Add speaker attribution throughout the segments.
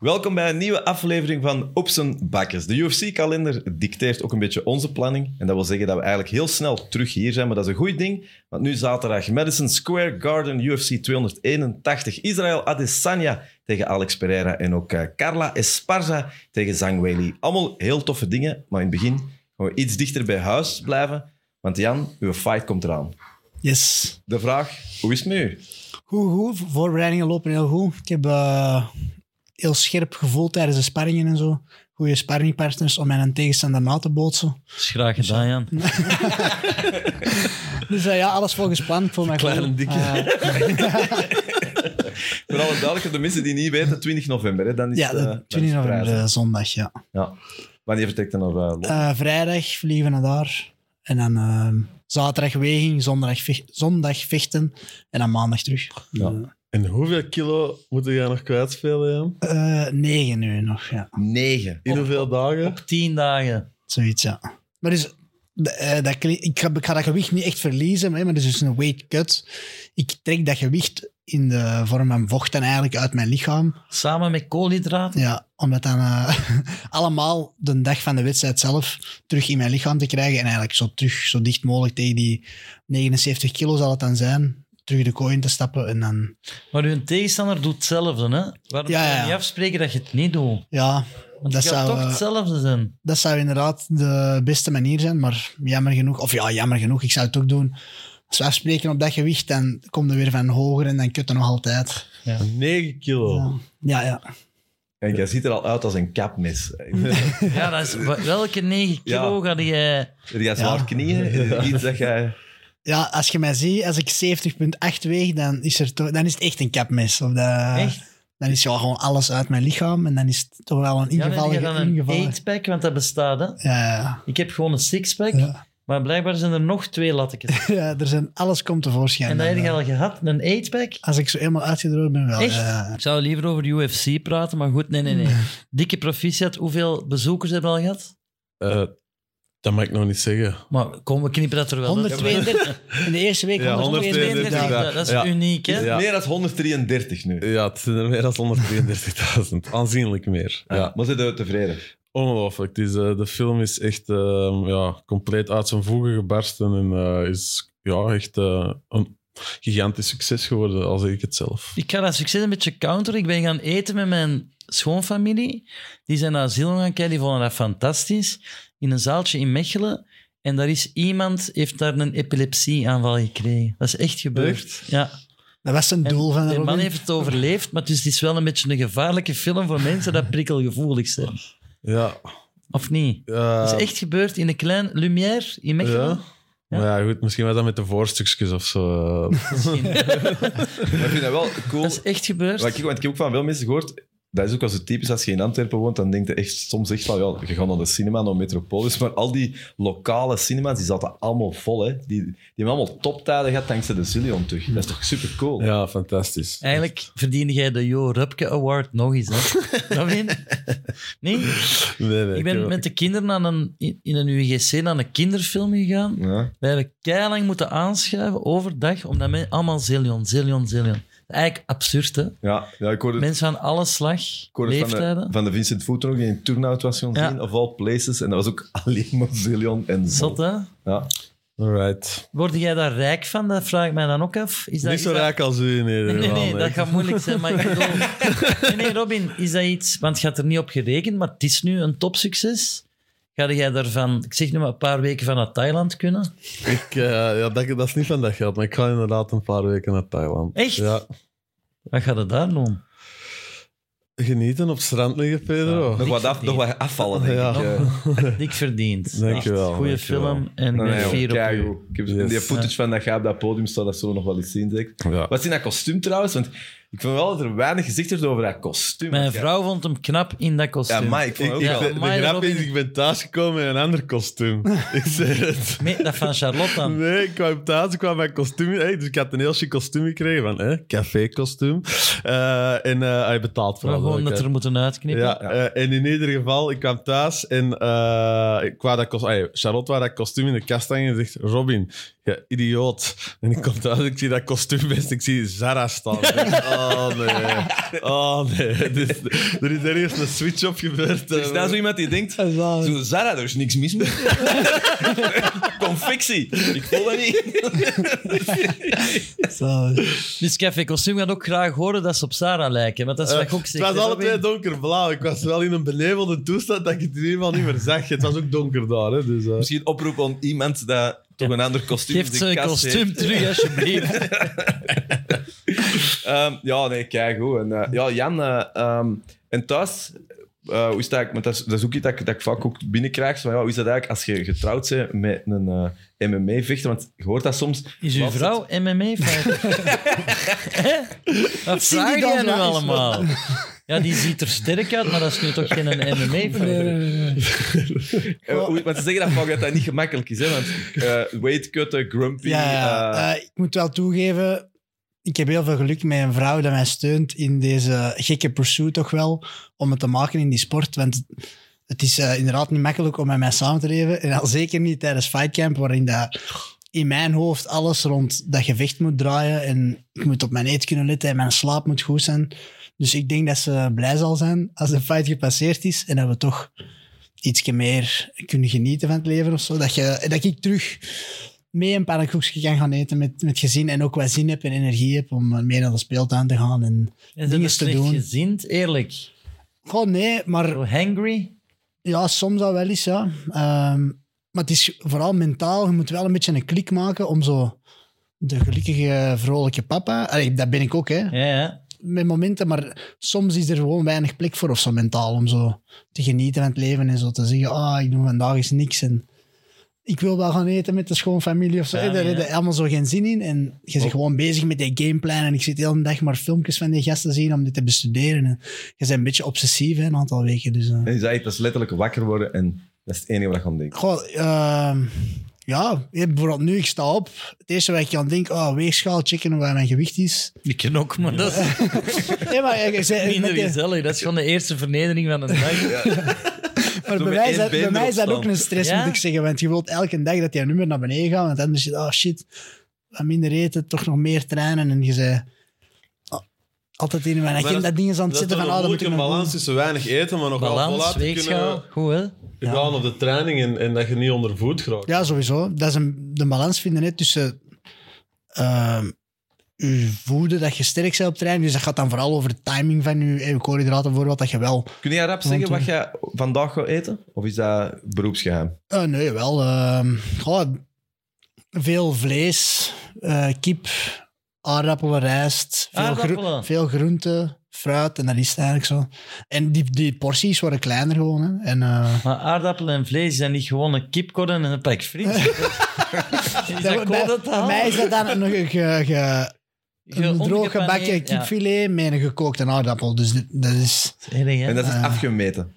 Speaker 1: Welkom bij een nieuwe aflevering van Op z'n Bakkes. De UFC-kalender dicteert ook een beetje onze planning. En dat wil zeggen dat we eigenlijk heel snel terug hier zijn. Maar dat is een goed ding, want nu zaterdag Madison Square Garden UFC 281. Israël Adesanya tegen Alex Pereira en ook eh, Carla Esparza tegen Zhang Weili. Allemaal heel toffe dingen, maar in het begin gaan we iets dichter bij huis blijven. Want Jan, uw fight komt eraan.
Speaker 2: Yes.
Speaker 1: De vraag, hoe is het nu?
Speaker 2: Goed, goed. Voorbereidingen lopen heel goed. Ik heb eh, heel scherp gevoel tijdens de sparringen en zo. Goede sparringpartners om mijn tegenstander na te bootsen.
Speaker 3: Dat is graag gedaan, Jan.
Speaker 2: Dus eh, ja, alles volgens plan voor mijn
Speaker 3: Klein en
Speaker 2: gevoel.
Speaker 3: dikke.
Speaker 2: Eh,
Speaker 1: Voor alle duidelijkheid, de mensen die niet weten, 20 november. Hè? Dan is
Speaker 2: ja,
Speaker 1: het, eh, dan
Speaker 2: de
Speaker 1: is
Speaker 2: 20
Speaker 1: het
Speaker 2: november,
Speaker 1: prijzen.
Speaker 2: eh, zondag, ja.
Speaker 1: Ja. Wanneer vertrekt hij naar eh, Londen?
Speaker 2: Eh, vrijdag vliegen we naar daar. En dan eh, zaterdag weging, zondag, vech- zondag vechten. En dan maandag terug.
Speaker 1: Ja.
Speaker 4: En hoeveel kilo moet jij nog kwijtspelen, Jan?
Speaker 2: Eh, negen nu nog, ja.
Speaker 1: Negen.
Speaker 4: In hoeveel dagen?
Speaker 3: Op tien dagen.
Speaker 2: Zoiets, ja. Maar dus, de- eh, dat, kli- ik, ga, ik ga dat gewicht niet echt verliezen, maar, maar dat is dus een weight cut. Ik trek dat gewicht in de vorm van vocht dan eigenlijk uit mijn lichaam.
Speaker 3: Samen met koolhydraten.
Speaker 2: Ja, om dat dan eh, allemaal de dag van de wedstrijd zelf terug in mijn lichaam te krijgen. En eigenlijk zo terug, zo dicht mogelijk tegen die 79 kilo zal het dan zijn. Terug de kooi in te stappen en dan...
Speaker 3: Maar uw tegenstander doet hetzelfde, hè? Waarom
Speaker 2: Ja,
Speaker 3: kan
Speaker 2: ja.
Speaker 3: je niet afspreken dat je het niet doet?
Speaker 2: Ja,
Speaker 3: Want
Speaker 2: Dat
Speaker 3: het gaat
Speaker 2: zou,
Speaker 3: toch
Speaker 2: eh,
Speaker 3: hetzelfde zijn.
Speaker 2: dat zou inderdaad de beste manier zijn, maar jammer genoeg, of ja, jammer genoeg, ik zou het ook doen. Als we afspreken op dat gewicht, dan komt er weer van hoger en dan kut er nog altijd.
Speaker 4: 9 kilo.
Speaker 2: Ja, ja. ja.
Speaker 1: En jij ziet er al uit als een kapmes.
Speaker 3: Ja, dat is, wa- welke 9 kilo ga jij...
Speaker 1: jij zwaar
Speaker 2: Ja.
Speaker 1: knieën, iets dat jij...
Speaker 2: Ja, als je mij ziet, als ik 70,8 weeg, dan is, er toch, dan is het echt een kapmes. Of dat,
Speaker 3: Echt?
Speaker 2: Dan is ja, gewoon alles uit mijn lichaam en dan is het toch wel een
Speaker 3: Ja, dan heb
Speaker 2: ingevallen.
Speaker 3: je dan een
Speaker 2: ingevallen-
Speaker 3: eightpack, want dat bestaat, hè?
Speaker 2: ja, ja,
Speaker 3: Ik heb gewoon een sixpack,
Speaker 2: Ja.
Speaker 3: maar blijkbaar zijn er nog twee lattekes.
Speaker 2: ja, er zijn, alles komt tevoorschijn.
Speaker 3: en dat heb
Speaker 2: En,
Speaker 3: je
Speaker 2: eh,
Speaker 3: al gehad, een eightpack?
Speaker 2: als ik zo eenmaal uitgedroogd ben, wel.
Speaker 3: Echt?
Speaker 2: ja.
Speaker 3: Ik zou liever over de UFC praten, maar goed, nee, nee, nee. Dikke proficiat, hoeveel bezoekers hebben we al gehad?
Speaker 4: Eh, dat mag ik nog niet zeggen.
Speaker 3: Maar kom, we knippen dat er wel.
Speaker 2: 132. In de eerste week
Speaker 4: Ja,
Speaker 2: 132.
Speaker 3: 132,
Speaker 4: Ja.
Speaker 3: dat is
Speaker 4: Ja.
Speaker 3: uniek, hè?
Speaker 4: Ja.
Speaker 1: Meer dan 133 nu.
Speaker 4: Ja, het zijn er meer dan 133.000. Aanzienlijk meer. Ja.
Speaker 1: Maar ze zijn tevreden.
Speaker 4: Ongelooflijk. Het is, eh, de film is echt eh, ja, compleet uit zijn voegen gebarsten en eh, is ja, echt eh, een gigantisch succes geworden, al zeg ik het zelf.
Speaker 3: Ik ga dat succes een beetje counteren. Ik ben gaan eten met mijn schoonfamilie. Die zijn naar Zillen gaan kijken, die vonden dat fantastisch. In een zaaltje in Mechelen. En daar is iemand, heeft daar een epilepsieaanval gekregen. Dat is echt gebeurd. Ja.
Speaker 2: Dat was een
Speaker 3: En
Speaker 2: doel van de
Speaker 3: die man
Speaker 2: Ah, Robin.
Speaker 3: heeft het overleefd, maar dus het is wel een beetje een gevaarlijke film voor mensen dat prikkelgevoelig zijn.
Speaker 4: Ja,
Speaker 3: Of niet?
Speaker 4: eh,
Speaker 3: Dat is echt gebeurd in een klein Lumière in Mechelen.
Speaker 4: Ja. Maar ja, goed, misschien was dat met de voorstukjes of zo.
Speaker 1: Maar ik vind dat wel cool.
Speaker 3: Dat is echt gebeurd.
Speaker 1: Wat ik, want ik heb ook van veel mensen gehoord, dat is ook wel zo typisch, als je in Antwerpen woont, dan denk je echt soms echt van, ja, je gaat naar de cinema, naar Metropolis, maar al die lokale cinemas, die zaten allemaal vol, hè. Die, die hebben allemaal toptijden gehad dankzij de Zillion terug. Dat is toch super cool.
Speaker 4: ja, fantastisch.
Speaker 3: Eigenlijk verdiende jij de Jo Rupke Award nog eens. Hè? Dat vind Nee?
Speaker 4: Nee, nee,
Speaker 3: Ik
Speaker 4: heb-
Speaker 3: ben met de kinderen aan een, in in een UGC naar een kinderfilm gegaan.
Speaker 1: Ja.
Speaker 3: We hebben keilang moeten aanschuiven overdag, omdat men allemaal zillion, zillion, zillion. Eigenlijk absurd, hè?
Speaker 1: Ja, ja, ik hoorde
Speaker 3: Mensen van alle slag,
Speaker 1: Ik hoorde het van
Speaker 3: leeftijden.
Speaker 1: de, van de Vincent Voet nog, die in Turnhout was gaan
Speaker 3: Ja.
Speaker 1: zien, of all places. En dat was ook alleen maar Zillion en
Speaker 3: Zot,
Speaker 1: zo.
Speaker 3: hè?
Speaker 1: Ja.
Speaker 4: Alright.
Speaker 3: Word jij daar rijk van? Dat vraag ik mij dan ook af. Is dat,
Speaker 4: Niet
Speaker 3: is
Speaker 4: zo
Speaker 3: dat-
Speaker 4: raak als u, nee.
Speaker 3: Nee, nee,
Speaker 4: helemaal
Speaker 3: nee,
Speaker 4: niet.
Speaker 3: dat gaat moeilijk zijn, maar ik bedoel... Nee, nee, Robin, is dat iets... Want je had er niet op gerekend, maar het is nu een topsucces. Ga jij daarvan, ik zeg nu maar, een paar weken van naar Thailand kunnen?
Speaker 4: Ik, eh, ja, dat, dat is niet van dat geld, maar ik ga inderdaad een paar weken naar Thailand.
Speaker 3: Echt?
Speaker 4: Ja.
Speaker 3: Wat gaat het daar doen?
Speaker 4: Genieten, op het strand liggen, Pedro.
Speaker 1: Nog,
Speaker 3: Ik
Speaker 1: wat af,
Speaker 3: verdien.
Speaker 1: nog wat afvallen, denk
Speaker 4: Ja.
Speaker 1: ik. eh.
Speaker 3: Dik verdiend.
Speaker 4: Dankjewel,
Speaker 3: Echt, Goeie
Speaker 4: dankjewel.
Speaker 3: film en ik
Speaker 1: Nee,
Speaker 3: ben
Speaker 1: nee,
Speaker 3: fier op u.
Speaker 1: keigoed. Ik heb
Speaker 4: Yes.
Speaker 1: die footage van dat jij op dat podium staat, dat zullen we nog wel eens zien, denk ik.
Speaker 4: Ja.
Speaker 1: Wat is in dat kostuum trouwens? Want ik vind wel dat er weinig gezicht is over dat kostuum.
Speaker 3: Mijn
Speaker 1: Want jij-
Speaker 3: vrouw vond hem knap in dat
Speaker 1: Ja,
Speaker 3: kostuum.
Speaker 1: maar ik vond
Speaker 4: Ik,
Speaker 1: ook
Speaker 4: ik-
Speaker 3: Ja,
Speaker 1: wel...
Speaker 4: de, de
Speaker 3: maar
Speaker 4: grap is,
Speaker 3: Robin-
Speaker 4: ik ben thuisgekomen in een ander kostuum. ik zeg het.
Speaker 3: Nee, dat van Charlotte dan.
Speaker 4: Nee, ik kwam thuis, ik kwam mijn kostuum... Hey, dus ik had een heel chic kostuum gekregen, van hè, café-kostuum. Eh, en eh, hij betaalt
Speaker 3: We
Speaker 4: voor alles,
Speaker 3: gewoon
Speaker 4: hè.
Speaker 3: dat er moeten uitknippen.
Speaker 4: Ja, eh, en in ieder geval, ik kwam thuis en eh, ik wou dat kost, ay, Charlotte waar dat kostuum in de kast hangen en zegt, Robin, ja, idioot. En ik kom thuis, ik zie dat kostuum best, ik zie Zara staan. Ik denk, oh, Oh nee. Oh nee. Dit is- er is er eerst een switch op gebeurd. eh.
Speaker 1: Er Dus is daar zo iemand die denkt,
Speaker 2: Zalig.
Speaker 1: zo, Zara, er is niks mis mee. Confectie. Ik voel dat niet.
Speaker 2: Zalig.
Speaker 3: Dus Café Kostuum gaat ook graag horen dat ze op Sarah lijken. Want dat is wat ik ook
Speaker 4: Eh, het
Speaker 3: zeg.
Speaker 4: was
Speaker 3: hè,
Speaker 4: alle
Speaker 3: Robin?
Speaker 4: twee donkerblauw. Ik was wel in een benevelde toestand dat ik het in ieder geval niet meer zag. Het was ook donker daar. Hè, dus, eh.
Speaker 1: Misschien oproep om iemand dat toch een ander kostuum in
Speaker 3: Geef
Speaker 1: de
Speaker 3: ze een
Speaker 1: kast heeft.
Speaker 3: kostuum terug, alsjeblieft.
Speaker 1: Ehm, ja, nee, kijk goed. En, eh, ja, Jan, eh, ehm, en thuis, eh, hoe sta ik? Want dat is, dat is ook iets dat ik, dat ik vaak ook binnenkrijg. Zo van, ja, hoe is dat eigenlijk als je getrouwd bent met een eh, MMA-vechter? Want je hoort dat soms.
Speaker 3: Is uw
Speaker 1: Laat het-
Speaker 3: vrouw MMA-fighter? Wat
Speaker 2: Zie die
Speaker 3: vraag
Speaker 2: dan
Speaker 3: jij nu
Speaker 2: maar eens,
Speaker 3: allemaal? Ja, die ziet er sterk uit, maar dat is nu toch geen MMA-fighter?
Speaker 1: eh,
Speaker 2: Oh.
Speaker 1: hoe- want ze zeggen dat vaak dat dat niet gemakkelijk is. Hè? Want eh weight cutten, grumpy.
Speaker 2: Ja, ja.
Speaker 1: eh,
Speaker 2: Eh, ik moet wel toegeven, ik heb heel veel geluk met een vrouw die mij steunt in deze gekke pursuit toch wel, om het te maken in die sport. Want het is eh, inderdaad niet makkelijk om met mij samen te leven. En al zeker niet tijdens fightcamp, waarin dat in mijn hoofd alles rond dat gevecht moet draaien. En ik moet op mijn eten kunnen letten en mijn slaap moet goed zijn. Dus ik denk dat ze blij zal zijn als de fight gepasseerd is en dat we toch ietsje meer kunnen genieten van het leven of zo. Dat, je, dat ik terug mee een pannenkoekje kan gaan eten met, met gezin en ook wat zin heb en energie heb om eh, mee naar de speeltuin te gaan. En,
Speaker 3: En
Speaker 2: Dingen
Speaker 3: zijn
Speaker 2: te
Speaker 3: slecht
Speaker 2: doen.
Speaker 3: gezind, eerlijk.
Speaker 2: goh, nee, maar
Speaker 3: Zo hangry.
Speaker 2: Ja, soms al wel eens, ja. Ehm, maar het is vooral mentaal. Je moet wel een beetje een klik maken om zo de gelukkige, vrolijke papa... Allee, dat ben ik ook, hè.
Speaker 3: Ja, ja.
Speaker 2: Met momenten, maar soms is er gewoon weinig plek voor of zo mentaal. Om zo te genieten van het leven en zo te zeggen... Ah, ik doe vandaag eens niks en... Ik wil wel gaan eten met de schoonfamilie of zo.
Speaker 3: Ja,
Speaker 2: hè. Daar
Speaker 3: ja.
Speaker 2: heb je allemaal zo geen zin in. En je bent gewoon bezig met die gameplan. En ik zit de hele dag maar filmpjes van die gasten zien om dit te bestuderen. En je bent een beetje obsessief, hè, een aantal weken. Dus, eh.
Speaker 1: en die zei, dat is letterlijk wakker worden en dat is het enige wat ik aan denk.
Speaker 2: Goh, ehm, ja, ik- bijvoorbeeld nu, ik sta op. Het eerste waar ik aan denk, oh, weegschaal, checken waar mijn gewicht is.
Speaker 3: Ik ken ook, maar dat is
Speaker 2: Nee, maar, ik- ik zei-
Speaker 3: minder
Speaker 2: met die-
Speaker 3: gezellig. Dat is gewoon de eerste vernedering van een dag.
Speaker 2: maar
Speaker 1: Zo
Speaker 2: bij
Speaker 1: met
Speaker 2: mij
Speaker 1: één
Speaker 2: is dat,
Speaker 1: been
Speaker 2: bij mij
Speaker 1: erop
Speaker 2: is dat ook
Speaker 1: staan.
Speaker 2: een stress,
Speaker 3: Ja?
Speaker 2: moet ik zeggen. Want je wilt elke dag dat je nummer naar beneden gaat. Want anders zit oh shit, wat minder eten, toch nog meer trainen. En je zei... oh, altijd in mijn agenda
Speaker 4: dat-
Speaker 2: dingen aan het
Speaker 4: Dat is
Speaker 2: zitten van...
Speaker 4: toch een
Speaker 2: Oh, dat moet ik
Speaker 4: moeilijke
Speaker 2: nog doen.
Speaker 4: balans tussen weinig eten, maar nog wel
Speaker 3: Balans,
Speaker 4: voluit te
Speaker 3: weegschaal.
Speaker 4: kunnen
Speaker 3: Goed, hè?
Speaker 2: Ja.
Speaker 4: gaan op de training en, en dat je niet onder voet geraakt.
Speaker 2: Ja, sowieso. Dat is een, de balans vinden hè, tussen ehm je voeden, dat je sterk bent op training. Dus dat gaat dan vooral over de timing van je, je koolhydraten, voor wat dat je wel...
Speaker 1: Kun jij rap zeggen
Speaker 2: Want,
Speaker 1: wat jij vandaag gaat eten? Of is dat beroepsgeheim?
Speaker 2: Eh, nee, wel. ehm, goh, veel vlees, eh, kip, aardappelen, rijst, veel, groe-
Speaker 3: Aardappelen.
Speaker 2: veel groenten, fruit. En dat is het eigenlijk zo. En die, die porties worden kleiner gewoon. Hè. En, eh,
Speaker 3: Maar aardappelen en vlees zijn niet gewoon een kipkorren en een pak friet. Is dat
Speaker 2: dat-
Speaker 3: klopt dat
Speaker 2: bij
Speaker 3: dan?
Speaker 2: mij is dat dan nog een ge- ge- Een droog gebakken kipfilet met een gekookte aardappel. Dus dit- dat, is,
Speaker 3: Ja. Erg, hè?
Speaker 1: En dat is
Speaker 2: eh,
Speaker 1: afgemeten.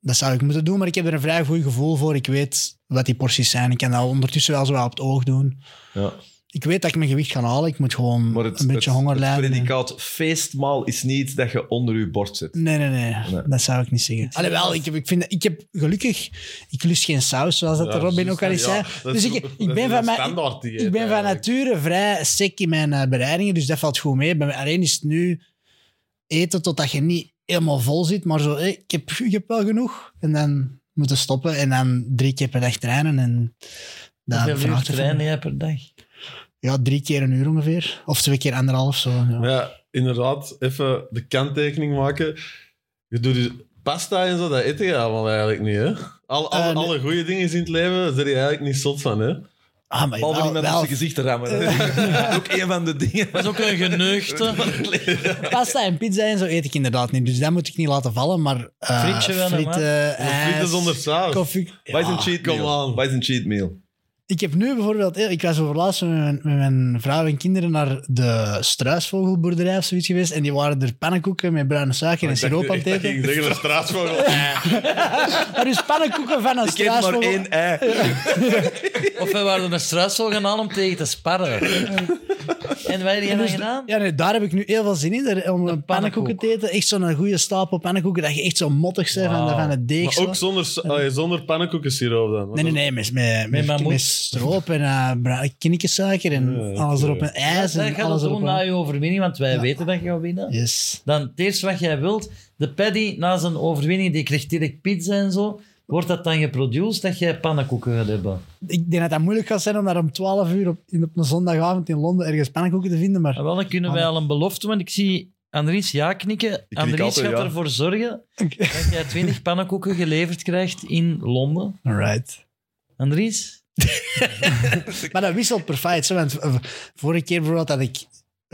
Speaker 2: dat zou ik moeten doen, maar ik heb er een vrij goed gevoel voor. Ik weet wat die porties zijn. Ik kan dat ondertussen wel zo wel op het oog doen.
Speaker 1: Ja.
Speaker 2: Ik weet dat ik mijn gewicht ga halen. Ik moet gewoon
Speaker 1: Maar het,
Speaker 2: een beetje
Speaker 1: het,
Speaker 2: honger
Speaker 1: het
Speaker 2: lijden.
Speaker 1: predicaat feestmaal is niet dat je onder je bord zit.
Speaker 2: Nee, nee, nee,
Speaker 1: Nee.
Speaker 2: Dat zou ik niet zeggen. Alhoewel, ik heb, ik, vind, dat- ik heb gelukkig... Ik lust geen saus, zoals dat
Speaker 4: Ja,
Speaker 2: de Robin
Speaker 4: juist,
Speaker 2: ook al eens
Speaker 4: ja,
Speaker 2: zei.
Speaker 4: dat
Speaker 2: dus
Speaker 4: is
Speaker 2: ik,
Speaker 4: ook-
Speaker 2: ik
Speaker 4: dat
Speaker 2: ben
Speaker 4: is
Speaker 2: van
Speaker 4: een
Speaker 2: mijn...
Speaker 4: standaard dieet
Speaker 2: Ik ben van
Speaker 4: eigenlijk.
Speaker 2: nature vrij sec in mijn eh, bereidingen, dus dat valt goed mee. Bij mij- Alleen is het nu eten totdat je niet helemaal vol zit, maar zo, hé, ik, heb, ik heb wel genoeg. En dan moeten stoppen en dan drie keer per dag trainen. En dan
Speaker 3: Hoeveel uur
Speaker 2: vraagt het van-
Speaker 3: trainen jij per dag?
Speaker 2: Ja, drie keer een uur ongeveer. Of twee keer anderhalf, zo. Ja.
Speaker 4: Maar ja, inderdaad, even de kanttekening maken. Je doet dus pasta en zo, dat eten je allemaal eigenlijk niet, hè? Alle, alle,
Speaker 2: Eh, nee.
Speaker 4: alle goede dingen in het leven, daar ben je eigenlijk niet zot van, hè?
Speaker 2: Ah,
Speaker 1: Behalve
Speaker 2: maar wel,
Speaker 1: iemand op
Speaker 2: wel,
Speaker 1: zijn gezicht te rammen. Dat is ook een van de dingen.
Speaker 3: Dat is ook een geneugte.
Speaker 2: pasta en pizza en zo eet ik inderdaad niet, dus dat moet ik niet laten vallen. Maar eh
Speaker 3: Frietje wel, hè,
Speaker 2: frieten, ijs,
Speaker 4: Frieten zonder saus.
Speaker 2: Eh, koffie.
Speaker 1: Wat is
Speaker 2: Ja.
Speaker 1: een cheat
Speaker 4: come
Speaker 1: meal?
Speaker 4: on.
Speaker 1: Wat is een cheat meal?
Speaker 2: Ik heb nu bijvoorbeeld... eh, Ik was over laatst met mijn, met mijn vrouw en kinderen naar de struisvogelboerderij of zoiets geweest. En die waren er pannenkoeken met bruine suiker en siroop aan het
Speaker 4: Ik
Speaker 2: eten.
Speaker 4: ging zeggen, de straatvogel.
Speaker 2: Maar dus pannenkoeken van een
Speaker 1: Ik heb maar
Speaker 2: struisvogel.
Speaker 1: één ei.
Speaker 3: Of we waren een struisvogel gaan halen om tegen te sparren. En wij hebben
Speaker 2: En
Speaker 3: dat
Speaker 2: dus-
Speaker 3: gedaan.
Speaker 2: Ja, nee, daar heb ik nu heel veel zin in, daar- om een pannenkoeken te eten. Echt zo'n goede stapel pannenkoeken, dat je echt zo mottig bent van, de- van het deeg.
Speaker 4: Maar
Speaker 2: zo.
Speaker 4: ook zonder, s- allee, zonder pannenkoekensiroop dan.
Speaker 2: Nee, nee, nee, met, met, met, met,
Speaker 3: mammoet.
Speaker 2: stroop en eh bra- kinnikkensuiker en
Speaker 4: Ja,
Speaker 2: alles
Speaker 4: ja.
Speaker 2: erop en ijs
Speaker 3: dat
Speaker 2: en
Speaker 3: gaat het
Speaker 2: alles erop.
Speaker 3: doen eh,
Speaker 2: en-
Speaker 3: na je overwinning, want wij
Speaker 2: Ja.
Speaker 3: weten dat je gaat winnen.
Speaker 2: Yes.
Speaker 3: Dan het eerste wat jij wilt, de Paddy na zijn overwinning, die kreeg direct pizza en zo. Wordt dat dan geproduced dat jij pannenkoeken gaat hebben?
Speaker 2: Ik denk dat dat moeilijk gaat zijn om daar om 12 uur op, in, op een zondagavond in Londen ergens pannenkoeken te vinden, maar
Speaker 3: Ah, wel, dan kunnen wij al een belofte, want ik zie Andries ja knikken.
Speaker 1: knik
Speaker 3: Andries
Speaker 1: altijd
Speaker 3: gaat
Speaker 1: ja.
Speaker 3: ervoor zorgen
Speaker 2: Oké.
Speaker 3: dat jij 20 pannenkoeken geleverd krijgt in Londen.
Speaker 2: Alright.
Speaker 3: Andries?
Speaker 2: Maar dat wisselt per fight. Zo, want eh, vorige keer bijvoorbeeld had ik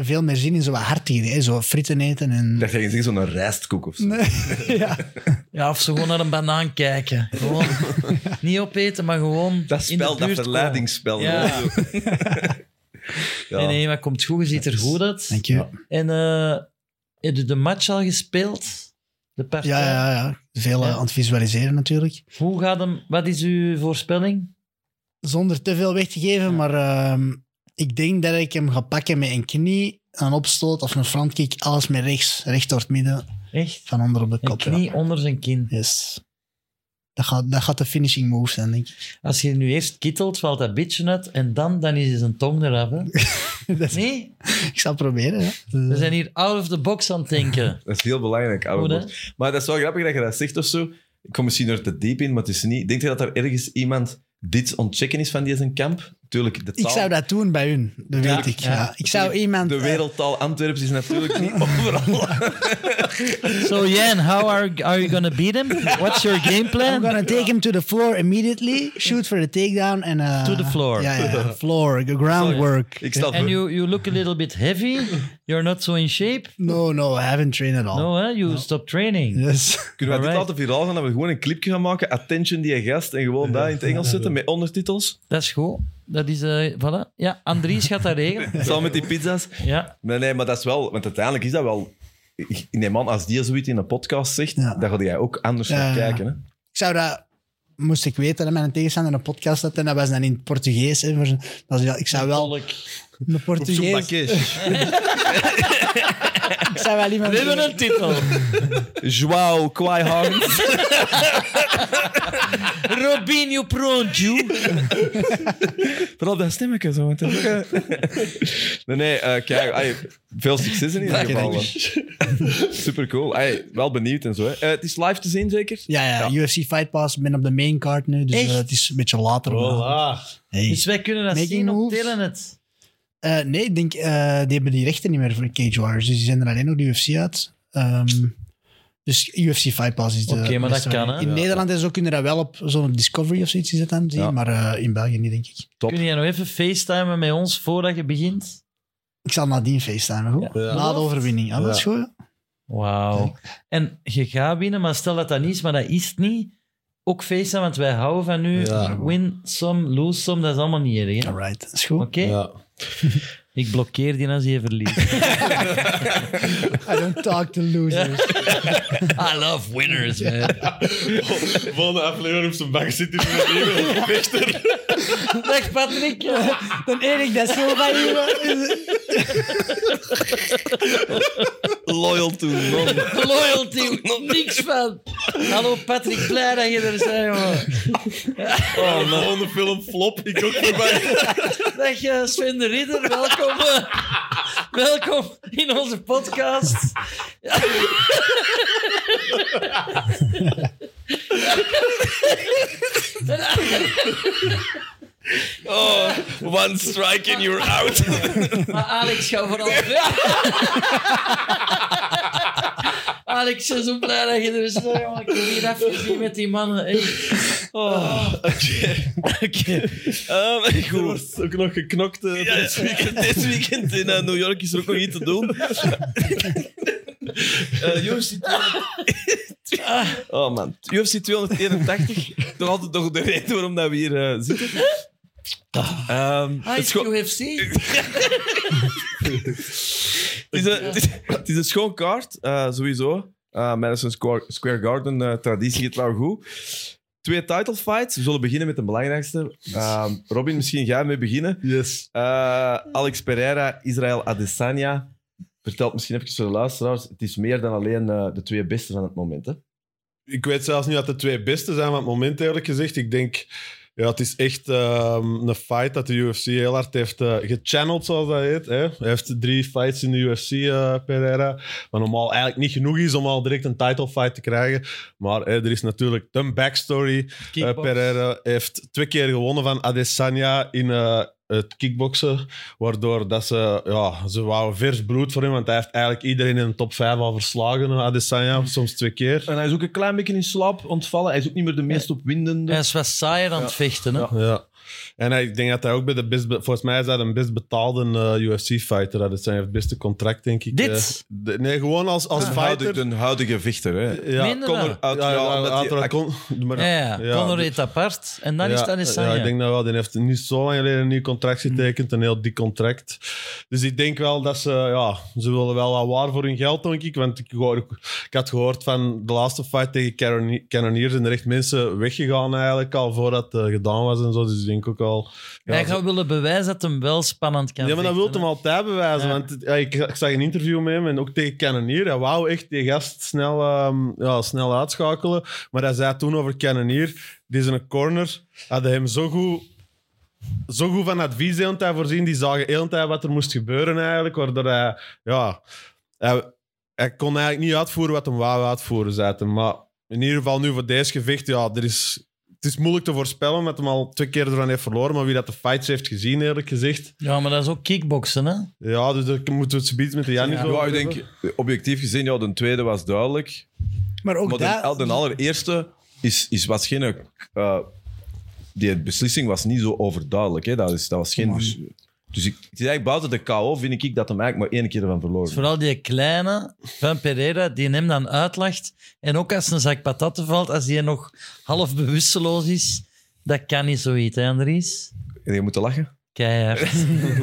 Speaker 2: veel meer zin in zo wat hartige dingen. hè, Zo frieten eten en...
Speaker 1: Ik dacht, je zegt zo'n rijstkoek of zo.
Speaker 2: Nee, ja.
Speaker 3: Ja, of ze gewoon naar een banaan kijken. Gewoon niet opeten, maar gewoon.
Speaker 1: Dat
Speaker 3: in de
Speaker 1: spel, dat
Speaker 3: buurt
Speaker 1: verleidingsspel.
Speaker 3: Ja.
Speaker 1: Ja.
Speaker 3: komen. Nee, nee, maar komt goed, je ziet er goed uit.
Speaker 2: Dank je. Ja,
Speaker 3: En eh heb je de match al gespeeld? De partij?
Speaker 2: ja, ja. Veel eh, aan het visualiseren natuurlijk.
Speaker 3: Hoe gaat hem, wat is uw voorspelling?
Speaker 2: Zonder te veel weg te geven, maar ehm, ik denk dat ik hem ga pakken met een knie, een opstoot of een frontkick. Alles met rechts, recht door het midden,
Speaker 3: Echt?
Speaker 2: van onder op de
Speaker 3: Een
Speaker 2: kop. ja.
Speaker 3: knie onder zijn kin.
Speaker 2: Yes. Dat gaat, dat gaat de finishing move zijn, denk ik.
Speaker 3: Als je nu eerst kittelt, valt dat beetje uit en dan, dan is zijn tong eraf. Hè?
Speaker 2: Dat-
Speaker 3: Nee,
Speaker 2: ik zal het proberen. hè.
Speaker 3: we zijn hier out of the box aan het denken.
Speaker 1: Dat is heel belangrijk. oude
Speaker 3: Goed, hè?
Speaker 1: woord. maar dat is wel grappig dat je dat zegt of zo. Ik kom misschien er te diep in, maar het is niet... Denk je dat er ergens iemand dit ontchecken is van deze kamp? Tuurlijk, de taal...
Speaker 2: Ik zou dat doen bij hun, dat
Speaker 1: Ja,
Speaker 2: weet ik.
Speaker 3: ja.
Speaker 2: Ja. Ik zou iemand...
Speaker 1: De
Speaker 2: eh,
Speaker 1: wereldtaal Antwerps is natuurlijk niet overal.
Speaker 3: So Jan, how are, are you gonna beat him? What's your game
Speaker 2: I'm
Speaker 3: plan?
Speaker 2: gonna take him to the floor immediately, shoot for the takedown and... eh,
Speaker 3: To the floor.
Speaker 2: Ja, ja, floor, groundwork.
Speaker 1: Ik stel
Speaker 3: And
Speaker 1: voor-
Speaker 3: you, you look a little bit heavy. You're not so in shape.
Speaker 2: No, no, I haven't trained at all.
Speaker 3: No, hè? you stop training.
Speaker 2: Yes.
Speaker 1: Kunnen we dit
Speaker 3: Alright.
Speaker 1: laten viraal gaan, dat we gewoon een clipje gaan maken, Attention die gast, en gewoon daar in het Engels zetten met ondertitels?
Speaker 3: Dat is goed. Dat is, eh voilà. Ja, Andries gaat dat regelen.
Speaker 1: Samen met die pizza's.
Speaker 3: Ja.
Speaker 1: Nee, nee, maar dat is wel... Want uiteindelijk is dat wel... Ik neem aan, als die zoiets in een podcast zegt,
Speaker 2: Ja.
Speaker 1: dan ga jij ook anders
Speaker 2: Ja,
Speaker 1: naar
Speaker 2: ja, ja.
Speaker 1: kijken. Hè?
Speaker 2: Ik zou dat... Moest ik weten dat mijn tegenstander een podcast had en dat was dan in het Portugees. Hè, voor- dat is wel- ik zou wel
Speaker 3: Volk.
Speaker 2: een Portugees... Ik zou wel iemand...
Speaker 3: We hebben een titel.
Speaker 1: Joao Kwaihang.
Speaker 3: Robinho Pronto.
Speaker 1: Vooral dat stemmetje zo. want dat is ook, eh. nee, nee, eh, kijk. ai, veel succes in ieder
Speaker 2: Dank je,
Speaker 1: geval.
Speaker 2: dank
Speaker 1: Super cool. wel benieuwd en zo. Hè. Eh, het is live te zien, zeker?
Speaker 2: Ja, ja, UFC Fight Pass. Ik ben op de main card nu, dus
Speaker 3: Echt?
Speaker 2: eh, het is een beetje later. op de avond.
Speaker 4: Voilà.
Speaker 2: Hey.
Speaker 3: Dus wij kunnen dat
Speaker 2: Making
Speaker 3: zien op
Speaker 2: moves.
Speaker 3: Telenet.
Speaker 2: Eh, nee, ik denk, eh, die hebben die rechten niet meer voor Cage Warriors. Dus die zijn er alleen nog de UFC uit. Ehm, dus UFC Fight Pass is de...
Speaker 3: Oké, maar dat
Speaker 2: beste
Speaker 3: kan,
Speaker 2: manier.
Speaker 3: hè?
Speaker 2: In
Speaker 3: Ja.
Speaker 2: Nederland en zo kunnen dat wel op zo'n Discovery of zoiets is het dan zien,
Speaker 1: Ja.
Speaker 2: maar eh, in België niet, denk ik.
Speaker 1: Top.
Speaker 3: Kun je nog even facetimen met ons voordat je begint?
Speaker 2: Ik zal nadien facetimen, goed?
Speaker 4: Ja.
Speaker 2: Na de overwinning. Ah, dat is goed. hè?
Speaker 3: Wauw. En je gaat winnen, maar stel dat dat niet is, maar dat is het niet. Ook facetimen, want wij houden van u.
Speaker 4: Ja.
Speaker 3: Win some, lose some, dat is allemaal niet erg. hè? Oké?
Speaker 2: Alright, dat is goed.
Speaker 4: Ja.
Speaker 3: Ik blokkeer die als je verliest.
Speaker 2: I don't talk to losers.
Speaker 3: I love winners, man.
Speaker 4: Volgende aflevering op zijn bak zit hij met iemand vechter.
Speaker 3: Dag Patrick.
Speaker 2: Dan Erik dat Silva hier.
Speaker 1: Loyal to none.
Speaker 3: Loyalty, niks van. Hallo Patrick, blij dat je er bent, jongen.
Speaker 4: Oh, Volgende film flop, ik ook voorbij.
Speaker 3: Dag eh, Sven de Ridder, welkom. eh, welkom in onze podcast.
Speaker 1: One strike and you're out.
Speaker 3: Maar Ah, Alex gaat vooral. Alex is zo blij dat je er bent. hè, jongen. Ik heb hier even gezien met die mannen. echt. Oh.
Speaker 1: Ehm,
Speaker 4: Er
Speaker 1: goed.
Speaker 4: wordt ook nog geknokt. eh,
Speaker 1: Ja, dit weekend, dit weekend in eh, New York is er ook nog iets te doen. Eh UFC 200 Oh man, UFC 281. Toch altijd nog de reden waarom dat we hier eh, zitten. Ehm,
Speaker 3: Hi,
Speaker 1: het, is gewoon-
Speaker 3: UFC.
Speaker 1: het is een, het is- het is een schoon kaart, eh, sowieso. Eh, Madison Square, Square Garden, eh, traditie, het wel goed. Twee title fights. We zullen beginnen met de belangrijkste. Ehm, Robin, misschien ga je mee beginnen.
Speaker 4: Yes.
Speaker 1: Eh, Alex Pereira, Israël Adesanya. Vertel misschien even voor de luisteraars. Het is meer dan alleen eh, de twee beste van het moment. Hè?
Speaker 4: Ik weet zelfs niet wat de twee beste zijn van het moment, eerlijk gezegd. Ik denk, ja, het is echt ehm, een fight dat de UFC heel hard heeft eh, gechanneld, zoals dat heet. Hè? Hij heeft drie fights in de UFC, eh, Pereira. Wat normaal eigenlijk niet genoeg is om al direct een title fight te krijgen. Maar hè, er is natuurlijk de backstory. Eh,
Speaker 3: Kickbox.
Speaker 4: Pereira heeft twee keer gewonnen van Adesanya in eh, het kickboksen. Waardoor dat ze, ja, ze wouden vers bloed voor hem. Want hij heeft eigenlijk iedereen in de top 5 al verslagen. eh, Adesanya, soms twee keer.
Speaker 3: Eh.
Speaker 1: En hij is ook een klein beetje in slaap ontvallen. Hij is ook niet meer de meest opwindende.
Speaker 3: Hij is wat saaier aan het vechten. Hè?
Speaker 4: Ja. En hij- ik denk dat hij ook bij de best... be- Volgens mij is hij een best betaalde eh, UFC-fighter. Dat is zijn het beste contract, denk ik.
Speaker 3: Dit? Ah.
Speaker 4: Eh, de- nee, gewoon als, als
Speaker 1: Een
Speaker 4: fighter.
Speaker 1: huidige- een huidige vechter. Hè?
Speaker 4: Ja,
Speaker 3: Minder
Speaker 4: Conor-
Speaker 3: dan.
Speaker 4: ja, ja,
Speaker 1: Uiteraard, omdat
Speaker 4: uiteraard
Speaker 1: hij-
Speaker 4: Con- maar-
Speaker 3: Ja, ja.
Speaker 4: ja,
Speaker 3: Conor
Speaker 4: de-
Speaker 3: eet apart. En dan is het Adesanya.
Speaker 4: ja, ik denk dat wel. Die heeft niet zo lang geleden een nieuw contract
Speaker 3: Hmm.
Speaker 4: getekend, een heel dik contract. Dus ik denk wel dat ze, ja, ze willen wel wat waar voor hun geld, denk ik. Want ik, hoor- ik had gehoord van de laatste fight tegen Canone- Cannoneers en er echt mensen weggegaan eigenlijk al voordat het gedaan was en zo. Dus ik denk ook al... ja,
Speaker 3: Hij
Speaker 4: ze-
Speaker 3: gaat willen bewijzen dat hem wel spannend kan
Speaker 4: ja, maar dat wil
Speaker 3: vechten,
Speaker 4: hem
Speaker 3: hè.
Speaker 4: altijd bewijzen.
Speaker 3: Ja.
Speaker 4: Want het- ja, ik, ik zag een interview met hem en ook tegen Cannonier. Hij wou echt die gast snel, ehm, ja, snel uitschakelen. Maar hij zei toen over Cannonier, die is een corner, hadden hem zo goed, zo goed van advies de hele tijd voorzien. Die zagen de hele tijd wat er moest gebeuren eigenlijk. Waardoor hij, ja, hij, hij kon eigenlijk niet uitvoeren wat hem wou uitvoeren, zei hij. Maar in ieder geval nu voor deze gevecht, ja, er is... Het is moeilijk te voorspellen, omdat hij al twee keer ervan heeft verloren. Maar wie dat de fights heeft gezien, eerlijk gezegd,
Speaker 3: Ja, maar dat is ook kickboksen, hè?
Speaker 4: ja, dus daar moeten we het zoiets met de Jannie
Speaker 1: Ja,
Speaker 4: over
Speaker 1: ik
Speaker 4: hebben.
Speaker 1: denk, objectief gezien, ja, de tweede was duidelijk.
Speaker 2: Maar ook
Speaker 1: Maar
Speaker 2: daar...
Speaker 1: de, de allereerste is, is was geen... eh, die beslissing was niet zo overduidelijk. Hè? Dat, is, dat was geen...
Speaker 2: Man.
Speaker 1: Dus, dus ik, het is eigenlijk buiten de KO, vind ik, dat hem eigenlijk maar één keer van verloren. heeft.
Speaker 3: Vooral die kleine van Pereira, die hem dan uitlacht. En ook als een zak patatten valt, als die nog half bewusteloos is. Dat kan niet zoiets, hè, Andries?
Speaker 1: En je moet lachen.
Speaker 3: Keihard.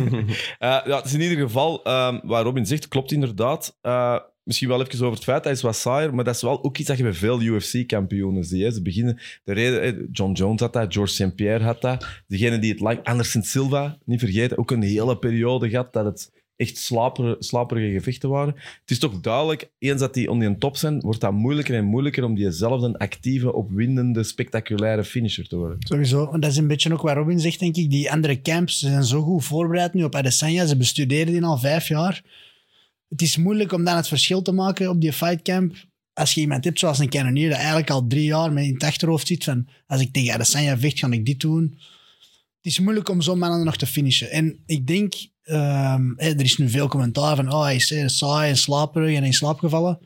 Speaker 1: Eh, ja, het is in ieder geval, ehm wat Robin zegt, klopt inderdaad. Eh, misschien wel even over het feit, hij is wat saaier, maar dat is wel ook iets dat je bij veel UFC-kampioenen ziet. Hè. Ze beginnen, de reden, hè, John Jones had dat, George St. Pierre had dat, degene die het lang, Anderson Silva, niet vergeten, ook een hele periode gehad dat het echt slaperige, slaperige gevechten waren. Het is toch duidelijk, eens dat die on die top zijn, wordt dat moeilijker en moeilijker om diezelfde actieve, opwindende, spectaculaire finisher te worden.
Speaker 2: Sowieso, en dat is een beetje ook waar Robin zegt, denk ik. Die andere camps ze zijn zo goed voorbereid nu op Adesanya. Ze bestuderen die al vijf jaar. Het is moeilijk om dan het verschil te maken op die fightcamp. Als je iemand hebt zoals een canonier, dat eigenlijk al drie jaar met in het achterhoofd zit van als ik tegen Adesanya vecht, ga ik dit doen. Het is moeilijk om zo'n mannen nog te finishen. En ik denk, ehm, hè, er is nu veel commentaar van oh, hij is eh, saai en slaperig en in slaap gevallen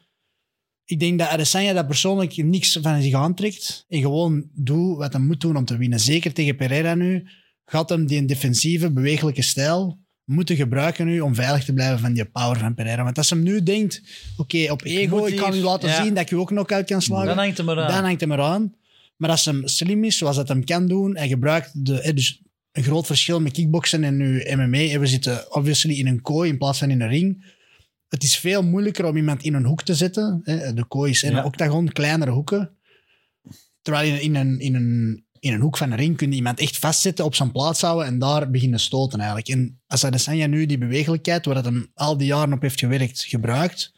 Speaker 2: ik denk dat Adesanya dat persoonlijk niks van zich aantrekt. En gewoon doet wat hij moet doen om te winnen. Zeker tegen Pereira nu. Gaat hem die defensieve, bewegelijke stijl moeten gebruiken nu om veilig te blijven van die power van Pereira. Want als hem nu denkt, oké, op ego,
Speaker 3: moet
Speaker 2: ik kan
Speaker 3: hier-
Speaker 2: u laten
Speaker 3: ja.
Speaker 2: zien dat ik u ook knock-out kan slagen.
Speaker 3: Dan hangt hem eraan.
Speaker 2: Dan hangt hem eraan. Maar als hem slim is, zoals dat hem kan doen, en gebruikt de, eh, dus een groot verschil met kickboksen en nu MMA. eh, We zitten obviously in een kooi in plaats van in een ring. Het is veel moeilijker om iemand in een hoek te zetten. hè. De kooi is in
Speaker 3: Ja.
Speaker 2: een octagon, kleinere hoeken. Terwijl in, in, een, in, een, in een hoek van een ring kun je iemand echt vastzetten, op zijn plaats houden en daar beginnen stoten eigenlijk. En als Adesanya nu die bewegelijkheid, waar dat hem al die jaren op heeft gewerkt, gebruikt,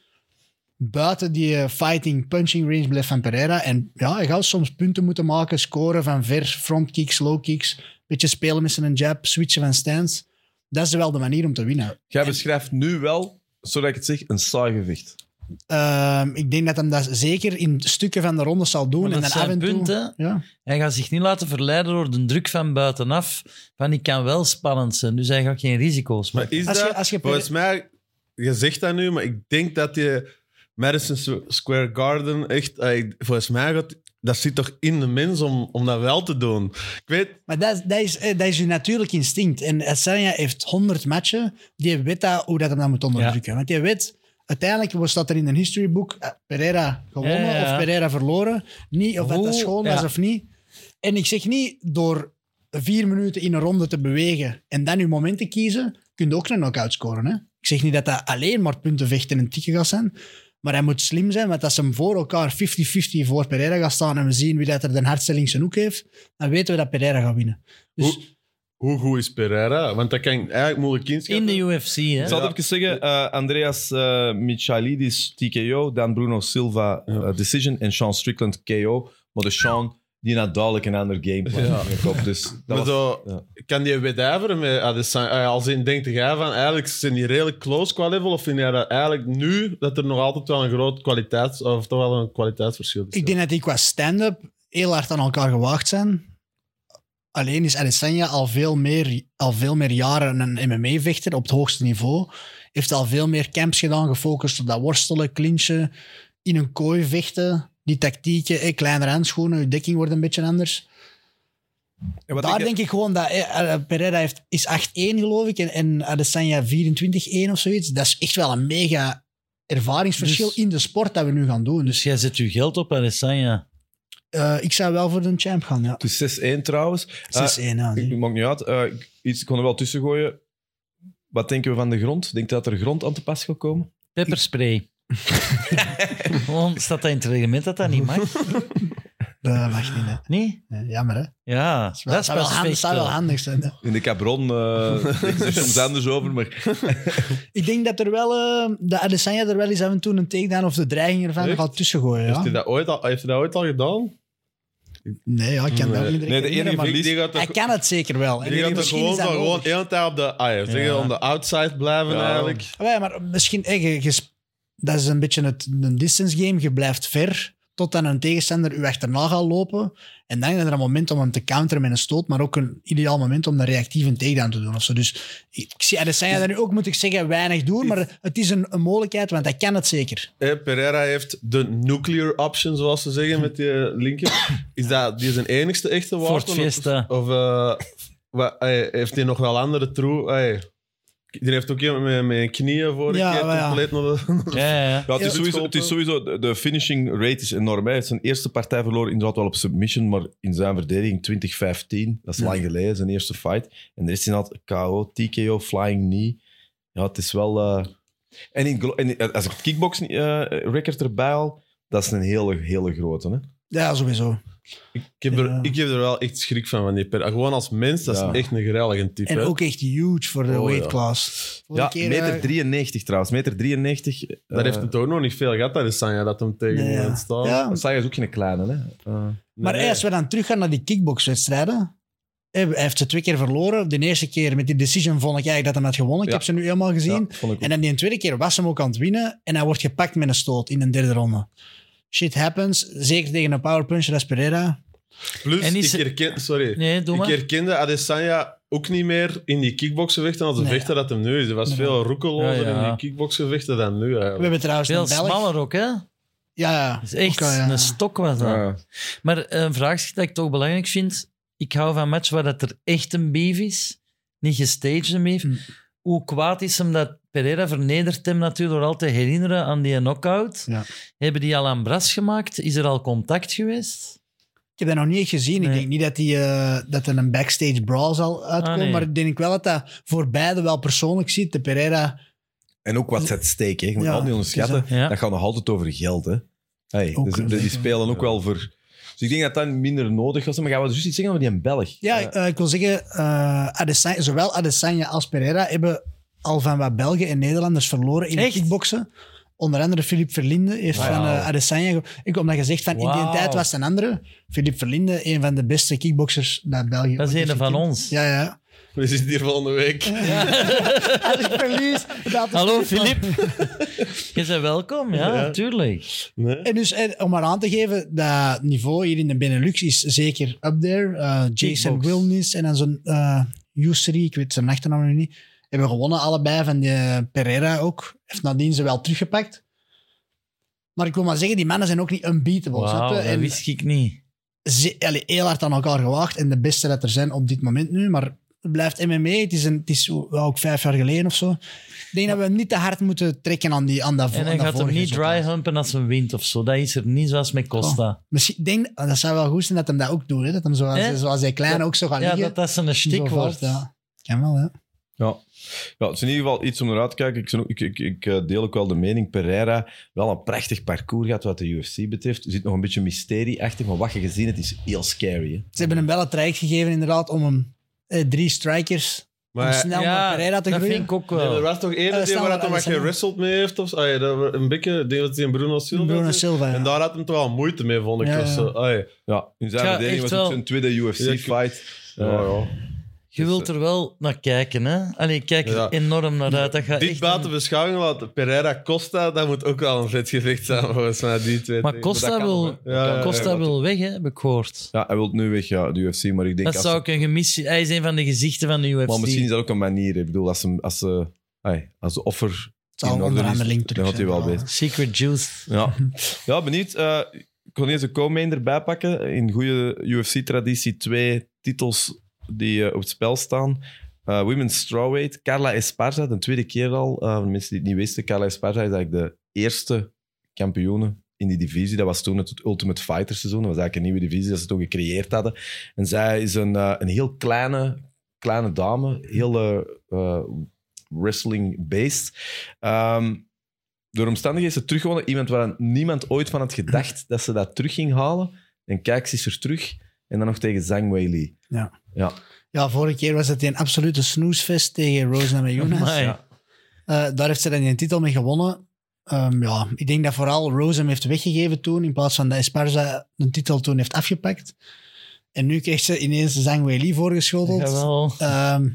Speaker 2: buiten die eh, fighting, punching range blijft van Pereira. En ja, hij gaat soms punten moeten maken, scoren van ver, front kicks, low kicks, beetje spelen met zijn jab, switchen van stance. Dat is wel de manier om te winnen.
Speaker 1: Jij beschrijft nu wel, zodat ik het zeg, een saai gevecht.
Speaker 2: Ehm, ik denk dat hem dat zeker in stukken van de ronde zal doen.
Speaker 3: Maar
Speaker 2: en
Speaker 3: dat
Speaker 2: dan af en
Speaker 3: zijn
Speaker 2: toe,
Speaker 3: punten.
Speaker 2: Ja.
Speaker 3: Hij gaat zich niet laten verleiden door de druk van buitenaf. Van ik kan wel spannend zijn, dus hij gaat geen risico's
Speaker 4: Maar
Speaker 3: maken.
Speaker 4: is
Speaker 2: Als je-
Speaker 4: dat,
Speaker 2: als je-
Speaker 4: volgens mij, je zegt dat nu, maar ik denk dat je Madison Square Garden echt, eh, volgens mij, gaat, dat zit toch in de mens om, om dat wel te doen. Ik weet,
Speaker 2: Maar dat, is- dat, is, eh, dat is je natuurlijk instinct. En Adesanya heeft 100 matchen. Die weet dat, hoe dat hem dat moet onderdrukken. Want je weet, uiteindelijk staat er in een historyboek eh, Pereira gewonnen
Speaker 3: Ja, ja, ja.
Speaker 2: of Pereira verloren. Niet of dat
Speaker 3: Hoe-
Speaker 2: dat schoon
Speaker 3: ja.
Speaker 2: was of niet. En ik zeg niet door vier minuten in een ronde te bewegen en dan je moment te kiezen, kun je ook een knockout scoren. Hè? Ik zeg niet dat dat alleen maar punten vechten en tikken gaat zijn. Maar hij moet slim zijn, want als ze hem voor elkaar 50-50 voor Pereira gaan staan en we zien wie dat er de hardste linkse hoek heeft, dan weten we dat Pereira gaat winnen. Dus
Speaker 4: Hoe- Hoe goed is Pereira? Want dat kan ik eigenlijk moeilijk
Speaker 3: In
Speaker 4: inschatten.
Speaker 3: de UFC, hè.
Speaker 1: Ik zal het even zeggen. eh, Andreas eh Michailidis, TKO. Dan Bruno Silva, eh, Decision. En Sean Strickland, KO. Maar de Sean, die had duidelijk een ander gameplan
Speaker 4: Ja.
Speaker 1: in de kop. Dus dat
Speaker 4: Maar
Speaker 1: was-
Speaker 4: zo,
Speaker 1: ja.
Speaker 4: kan die wedijveren met Adesanya? Eh, Als in denkt jij van, eigenlijk zijn die redelijk close qua level, of vind jij dat eigenlijk nu, dat er nog altijd wel een groot kwaliteits, of toch wel een kwaliteitsverschil is?
Speaker 2: ik denk Dus dat die qua stand-up heel hard aan elkaar gewaagd zijn. Alleen is Adesanya al veel meer, al veel meer jaren een MMA-vechter op het hoogste niveau. Heeft al veel meer camps gedaan, gefocust op dat worstelen, clinchen, in een kooi vechten, die tactieken, eh, kleinere handschoenen, je dekking wordt een beetje anders.
Speaker 1: En wat
Speaker 2: Daar
Speaker 1: ik-
Speaker 2: denk ik gewoon dat eh, eh, Pereira heeft, is 8-1 geloof ik en, en Adesanya 24-1 of zoiets. Dat is echt wel een mega ervaringsverschil
Speaker 3: Dus-
Speaker 2: in de sport dat we nu gaan doen.
Speaker 3: Dus
Speaker 2: Dus
Speaker 3: jij zet je geld op Adesanya.
Speaker 2: eh, ik zou wel voor de champ gaan, ja.
Speaker 1: Het is 6-1 trouwens. Eh,
Speaker 2: 6-1, ja.
Speaker 1: ik-
Speaker 2: zie.
Speaker 1: maakt niet uit. Eh, ik- iets kon er wel tussen gooien. Wat denken we van de grond? Denk je dat er grond aan te pas gaat komen?
Speaker 3: Pepperspray. Gewoon staat dat in het reglement dat dat niet mag?
Speaker 2: Dat mag niet, hè.
Speaker 3: Nee?
Speaker 2: Nee, Jammer, hè.
Speaker 3: Ja, dat is, eh,
Speaker 2: Dat zou wel,
Speaker 3: pas
Speaker 2: handig, zou wel
Speaker 3: vechten.
Speaker 2: handig zijn, hè.
Speaker 1: In de Cabron eh denken ze er soms anders over, maar
Speaker 2: Ik denk dat er wel... eh de Adesanya er wel eens af en toe een takedown of de dreiging ervan
Speaker 4: Echt?
Speaker 2: gaat tussengooien,
Speaker 4: Heeft, hij
Speaker 2: ja.
Speaker 4: dat ooit al, heeft hij dat ooit al gedaan?
Speaker 2: Nee, ja, ik kan dat
Speaker 4: Nee.
Speaker 2: ook niet direct
Speaker 1: Nee, de
Speaker 2: herinneren,
Speaker 1: enige
Speaker 2: maar
Speaker 1: verlies-
Speaker 4: Die gaat
Speaker 2: Hij
Speaker 4: er,
Speaker 2: kan het zeker wel. En
Speaker 4: die gaat er
Speaker 2: misschien
Speaker 4: gewoon
Speaker 2: is dat
Speaker 4: van gewoon
Speaker 2: nodig.
Speaker 4: de hele tijd op de, ah, ja, zeg je,
Speaker 3: Ja.
Speaker 4: on de outside blijven
Speaker 1: Ja.
Speaker 4: eigenlijk.
Speaker 2: Ah, Ja, maar misschien... eh, je- je sp- dat is een beetje het, een distance game. Je blijft ver tot dan een tegenstander u achterna gaat lopen. En dan is er een moment om hem te counteren met een stoot, maar ook een ideaal moment om een reactief een takedown te doen. Of zo. Dus ik, ik zie Adesanya daar nu ook, moet ik zeggen, weinig doen. Maar het is een, een mogelijkheid, want hij kan het zeker.
Speaker 4: Eh, Pereira heeft de nuclear option, zoals ze zeggen, met die eh, linker. Is dat die zijn enigste echte wapen?
Speaker 3: Ford Fiesta.
Speaker 4: Of eh, wa- eh, heeft hij nog wel andere troe? eh, die heeft ook iemand met, met knieën vorige
Speaker 2: Ja,
Speaker 4: keer
Speaker 2: maar ja.
Speaker 4: compleet naar de...
Speaker 3: Ja, ja.
Speaker 1: ja, het, is
Speaker 4: Ja.
Speaker 1: sowieso, het is sowieso, de- de finishing rate is enorm. Hij heeft zijn eerste partij verloren, inderdaad wel op submission, maar in zijn verdediging 2015. Dat is lang geleden, zijn eerste fight. En er is inderdaad KO, TKO, flying knee. Ja, het is wel... eh, En, in, glo- en in- als ik het kickbox-record erbij haal, dat is een hele, hele grote. Hè?
Speaker 2: Ja, sowieso.
Speaker 4: Ik heb, er,
Speaker 2: Ja.
Speaker 4: ik heb er wel echt schrik van, van die per. Gewoon als mens, dat is
Speaker 1: Ja.
Speaker 4: echt een grellige type.
Speaker 2: En
Speaker 4: hè.
Speaker 2: ook echt huge voor de
Speaker 4: Oh,
Speaker 2: weight
Speaker 4: ja.
Speaker 2: class. Vorige
Speaker 1: Ja,
Speaker 2: keer,
Speaker 1: meter
Speaker 2: eh,
Speaker 1: 93 trouwens. Meter 93. eh,
Speaker 4: Daar heeft het ook nog niet veel gehad, dat is Sanja, dat hem tegen
Speaker 2: Nee, ja.
Speaker 4: hem staat.
Speaker 2: Ja.
Speaker 1: Dat is ook geen kleine, hè? Eh,
Speaker 2: Maar
Speaker 4: Nee.
Speaker 2: als we dan teruggaan naar die kickboxwedstrijden. eh, Hij heeft ze twee keer verloren. De eerste keer met die decision vond ik eigenlijk dat hij had gewonnen. Ik
Speaker 4: Ja.
Speaker 2: heb ze nu helemaal
Speaker 1: ja,
Speaker 2: gezien.
Speaker 1: vond ik ook.
Speaker 2: En dan die tweede keer was hem ook aan het winnen. En hij wordt gepakt met een stoot in een derde ronde. Shit happens. Zeker tegen een powerpuncher als Pereira.
Speaker 4: Plus,
Speaker 3: En is
Speaker 4: ik
Speaker 3: er-
Speaker 4: herken... Sorry.
Speaker 3: Nee, doe
Speaker 4: ik
Speaker 3: maar.
Speaker 4: herkende Adesanya ook niet meer in die kickboxgevechten als de
Speaker 2: Nee,
Speaker 4: vechter dat hem nu is. Hij was
Speaker 2: Nee.
Speaker 4: veel roekelozer
Speaker 3: Ja, ja.
Speaker 4: in die kickboxgevechten dan nu
Speaker 2: We
Speaker 4: eigenlijk.
Speaker 2: hebben trouwens
Speaker 3: Veel
Speaker 2: een Belg.
Speaker 3: smaller ook, hè?
Speaker 2: Ja, ja.
Speaker 3: Dat is echt
Speaker 2: Ook eh, al, ja.
Speaker 3: een stok was dat.
Speaker 1: Ja.
Speaker 3: Maar eh, een vraagje dat ik toch belangrijk vind. Ik hou van match waar dat er echt een beef is. Niet gestaged een beef.
Speaker 2: Mm.
Speaker 3: Hoe kwaad is hem dat Pereira vernedert hem natuurlijk door al te herinneren aan die knockout.
Speaker 2: Ja.
Speaker 3: Hebben die al aan bras gemaakt? Is er al contact geweest?
Speaker 2: Ik heb dat nog niet echt gezien. Ik
Speaker 3: Nee.
Speaker 2: denk niet dat, die, eh, dat er een backstage brawl zal uitkomen.
Speaker 3: Ah, nee.
Speaker 2: Maar ik denk wel dat dat voor beide wel persoonlijk zit. De Pereira
Speaker 1: En ook wat zet steek, hè. Je moet
Speaker 2: Ja,
Speaker 1: al niet onderschatten.
Speaker 2: het
Speaker 3: Ja.
Speaker 1: Dat gaat nog altijd over geld, hè. Hey,
Speaker 2: Ook
Speaker 1: dus,
Speaker 2: een
Speaker 1: die
Speaker 2: ding.
Speaker 1: spelen ook wel voor... Dus ik denk dat dat minder nodig was. Maar gaan we dus iets zeggen over die in Belg?
Speaker 2: Ja,
Speaker 1: Eh,
Speaker 2: eh, ik wil zeggen, eh, Adesanya, zowel Adesanya als Pereira hebben al van wat Belgen en Nederlanders verloren in het
Speaker 3: Echt?
Speaker 2: kickboksen. Onder andere Philippe Verlinde heeft
Speaker 3: Wauw.
Speaker 2: van eh, Adesanya... ge- Ik omdat je zegt van in die
Speaker 3: Wauw.
Speaker 2: tijd was het een andere. Philippe Verlinde, een van de beste kickboxers naar België.
Speaker 3: Dat is
Speaker 2: ooit heeft
Speaker 3: een van
Speaker 2: gekend.
Speaker 3: ons.
Speaker 2: Ja, ja.
Speaker 4: We zitten hier volgende week.
Speaker 2: Als ik verlies... dat is
Speaker 3: Hallo
Speaker 2: Philippe.
Speaker 3: Filip. Je bent welkom, ja,
Speaker 4: Ja.
Speaker 3: natuurlijk.
Speaker 4: Nee.
Speaker 2: En dus, eh, om maar aan te geven, dat niveau hier in de Benelux is zeker up there. Eh, Jason
Speaker 3: Kickbox.
Speaker 2: Wilnis en dan zo'n eh Yusri, ik weet zijn achternaam nu niet, hebben gewonnen allebei van de Pereira ook. Heeft nadien ze wel teruggepakt. Maar ik wil maar zeggen, die mannen zijn ook niet unbeatable. snap
Speaker 3: Wauw,
Speaker 2: je?
Speaker 3: dat
Speaker 2: En
Speaker 3: wist ik niet.
Speaker 2: ze, allee, heel hard aan elkaar gewaagd en de beste dat er zijn op dit moment nu. Maar het blijft MMA, het is, een, het is wel ook vijf jaar geleden of zo. Ik denk dat we niet te hard moeten trekken aan, die, aan dat vo-
Speaker 3: En
Speaker 2: aan
Speaker 3: hij
Speaker 2: dat
Speaker 3: gaat hem
Speaker 2: vorige
Speaker 3: niet
Speaker 2: resultaat.
Speaker 3: dry humpen als een wind of zo. Dat is er niet zoals met Costa.
Speaker 2: Misschien, denk, ah, dat zou wel goed zijn dat hem dat ook doet. Hè? Dat hem zoals,
Speaker 3: Hè?
Speaker 2: zoals hij klein
Speaker 3: Dat-
Speaker 2: ook zo gaat
Speaker 3: ja,
Speaker 2: liggen.
Speaker 3: dat dat zijn een
Speaker 2: Zo
Speaker 3: stik
Speaker 2: valt,
Speaker 3: wordt.
Speaker 2: ja. Kan wel, hè.
Speaker 1: Ja. ja, het is in ieder geval iets om naar uit te kijken. Ik, zou- ik, ik, ik eh, deel ook wel de mening. Pereira, wel een prachtig parcours gehad wat de UFC betreft. Er zit nog een beetje mysterie achter, maar wat je gezien hebt is heel scary. Hè?
Speaker 2: Ze hebben hem wel het rijk gegeven, inderdaad, om hem eh, drie strikers om
Speaker 4: Maar
Speaker 2: snel naar Pereira te
Speaker 3: dat vind
Speaker 2: groeien.
Speaker 3: ik ook
Speaker 4: Nee, maar
Speaker 3: wel.
Speaker 4: er was toch één
Speaker 2: Eh,
Speaker 4: die
Speaker 2: snel
Speaker 4: waar hij
Speaker 2: naar
Speaker 4: maar
Speaker 2: Alessandro.
Speaker 4: geresteld mee heeft? Of, ah, ja, dat was een beetje, ik denk dat hij een Bruno Silva
Speaker 2: Bruno
Speaker 4: had.
Speaker 2: Silva. ja.
Speaker 4: En daar had hem toch wel moeite mee, vond ik.
Speaker 2: Ja,
Speaker 4: Ja,
Speaker 2: ja.
Speaker 1: Ja, in zijn
Speaker 3: Ja,
Speaker 1: verdediging
Speaker 3: echt
Speaker 1: was het
Speaker 3: wel.
Speaker 1: zijn tweede UFC-fight.
Speaker 4: ja.
Speaker 1: Eh,
Speaker 3: Je wilt er wel naar kijken, hè? Allee, ik kijk er
Speaker 4: Ja.
Speaker 3: enorm naar uit. Dat gaat
Speaker 4: Dit
Speaker 3: echt
Speaker 4: buiten
Speaker 3: een-
Speaker 4: beschouwing laat Pereira Costa, dat moet ook wel een vet gevecht zijn, volgens mij, die twee.
Speaker 3: Maar
Speaker 4: tegen-
Speaker 1: Maar
Speaker 3: Costa
Speaker 1: dat kan
Speaker 3: wil,
Speaker 1: nog, hè.
Speaker 4: Ja, ja, ja,
Speaker 3: Costa
Speaker 4: ja.
Speaker 3: wil weg, hè, heb ik gehoord.
Speaker 1: Ja, hij wil nu weg, ja, de UFC, maar ik denk...
Speaker 3: Dat
Speaker 1: als
Speaker 3: zou
Speaker 1: ze-
Speaker 3: ik een gemis... Hij is een van de gezichten van de UFC.
Speaker 1: maar misschien is dat ook een manier. Ik bedoel, als ze... Als ze ai, als de offer
Speaker 2: Het zal
Speaker 1: in
Speaker 2: een
Speaker 1: orde is,
Speaker 2: onderhandeling terug
Speaker 1: dan had hij
Speaker 2: zijn,
Speaker 1: wel
Speaker 2: maar-
Speaker 1: beter.
Speaker 3: Secret Juice.
Speaker 1: Ja, ja benieuwd. Eh, ik kon eens een co-main erbij pakken. In goede UFC-traditie twee titels die eh, op het spel staan. Eh, Women's Strawweight. Carla Esparza, de tweede keer al. Eh, voor de mensen die het niet wisten, Carla Esparza is eigenlijk de eerste kampioene in die divisie. Dat was toen het Ultimate Fighter seizoen. Dat was eigenlijk een nieuwe divisie dat ze toen gecreëerd hadden. En zij is een, eh, een heel kleine, kleine dame. Heel eh, eh, wrestling-based. Ehm door omstandigheden is ze teruggewonnen. Iemand waar niemand ooit van had gedacht dat ze dat terug ging halen. En kijk, ze is er terug. En dan nog tegen Zhang Wei Li.
Speaker 2: Ja, vorige keer was het een absolute snoesfest tegen Rose Namajunas.
Speaker 3: Amai.
Speaker 1: Ja.
Speaker 2: Eh, daar heeft ze dan een titel mee gewonnen. Ehm, ja, ik denk dat vooral Rose hem heeft weggegeven toen, in plaats van dat Esparza de titel toen heeft afgepakt. En nu krijgt ze ineens de Zhang Weili voorgeschoteld.
Speaker 3: Jawel.
Speaker 2: Ehm,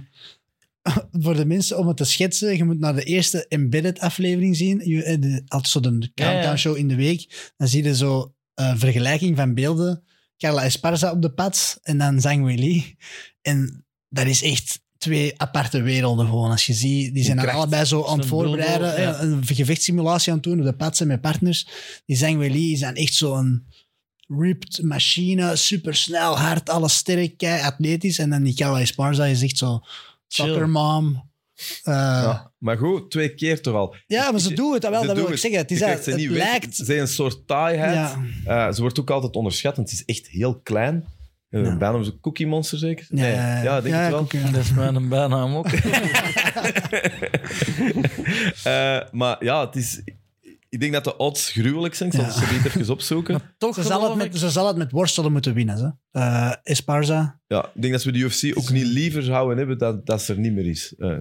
Speaker 2: voor de mensen om het te schetsen, je moet naar de eerste Embedded aflevering zien. Je- eh, de- Altijd zo de
Speaker 3: Ja, ja.
Speaker 2: countdown show in de week. Dan zie je zo een vergelijking van beelden. Carla Esparza op de pad en dan Zhang Weili. En dat is echt twee aparte werelden gewoon. Als je ziet, die zijn dan
Speaker 1: kracht.
Speaker 2: allebei zo aan het
Speaker 3: Zo'n bulldog,
Speaker 2: voorbereiden. eh,
Speaker 3: ja.
Speaker 2: Een gevechtssimulatie aan het doen op de pad zijn met partners. Die Zhang Weili is dan echt zo'n ripped machine, supersnel, hard, alles sterk, kei atletisch. En dan die Carla Esparza is echt zo
Speaker 3: Chill.
Speaker 2: soccer mom. Eh, ja.
Speaker 1: Ja. Maar goed, twee keer toch al. Dus
Speaker 2: maar ze doen het, dat wel,
Speaker 1: Ze
Speaker 2: dat wil
Speaker 1: doen
Speaker 2: ik zeggen. Het, is
Speaker 1: Je
Speaker 2: dat,
Speaker 1: krijgt ze
Speaker 2: het
Speaker 1: niet weg.
Speaker 2: lijkt...
Speaker 1: Ze zijn een soort taaiheid.
Speaker 2: Ja,
Speaker 1: Eh, ze wordt ook altijd onderschat, want ze is echt heel klein. Eh,
Speaker 2: Ja.
Speaker 1: Bijna ze Cookie Monster, zeker?
Speaker 2: ja,
Speaker 1: Nee. Ja, ik denk het wel.
Speaker 2: ook, ja. eh,
Speaker 3: Dat is mijn bijnaam ook.
Speaker 1: Eh, maar ja, het is... Ik denk dat de odds gruwelijk zijn. Ik zal
Speaker 2: Ja.
Speaker 1: ze niet even opzoeken.
Speaker 3: Toch
Speaker 2: Ze zal, het
Speaker 3: geloof
Speaker 2: met,
Speaker 3: ik-
Speaker 2: ze zal het met worstelen moeten winnen. Ze. Eh, Esparza,
Speaker 1: Ja, ik denk dat ze de UFC ook niet liever zouden hebben dat, dat ze er niet meer is. Eh,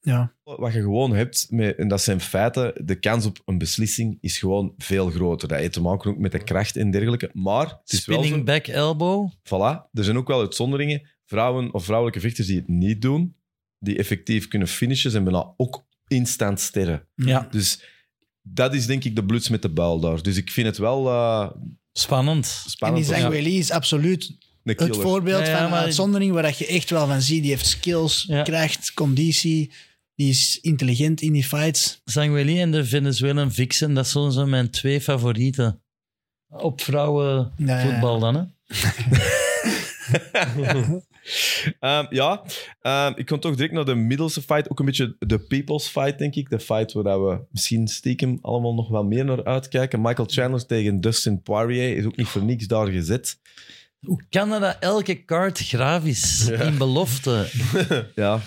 Speaker 2: ja.
Speaker 1: Wat je gewoon hebt, met, en dat zijn feiten, de kans op een beslissing is gewoon veel groter. Dat heeft te maken ook met de kracht en dergelijke. Maar het is wel zo,
Speaker 3: Spinning back elbow.
Speaker 1: voilà, er zijn ook wel uitzonderingen. Vrouwen of vrouwelijke vechters die het niet doen, die effectief kunnen finishen, zijn bijna ook instant sterren.
Speaker 2: Mm.
Speaker 3: Ja.
Speaker 1: Dus dat is denk ik de bluts met de buil daar. Dus ik vind het wel eh,
Speaker 3: Spannend.
Speaker 2: En die
Speaker 1: spannend.
Speaker 2: Zhang
Speaker 1: om-
Speaker 2: Weili is absoluut
Speaker 1: Een
Speaker 2: het
Speaker 1: killer.
Speaker 2: voorbeeld
Speaker 3: Ja, ja,
Speaker 2: van een
Speaker 3: maar-
Speaker 2: uitzondering waar dat je echt wel van ziet. Die heeft skills,
Speaker 3: Ja.
Speaker 2: kracht, conditie. Die is intelligent in die fights.
Speaker 3: Sangueli en de Venezuelan Vixen, dat zijn zo mijn twee favorieten. Op
Speaker 2: Ja, ja, ja.
Speaker 3: vrouwenvoetbal dan, hè?
Speaker 1: Ehm, ja, Ehm, ik kon toch direct naar de middelste fight. Ook een beetje de people's fight, denk ik. De fight waar dat we misschien stiekem allemaal nog wel meer naar uitkijken. Michael Chandler tegen Dustin Poirier is ook niet voor niks daar gezet.
Speaker 3: Hoe kan dat dat elke kaart grafisch in belofte?
Speaker 1: Ja,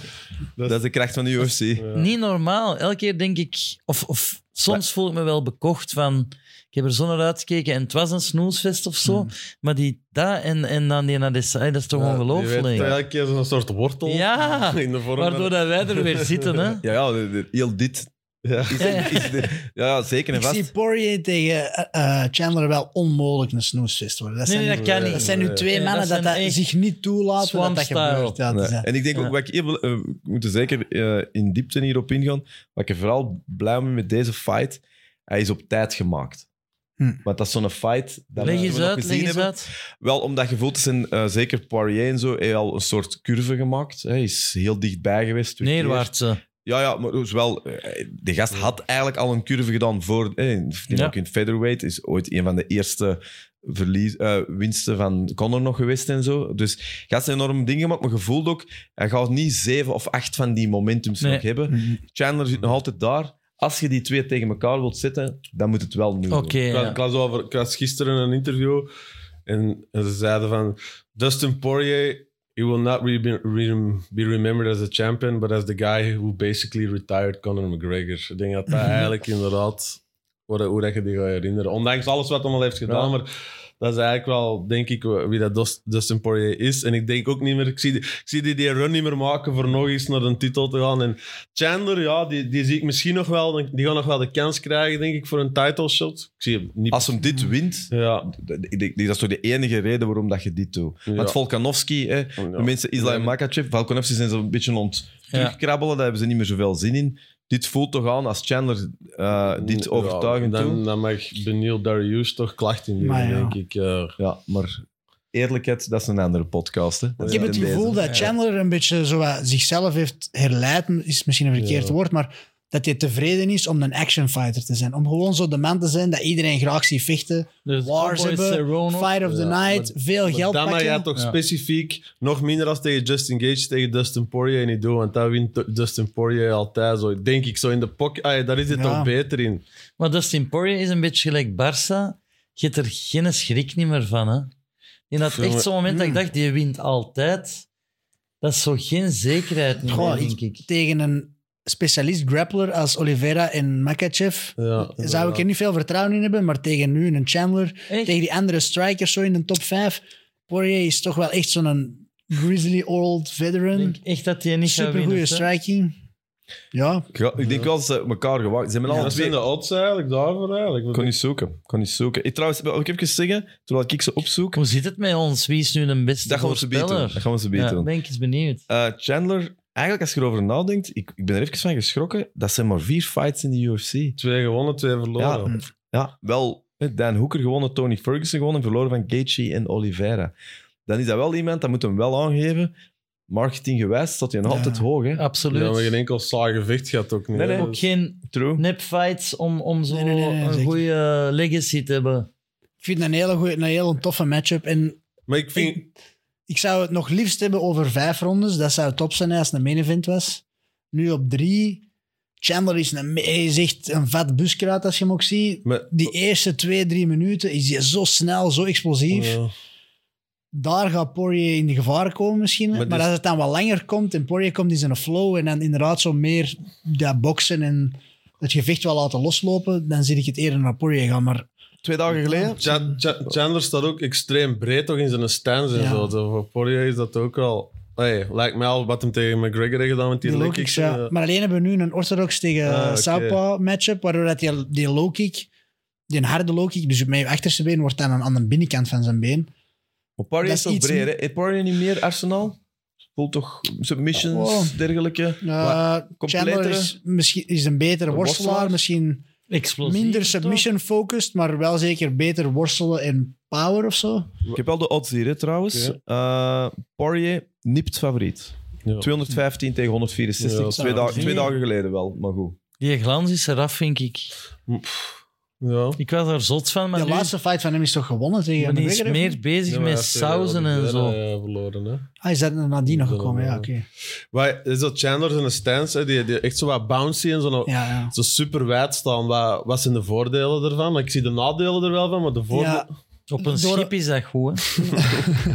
Speaker 1: dat is de kracht van de UFC.
Speaker 3: Niet normaal. Elke keer denk ik, of, of soms voel ik me wel bekocht van. Ik heb er zo naar uitgekeken en het was een snoesfest
Speaker 1: Hmm.
Speaker 3: of zo. Maar die daar en, en dan die Nadessa, dat is toch
Speaker 4: Je
Speaker 3: ongelooflijk?
Speaker 4: weet, elke keer zo'n soort wortel.
Speaker 3: Ja,
Speaker 4: In de vorm
Speaker 3: waardoor
Speaker 4: van-
Speaker 3: dat wij er weer zitten. Hè?
Speaker 1: Ja, ja, de- de- heel dit.
Speaker 4: Ja.
Speaker 1: Is,
Speaker 3: Ja.
Speaker 1: is de- ja, ja, zeker en
Speaker 2: Ik zie
Speaker 1: vast.
Speaker 2: Poirier tegen eh, eh, Chandler wel onmogelijk een snoesfest worden. Dat
Speaker 3: Nee,
Speaker 2: zijn,
Speaker 3: nee, dat kan
Speaker 2: nu,
Speaker 3: niet.
Speaker 2: dat zijn nu twee
Speaker 3: Ja, dat
Speaker 2: mannen dat,
Speaker 3: zijn
Speaker 2: dat
Speaker 3: echt
Speaker 2: zich niet toelaten dat
Speaker 3: swamp
Speaker 2: dat
Speaker 3: style.
Speaker 2: gebeurt. Ja,
Speaker 1: Nee.
Speaker 2: dus, ja.
Speaker 1: En ik denk
Speaker 3: Ja.
Speaker 1: ook, wat ik hier wil, eh, we moeten zeker eh, in diepte hierop ingaan. Wat ik er vooral blij ben met deze fight, hij is op tijd gemaakt.
Speaker 2: Hm.
Speaker 1: Want dat is zo'n fight. Dat
Speaker 3: Leg
Speaker 1: we
Speaker 3: eens
Speaker 1: nog
Speaker 3: uit,
Speaker 1: gezien
Speaker 3: leg eens
Speaker 1: hebben.
Speaker 3: uit.
Speaker 1: Wel, omdat je voelt, het zijn eh, zeker Poirier en zo, heeft al een soort curve gemaakt. Hij is heel dichtbij geweest. twee keer.
Speaker 3: Neerwaartse.
Speaker 1: Ja, ja, maar dus wel, eh, de gast had eigenlijk al een curve gedaan voor... eh, die
Speaker 3: Ja.
Speaker 1: Ook in featherweight is ooit een van de eerste verlies, eh, winsten van Conor nog geweest en zo. Dus gast heeft enorm dingen gemaakt, maar je voelt ook, hij gaat niet zeven of acht van die momentums
Speaker 3: Nee.
Speaker 1: nog hebben.
Speaker 2: Mhm.
Speaker 1: Chandler zit nog altijd daar. Als je die twee tegen elkaar wilt zetten, dan moet het wel nu doen.
Speaker 3: Oké.
Speaker 4: Ik, had,
Speaker 3: ja.
Speaker 4: ik las over, ik las gisteren een interview en, en ze zeiden van Dustin Poirier he will not re- be, re- be remembered as a champion, but as the guy who basically retired Conor McGregor. Ik denk dat dat eigenlijk inderdaad, wat, hoe dat je die gaat herinneren. Ondanks alles wat hij allemaal heeft gedaan,
Speaker 1: Ja.
Speaker 4: maar dat is eigenlijk wel, denk ik, wie dat Dus- Dustin Poirier is. En ik denk ook niet meer, ik zie, die- ik zie die, die run niet meer maken voor nog eens naar een titel te gaan. En Chandler, ja, die, die zie ik misschien nog wel, die gaan nog wel de kans krijgen, denk ik, voor een title shot. Ik zie hem niet...
Speaker 1: Als hem dit wint,
Speaker 4: ja.
Speaker 1: ik denk- dat is toch de enige reden waarom dat je dit doet.
Speaker 4: Ja.
Speaker 1: Want Volkanovski, hè,
Speaker 4: Oh,
Speaker 1: de mensen Islam Makachev, Volkanovski zijn zo'n beetje ont terugkrabbelen, daar hebben ze niet meer zoveel zin in. Dit voelt toch aan als Chandler eh, dit
Speaker 4: Ja,
Speaker 1: overtuigend doet.
Speaker 4: dan, dan mag Benil Darius toch klachten doen,
Speaker 2: Maar ja.
Speaker 4: denk ik. eh.
Speaker 1: Ja, maar eerlijkheid, dat is een andere podcast. Hè. Dat
Speaker 2: Ik
Speaker 1: is
Speaker 2: heb
Speaker 1: niet
Speaker 2: het
Speaker 1: in
Speaker 2: gevoel
Speaker 1: deze.
Speaker 2: dat Chandler een beetje zo wat zichzelf heeft herleid, is misschien een verkeerd
Speaker 4: Ja.
Speaker 2: woord, maar dat hij tevreden is om een actionfighter te zijn. Om gewoon zo de man te zijn dat iedereen graag ziet vechten.
Speaker 3: Dus
Speaker 2: Wars
Speaker 3: Cowboys
Speaker 2: hebben,
Speaker 3: Cerrone ook.
Speaker 2: Fight of the
Speaker 4: Ja,
Speaker 2: night,
Speaker 4: maar-
Speaker 2: veel
Speaker 4: Maar
Speaker 2: geld
Speaker 4: dan mag
Speaker 2: pakken.
Speaker 4: jij toch
Speaker 3: Ja.
Speaker 4: specifiek nog minder als tegen Justin Gage, tegen Dustin Poirier niet doen, want dat wint Du- Dustin Poirier altijd zo. Denk ik zo in de pocket. Ah, ja, daar is het
Speaker 2: Ja.
Speaker 4: toch beter in.
Speaker 3: Maar Dustin Poirier is een beetje gelijk Barça. Je hebt er geen schrik niet meer van. Hè? Die had
Speaker 4: Jongen.
Speaker 3: echt zo'n moment dat ik dacht, die wint altijd. Dat is zo geen zekerheid meer,
Speaker 2: Goh,
Speaker 3: denk ik.
Speaker 2: Tegen een specialist grappler als Oliveira en Makachev
Speaker 4: Ja,
Speaker 2: zou ik er niet veel vertrouwen in hebben, maar tegen nu een Chandler,
Speaker 3: Echt?
Speaker 2: tegen die andere strikers zo in de top 5, Poirier is toch wel echt zo'n grizzly old
Speaker 3: Ik
Speaker 2: veteran.
Speaker 3: denk echt dat die niet gaat winnen.
Speaker 2: Supergoeie
Speaker 3: hè.
Speaker 2: striking. Ja,
Speaker 1: Ik ga- Ik denk wel dat ze elkaar gewaakt zijn. Met alle
Speaker 4: Dat
Speaker 1: twee...
Speaker 4: zijn de odds eigenlijk daarvoor eigenlijk.
Speaker 1: Ik kon niet zoeken. Ik kon niet zoeken. Ik, trouwens, wil ik even zeggen, terwijl ik ze opzoek,
Speaker 3: Hoe zit het met ons? Wie is nu de beste
Speaker 1: dat gaan we ze beter doen.
Speaker 3: voorspeller?
Speaker 1: Dat gaan we ze beter
Speaker 3: Ja,
Speaker 1: doen.
Speaker 3: ben ik eens benieuwd.
Speaker 1: Eh, Chandler, eigenlijk als je erover nadenkt, ik, ik ben er even van geschrokken, dat zijn maar vier fights in de UFC.
Speaker 4: Twee gewonnen, twee verloren.
Speaker 1: Ja. Ja, wel hè, Dan Hoeker gewonnen, Tony Ferguson gewonnen, verloren van Gaethje en Oliveira. Dan is dat wel iemand, dat moet hem wel aangeven. Marketinggewijs staat hij nog
Speaker 2: Ja.
Speaker 1: altijd hoog, hè?
Speaker 4: Ja,
Speaker 3: Absoluut.
Speaker 4: maar geen enkel saai gevecht gehad ook niet.
Speaker 1: Nee,
Speaker 4: hè.
Speaker 1: nee.
Speaker 3: ook geen
Speaker 1: True.
Speaker 3: nepfights om, om zo
Speaker 2: Nee, nee, nee, nee,
Speaker 3: een
Speaker 2: zeker.
Speaker 3: goede legacy te hebben.
Speaker 2: ik vind het een hele, goeie, een hele toffe matchup. En
Speaker 4: Maar ik vind...
Speaker 2: ik zou het nog liefst hebben over vijf rondes. Dat zou top zijn als het een main event was. Nu op drie. Chandler is, een, hij is echt een vat buskruid als je hem ook ziet.
Speaker 4: maar-
Speaker 2: Die eerste twee, drie minuten is hij zo snel, zo
Speaker 3: Oh,
Speaker 2: explosief.
Speaker 4: Ja.
Speaker 2: Daar gaat Poirier in de gevaar komen misschien.
Speaker 4: Maar
Speaker 2: Maar,
Speaker 4: dus-
Speaker 2: als het dan wat langer komt en Poirier komt in zijn flow en dan inderdaad zo meer dat boksen en dat gevecht wel laten loslopen, dan zie ik het eerder naar Poirier gaan. Maar
Speaker 1: Twee dagen geleden?
Speaker 4: Cha- Cha- Chandler staat ook extreem breed toch in zijn stance en
Speaker 2: Ja.
Speaker 4: zo. Zo, Voor Poirier is dat ook al... Hey, lijkt mij al wat hem tegen McGregor heeft gedaan met die,
Speaker 2: Die
Speaker 4: low
Speaker 2: low
Speaker 4: kicks.
Speaker 2: kicks, ja.
Speaker 4: eh.
Speaker 2: Maar alleen hebben we nu een orthodox tegen
Speaker 4: Ah,
Speaker 2: uh,
Speaker 4: oké.
Speaker 2: matchup, waardoor dat die, die low kick, die een harde low kick, dus met je achterste been, wordt dan aan, aan de binnenkant van zijn been.
Speaker 1: Maar Poirier
Speaker 2: Dat
Speaker 1: is
Speaker 2: is
Speaker 1: toch
Speaker 2: iets
Speaker 1: breder, hè? Heeft Poirier niet meer Arsenal? Voelt toch submissions,
Speaker 2: Oh.
Speaker 1: dergelijke? Maar
Speaker 2: Eh Chandler
Speaker 1: completere-
Speaker 2: is, misschien, is een betere
Speaker 1: Een
Speaker 2: worstelaar,
Speaker 1: worstelaar?
Speaker 2: misschien
Speaker 3: Explosief.
Speaker 2: minder
Speaker 3: toch?
Speaker 2: submission-focused, maar wel zeker beter worstelen en power of zo.
Speaker 1: Ik heb wel de odds hier, hè, trouwens.
Speaker 4: Oké.
Speaker 1: Eh, Poirier, nipt favoriet.
Speaker 4: Ja.
Speaker 1: 215 tegen 164.
Speaker 4: Ja,
Speaker 1: twee,
Speaker 2: dat
Speaker 1: da-
Speaker 2: is
Speaker 1: twee
Speaker 3: niet.
Speaker 1: dagen geleden wel, maar goed.
Speaker 3: Die glans is eraf, vind ik.
Speaker 4: Ja.
Speaker 3: Ik was daar zot van, maar
Speaker 2: de
Speaker 3: nu
Speaker 2: laatste fight van hem is toch gewonnen tegen
Speaker 3: maar die is
Speaker 2: McGregor, of
Speaker 3: meer
Speaker 2: niet?
Speaker 3: bezig
Speaker 4: Ja, maar
Speaker 3: met
Speaker 4: hij heeft tegen
Speaker 3: sauzen en
Speaker 4: Oliveira,
Speaker 3: zo.
Speaker 4: eh, verloren, hè.
Speaker 2: Ah, is dat er nadien nog
Speaker 4: Ja,
Speaker 2: gekomen? Ja,
Speaker 4: ja.
Speaker 2: oké.
Speaker 4: Maar is dat Chandler zijn stance, hè, die, die echt zo wat bouncy en zo,
Speaker 2: Ja, ja.
Speaker 4: zo super wijd staan. Wat, wat zijn de voordelen ervan? Ik zie de nadelen er wel van, maar de voordelen...
Speaker 2: Ja,
Speaker 3: Op een
Speaker 2: Door-
Speaker 3: schip is dat goed, hè?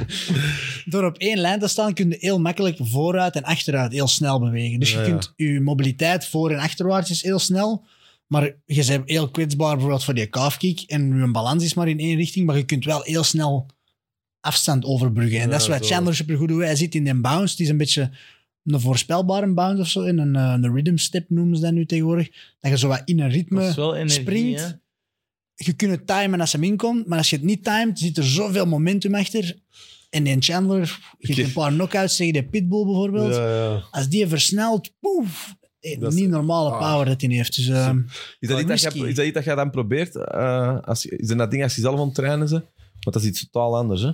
Speaker 2: Door op één lijn te staan kun je heel makkelijk vooruit en achteruit heel snel bewegen. Dus je
Speaker 4: Ja, ja.
Speaker 2: kunt je mobiliteit voor en achterwaarts is heel snel. Maar je bent heel kwetsbaar bijvoorbeeld voor die calfkick. En je balans is maar in één richting. Maar je kunt wel heel snel afstand overbruggen. En dat is
Speaker 4: Ja,
Speaker 2: wat
Speaker 4: zo.
Speaker 2: Chandler supergoed doet. Hij zit in een bounce. Het is een beetje een voorspelbare bounce of zo. In een, eh, een rhythm step noemen ze dat nu tegenwoordig. Dat je zo wat in een ritme
Speaker 3: Dat is wel energie,
Speaker 2: springt.
Speaker 3: hè?
Speaker 2: je kunt het timen als hem inkomt, maar als je het niet timet, zit er zoveel momentum achter. En die Chandler, je hebt een paar knockouts tegen de Pitbull bijvoorbeeld.
Speaker 4: Ja, ja.
Speaker 2: Als die versnelt, poef. eh,
Speaker 4: Dat is-
Speaker 2: niet normale
Speaker 4: ah.
Speaker 2: power dat hij heeft. Dus, ehm,
Speaker 1: Is dat,
Speaker 2: Maar
Speaker 1: iets dat
Speaker 2: risky.
Speaker 1: je, is dat iets dat je dan probeert? eh, als, je- is dat dat ding als je zelf aan het trainen bent? Want dat is iets totaal anders, hè?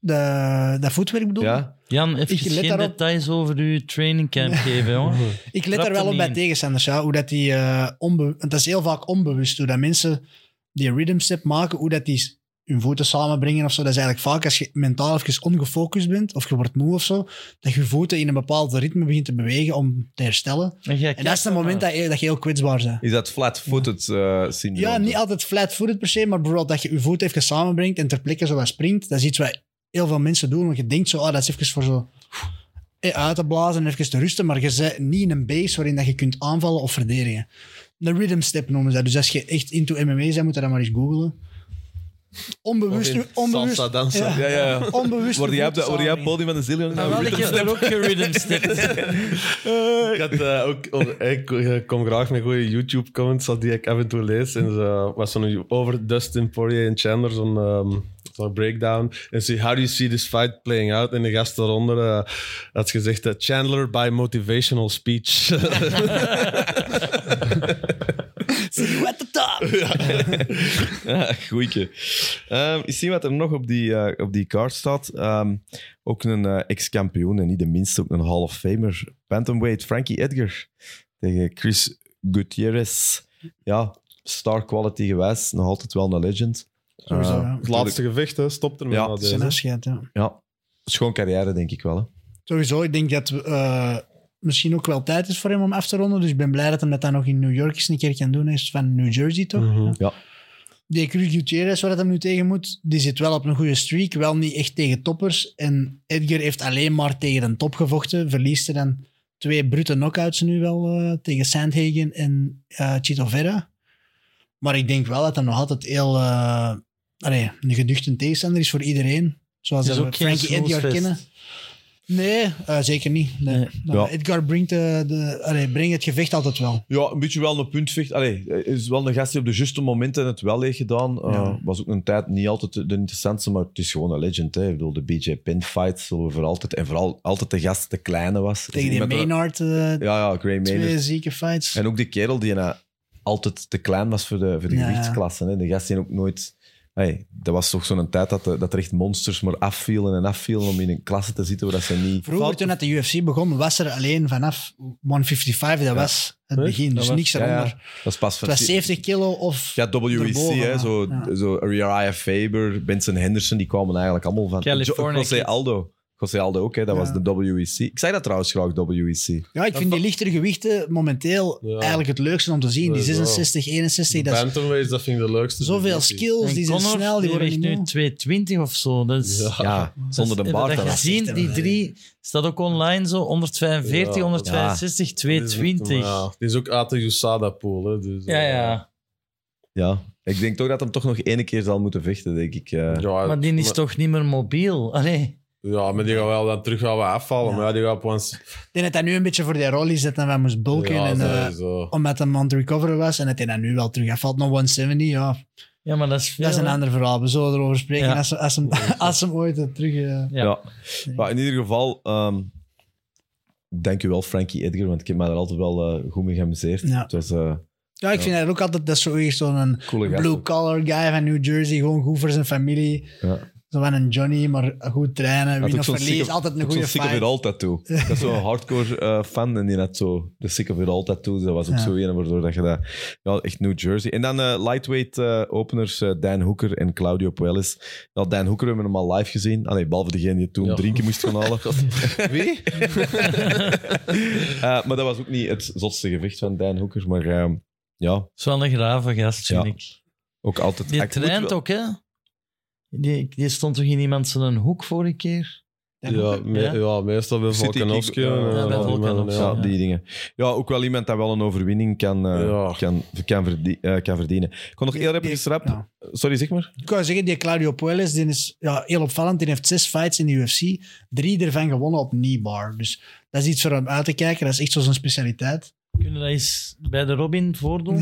Speaker 2: de, dat voetwerk bedoel ik?
Speaker 1: Ja?
Speaker 3: Jan, even
Speaker 2: Ik let
Speaker 3: geen
Speaker 2: daarop.
Speaker 3: details over uw trainingcamp geven, jongen.
Speaker 2: Ik let
Speaker 3: Trap
Speaker 2: er wel
Speaker 3: er
Speaker 2: op
Speaker 3: niet
Speaker 2: bij
Speaker 3: in.
Speaker 2: tegenstanders, ja, hoe dat die eh, onbe- want dat is heel vaak onbewust, hoe dat mensen die rhythm step maken, hoe dat die hun voeten samenbrengen of zo. Dat is eigenlijk vaak als je mentaal even ongefocust bent, of je wordt moe of zo, dat je voeten in een bepaald ritme begint te bewegen om te herstellen.
Speaker 3: jij
Speaker 2: En dat is het moment dat je, dat je heel kwetsbaar bent.
Speaker 1: Is dat flat-footed eh, syndroom?
Speaker 2: Ja, niet altijd flat-footed per se, maar bijvoorbeeld dat je je voet even samenbrengt en ter plekke zo wat springt. Dat is iets wat heel veel mensen doen. Want je denkt zo, ah, dat is even voor zo eh, uit te blazen en even te rusten. Maar je zit niet in een base waarin dat je kunt aanvallen of verdedigen. De rhythm step noemen ze dat. Dus als je echt into MMA bent, moet je dat maar eens googelen. Onbewust.
Speaker 4: Of in
Speaker 2: onbewust
Speaker 4: salsa dansen.
Speaker 1: Ja, ja. ja.
Speaker 2: Onbewust.
Speaker 1: Word jij op, de- word jij op het
Speaker 2: voedsel-
Speaker 1: podium van de Zillion?
Speaker 3: Ah, wel, ik heb daar ook gerhythmstept.
Speaker 4: Ik, had, eh, ook, op- ik eh, kom graag met goede YouTube-comments als die ik af en toe lees. En ze was zo'n over Dustin Poirier en Chandler, zo'n ehm, zo'n breakdown. En ze how do you see this fight playing out? En de gast daaronder eh, had gezegd dat Chandler by motivational speech.
Speaker 2: Ah, See you at the top.
Speaker 1: Ja, goeie. Ehm ik zie wat er nog op die, eh, op die kaart staat. Ehm, ook een eh, ex-kampioen en niet de minste, ook een Hall of Famer. Bantamweight, Frankie Edgar tegen Chris Gutierrez. Ja, star quality gewijs, nog altijd wel een legend.
Speaker 2: Sowieso,
Speaker 1: Eh,
Speaker 2: ja.
Speaker 4: Het laatste gevecht, hè. stop ermee.
Speaker 1: Ja.
Speaker 4: na deze.
Speaker 2: Zijn afscheid, ja.
Speaker 1: Ja, schoon carrière denk ik wel. Hè.
Speaker 2: Sowieso, ik denk dat eh misschien ook wel tijd is voor hem om af te ronden. Dus ik ben blij dat hij dat dan nog in New York eens een keer kan doen. Hij is van New Jersey,
Speaker 3: Mm.
Speaker 2: toch?
Speaker 4: Mhm.
Speaker 1: Ja.
Speaker 2: Die Cruz Gutierrez, waar dat hem nu tegen moet, die zit wel op een goede streak. Wel niet echt tegen toppers. En Edgar heeft alleen maar tegen een top gevochten. Verliest er dan twee brute knockouts nu wel eh, tegen Sandhagen en eh Chito Vera. Maar ik denk wel dat hij nog altijd heel... eh, allee, een geduchte tegenstander is voor iedereen. Zoals
Speaker 3: Het is
Speaker 2: dat we
Speaker 3: ook geen
Speaker 2: Frankie Edgar
Speaker 3: snoesfest.
Speaker 2: kennen. Nee, eh, zeker niet. Nee.
Speaker 3: Nee.
Speaker 2: Maar
Speaker 1: Ja.
Speaker 2: Edgar brengt, de, de, allee, brengt het gevecht altijd wel.
Speaker 1: Ja, een beetje wel een puntvecht. Allee, hij is wel een gast die op de juiste momenten het wel heeft gedaan. Eh,
Speaker 2: Ja.
Speaker 1: Was ook een tijd niet altijd de de interessantste, maar het is gewoon een legend. Hè. Ik bedoel, de BJ Penn fight zullen we voor altijd... En vooral altijd de gast, de kleine was.
Speaker 2: Tegen die
Speaker 1: Iemand dat-
Speaker 2: Maynard,
Speaker 1: Ja,
Speaker 2: eh,
Speaker 1: ja, Gray
Speaker 2: twee
Speaker 1: Maynard.
Speaker 2: zieke fights.
Speaker 1: En ook die kerel die eh, altijd te klein was voor de, voor de
Speaker 2: Ja, ja.
Speaker 1: gewichtsklassen. Hè. De gast die ook nooit... Hey, dat was toch zo'n tijd dat, de- dat er echt monsters maar afvielen en afvielen om in een klasse te zitten waar dat ze niet...
Speaker 2: Vroeger, toen dat de UFC begon, was er alleen vanaf 155, dat was het
Speaker 4: Nee,
Speaker 2: begin.
Speaker 4: dat
Speaker 2: Dus
Speaker 4: was-
Speaker 2: niks
Speaker 1: Ja, ja.
Speaker 2: eronder.
Speaker 1: Dat is pas
Speaker 2: Het was 70 kilo of...
Speaker 1: Ja, WEC,
Speaker 2: Erboven,
Speaker 1: hè,
Speaker 2: ja.
Speaker 1: zo,
Speaker 2: Ja.
Speaker 1: zo Uriah Faber, Benson Henderson, die kwamen eigenlijk allemaal van.
Speaker 3: California
Speaker 1: Jo- José
Speaker 3: Kid.
Speaker 1: Aldo. José Aldo ook, hè, dat
Speaker 2: Ja.
Speaker 1: was de WEC. Ik zei dat trouwens graag, E WEC.
Speaker 2: Ja, ik vind die lichtere gewichten momenteel
Speaker 4: Ja.
Speaker 2: eigenlijk het leukste om te zien. Die
Speaker 4: Sowieso.
Speaker 2: 66, 61, dat is
Speaker 4: Bantamweights, dat vind ik de leukste.
Speaker 2: zoveel skills,
Speaker 3: En
Speaker 2: die zijn
Speaker 3: Connor,
Speaker 2: snel, die
Speaker 3: die
Speaker 2: worden niet moe.
Speaker 3: weegt nu 220 of zo. Dat is,
Speaker 4: Ja.
Speaker 1: Ja, zonder de
Speaker 3: Hebben
Speaker 1: baard.
Speaker 3: Dat
Speaker 1: dan.
Speaker 2: Dat
Speaker 3: gezien,
Speaker 2: is echt
Speaker 3: die
Speaker 2: een-
Speaker 3: drie staat ook online zo. 145,
Speaker 4: Ja.
Speaker 3: 165, 220.
Speaker 4: Ja, die eh, is ook uit de USADA-pool. hè, Dus, eh,
Speaker 3: Ja, ja.
Speaker 1: Ja, ik denk toch dat hem toch nog één keer zal moeten vechten, denk ik. eh.
Speaker 4: Ja,
Speaker 3: Maar die is
Speaker 4: maar-
Speaker 3: toch niet meer mobiel? Allee.
Speaker 4: Ja, maar die gaat wel dan terug wel wat afvallen.
Speaker 2: Ja.
Speaker 4: Maar ja, die gaat op ons...
Speaker 2: Ik denk dat dat nu een beetje voor die rol is, dat hij wat moest bulken.
Speaker 4: Ja,
Speaker 2: en, eh,
Speaker 4: sowieso.
Speaker 2: omdat hem aan het recoveren was en dat hij dan nu wel terug afvalt naar 170, ja,
Speaker 3: Ja, maar dat is veel.
Speaker 2: dat is een
Speaker 3: hè.
Speaker 2: ander verhaal. We zullen erover spreken
Speaker 3: Ja.
Speaker 2: als, ze- als, hem, als hem ooit eh, terug... eh,
Speaker 1: ja.
Speaker 3: Ja.
Speaker 1: Maar in ieder geval, ehm, dank u wel, Frankie Edgar, want ik heb mij daar altijd wel eh, goed mee geamuseerd.
Speaker 2: Ja.
Speaker 1: Het was eh, een
Speaker 2: Ja, ik vind dat ook altijd, dat is zo echt zo'n
Speaker 1: coole gast.
Speaker 2: blue collar guy van New Jersey, gewoon goed voor zijn familie.
Speaker 1: Ja.
Speaker 2: Zo van een Johnny, maar goed trainen,
Speaker 1: Had
Speaker 2: win
Speaker 1: ook
Speaker 2: of
Speaker 1: zo'n
Speaker 2: verlies,
Speaker 1: sick of-
Speaker 2: altijd een
Speaker 1: Ik zo'n
Speaker 2: goede
Speaker 1: Sick of It
Speaker 2: fight.
Speaker 1: All tattoo. Dat is zo'n hardcore eh, fan en die had zo de Sick of It All tattoo. Dat was ook
Speaker 2: Ja.
Speaker 1: zo een waardoor dat je dat... Ja, echt New Jersey. En dan eh, lightweight eh, openers eh, Dan Hoeker en Claudio Puelles. Ja, Dan Hoeker hebben we hem al live gezien. Allee, behalve degene die toen
Speaker 4: Ja.
Speaker 1: drinken moest gaan halen. Wie? Eh, maar dat was ook niet het zotste gewicht van Dan Hoeker. Maar eh, ja,
Speaker 3: Dat is wel een grave gast, vind
Speaker 1: Ja.
Speaker 3: ik.
Speaker 1: ook altijd...
Speaker 3: Die
Speaker 1: Ik moet
Speaker 3: traint
Speaker 1: wel-
Speaker 3: ook, hè? Die, die stond toch in iemand zijn hoek vorige keer?
Speaker 4: Ja, me-
Speaker 3: Ja.
Speaker 4: ja, meestal bij
Speaker 1: City
Speaker 4: Volkanovski.
Speaker 1: kick-
Speaker 4: en,
Speaker 1: ja,
Speaker 4: eh,
Speaker 1: bij
Speaker 4: die mannen,
Speaker 3: Volkanovski,
Speaker 1: Ja,
Speaker 4: ja.
Speaker 3: ja.
Speaker 1: die dingen. Ja, ook wel iemand dat wel een overwinning kan, eh,
Speaker 4: Ja.
Speaker 1: kan, kan, verdie- eh, kan verdienen. Ik kon nog heel even rap...
Speaker 2: Ja.
Speaker 1: Sorry, zeg maar.
Speaker 2: Ik wou zeggen, die Claudio Puelles die is ja, heel opvallend. Die heeft zes fights in de UFC, drie ervan gewonnen op kneebar. Dus dat is iets voor hem uit te kijken, dat is echt zo zijn specialiteit.
Speaker 3: Kunnen we dat eens bij de Robin voordoen?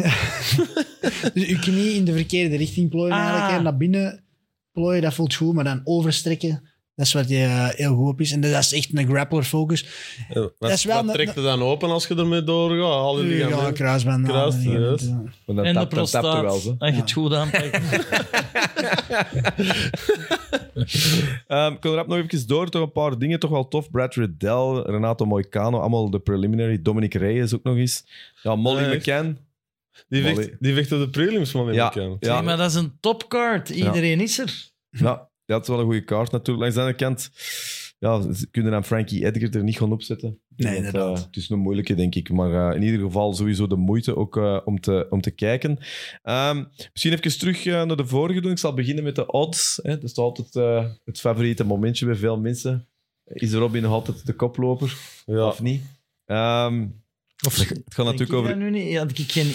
Speaker 2: Dus je knie in de verkeerde richting plooien
Speaker 3: Ah.
Speaker 2: eigenlijk. En naar binnen plooien, dat voelt goed. Maar dan overstrekken, dat is wat je eh, heel goed op is. En dat is echt een grappler focus.
Speaker 4: Eh, Wat,
Speaker 2: Dat is wel
Speaker 4: wat
Speaker 2: een-
Speaker 4: trekt er dan open als je ermee doorgaat? Al die
Speaker 2: Ja,
Speaker 4: ligamenten.
Speaker 2: kruisband.
Speaker 4: Kruis,
Speaker 2: aan,
Speaker 4: yes.
Speaker 2: ja.
Speaker 1: Want dan
Speaker 3: en de
Speaker 1: tapt- dan tapt
Speaker 3: prostaat.
Speaker 1: hij wel, zo.
Speaker 3: Als je het
Speaker 2: Ja.
Speaker 3: goed aanpakt.
Speaker 1: Ehm, ik wil rap nog even door. Toch een paar dingen. Toch wel tof. Brad Riddell, Renato Moicano. Allemaal de preliminary. Dominic Reyes ook nog eens. Ja, Molly
Speaker 4: Ah, echt?
Speaker 1: McCann.
Speaker 4: Die
Speaker 1: Molly.
Speaker 4: vecht, die vecht op de prelims, man.
Speaker 1: Ja,
Speaker 4: Ja.
Speaker 1: ja.
Speaker 3: Nee, maar dat is een topcard. Iedereen is er.
Speaker 1: Ja, dat is wel een goede kaart natuurlijk. Langs de andere kant. ja, ze kunnen aan Frankie Edgar er niet gaan opzetten.
Speaker 2: Nee,
Speaker 1: Want,
Speaker 2: inderdaad.
Speaker 1: eh, het is een moeilijke, denk ik. Maar eh, in ieder geval sowieso de moeite ook eh, om, te, om te kijken. Ehm, misschien even terug eh, naar de vorige doen. Ik zal beginnen met de odds. Hè. Dat is altijd eh, het favoriete momentje bij veel mensen. Is Robin nog altijd de koploper
Speaker 4: Ja.
Speaker 1: of niet? Ehm,
Speaker 3: Of
Speaker 1: het gaat natuurlijk over...
Speaker 3: Nu niet? Had ik geen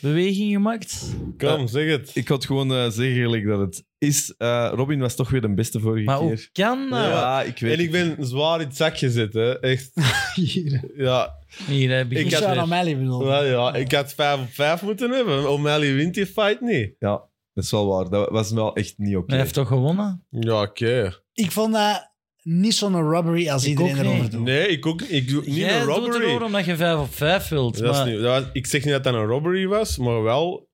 Speaker 3: inhaalbeweging gemaakt?
Speaker 4: Kom, zeg het.
Speaker 1: eh, Ik had gewoon eh, zeggen gelijk dat het is. Eh, Robin was toch weer de beste vorige
Speaker 3: Maar
Speaker 1: keer.
Speaker 3: hoe Nou, kan dat?
Speaker 1: Ja, ik weet
Speaker 4: En ik
Speaker 1: het.
Speaker 4: ben zwaar in het zak gezet, hè. Echt.
Speaker 2: Hier.
Speaker 4: Ja,
Speaker 3: Hier, hij begint
Speaker 4: Ik had-
Speaker 2: Sean
Speaker 3: weer.
Speaker 2: O'Malley bedoel.
Speaker 4: wel ja, ik had 5 op 5 moeten hebben. O'Malley wint die fight niet.
Speaker 1: Ja, dat is wel waar. Dat was wel echt niet oké.
Speaker 3: Hij heeft toch gewonnen?
Speaker 4: Ja, oké.
Speaker 2: Ik vond dat niet zo'n robbery als
Speaker 3: Ik
Speaker 2: iedereen
Speaker 3: ook niet.
Speaker 2: erover doet.
Speaker 4: Nee, ik, ook, ik doe niet
Speaker 3: Jij
Speaker 4: een
Speaker 3: doet
Speaker 4: robbery.
Speaker 3: erover omdat je 5 op 5 wilt.
Speaker 4: Dat is
Speaker 3: maar
Speaker 4: niet, dat was- ik zeg niet dat dat een robbery was, maar wel...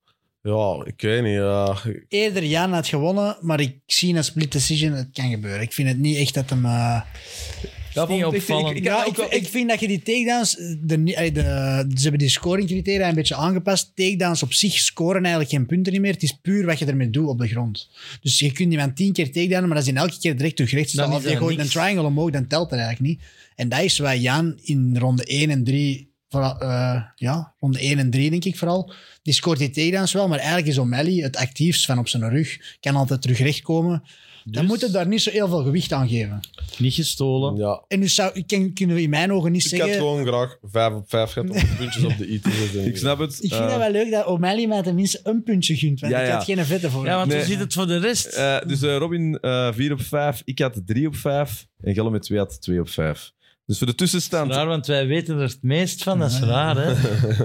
Speaker 4: Ja, ik weet niet. ja.
Speaker 2: Eerder Jan had gewonnen, maar ik zie een split decision, het kan gebeuren. Ik vind het niet echt dat hem... eh,
Speaker 3: dat is niet opvallend.
Speaker 1: Ik-
Speaker 2: Ik,
Speaker 1: ik-
Speaker 2: ja,
Speaker 1: ook
Speaker 2: ik,
Speaker 1: wel-
Speaker 2: ik vind dat je die takedowns, de, nie- eh, de- ze hebben die scoringcriteria een beetje aangepast. Takedowns op zich scoren eigenlijk geen punten niet meer. Het is puur wat je ermee doet op de grond. Dus je kunt iemand tien keer takedownen, maar als je elke keer direct terug rechts
Speaker 3: Dan
Speaker 2: staat, of
Speaker 3: is
Speaker 2: je
Speaker 3: dat
Speaker 2: gooit
Speaker 3: niks.
Speaker 2: een triangle omhoog, dan telt dat eigenlijk niet. En dat is wat Jan in ronde 1 en 3, vooral, eh, ja, ronde 1 en 3 denk ik vooral, die scoort die takedowns wel, maar eigenlijk is O'Malley het actiefst van op zijn rug, kan altijd terug rechtkomen. Dan moet je daar niet zo heel veel gewicht aan geven.
Speaker 3: Niet gestolen.
Speaker 4: Ja.
Speaker 2: En dus zou, ik ken- kunnen we in mijn ogen niet
Speaker 4: Ik
Speaker 2: zeggen...
Speaker 4: had gewoon graag 5 op 5 gehad om de puntjes op de i te zetten.
Speaker 1: Ik snap het.
Speaker 2: Ik vind
Speaker 1: Eh,
Speaker 2: het wel leuk dat O'Malley mij tenminste een puntje gunt. Want
Speaker 1: Ja,
Speaker 2: ik
Speaker 1: ja.
Speaker 2: had geen vette voor.
Speaker 3: Ja, want
Speaker 1: Nee.
Speaker 3: hoe zit het voor de rest?
Speaker 1: eh, dus eh, Robin 4 op 5, ik had 3 op 5 en Gelle met 2 had 2 op 5. Dus voor de
Speaker 3: Dat
Speaker 1: tussenstand,
Speaker 3: is raar, want wij weten er het meest van. Dat is raar, hè?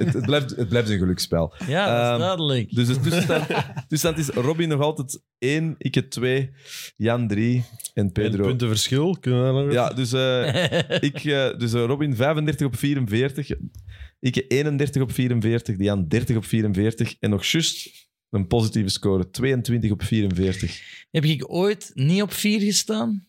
Speaker 1: het, het blijft, het blijft een geluksspel.
Speaker 3: Ja, dat
Speaker 1: Ehm,
Speaker 3: is duidelijk.
Speaker 1: Dus de tussenstand, tussenstand is Robin nog altijd 1, ik het 2, Jan 3 en
Speaker 4: Pedro.
Speaker 1: Pedro.
Speaker 4: puntenverschil, kunnen we dat nog even-
Speaker 1: Ja, dus, eh, ik, eh, dus eh, Robin 35 op 44. Ik 31 op 44. Dian 30 op 44. En nog just een positieve score. 22 op 44.
Speaker 3: Heb ik ooit niet op 4 gestaan?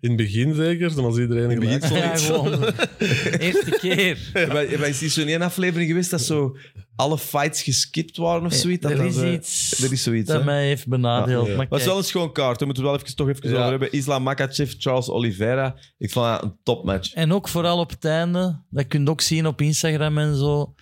Speaker 4: In het begin zeker, dan was iedereen
Speaker 1: het
Speaker 4: gelijk.
Speaker 1: begin
Speaker 3: Ja, gewoon. Eerste keer.
Speaker 1: Maar maar is hier zo'n één aflevering geweest dat zo alle fights geskipt waren of zoiets? Dat
Speaker 3: er
Speaker 1: dan
Speaker 3: is
Speaker 1: zo-
Speaker 3: iets
Speaker 1: er is zoiets,
Speaker 3: dat
Speaker 1: hè?
Speaker 3: mij heeft benadeeld.
Speaker 4: Ja.
Speaker 3: Maar
Speaker 1: Maar het is wel
Speaker 3: kijk,
Speaker 1: een schoon kaart. Daar moeten we wel even, toch even
Speaker 4: Ja.
Speaker 1: over hebben. Islam Makachev, Charles Oliveira. Ik vond dat een topmatch.
Speaker 3: En ook vooral op het einde, dat kun je ook zien op Instagram en zo.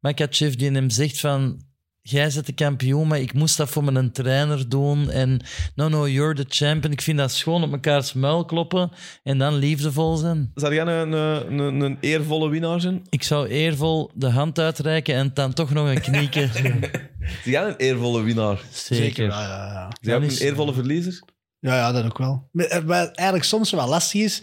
Speaker 3: Makachev die hem zegt van... Jij bent de kampioen, maar ik moest dat voor mijn trainer doen. En no, no, you're the champion. Ik vind dat schoon op mekaars muil kloppen en dan liefdevol zijn.
Speaker 1: Zou jij een, een, een, een eervolle winnaar zijn?
Speaker 3: Ik zou eervol de hand uitreiken en dan toch nog een knieken.
Speaker 1: Zou jij een eervolle winnaar?
Speaker 3: Zeker.
Speaker 2: wel, ja, ja.
Speaker 1: Zijn jij ook
Speaker 3: is-
Speaker 1: een eervolle verliezer?
Speaker 2: Ja, ja, dat ook wel. Maar, eh, Wat eigenlijk soms wel lastig is,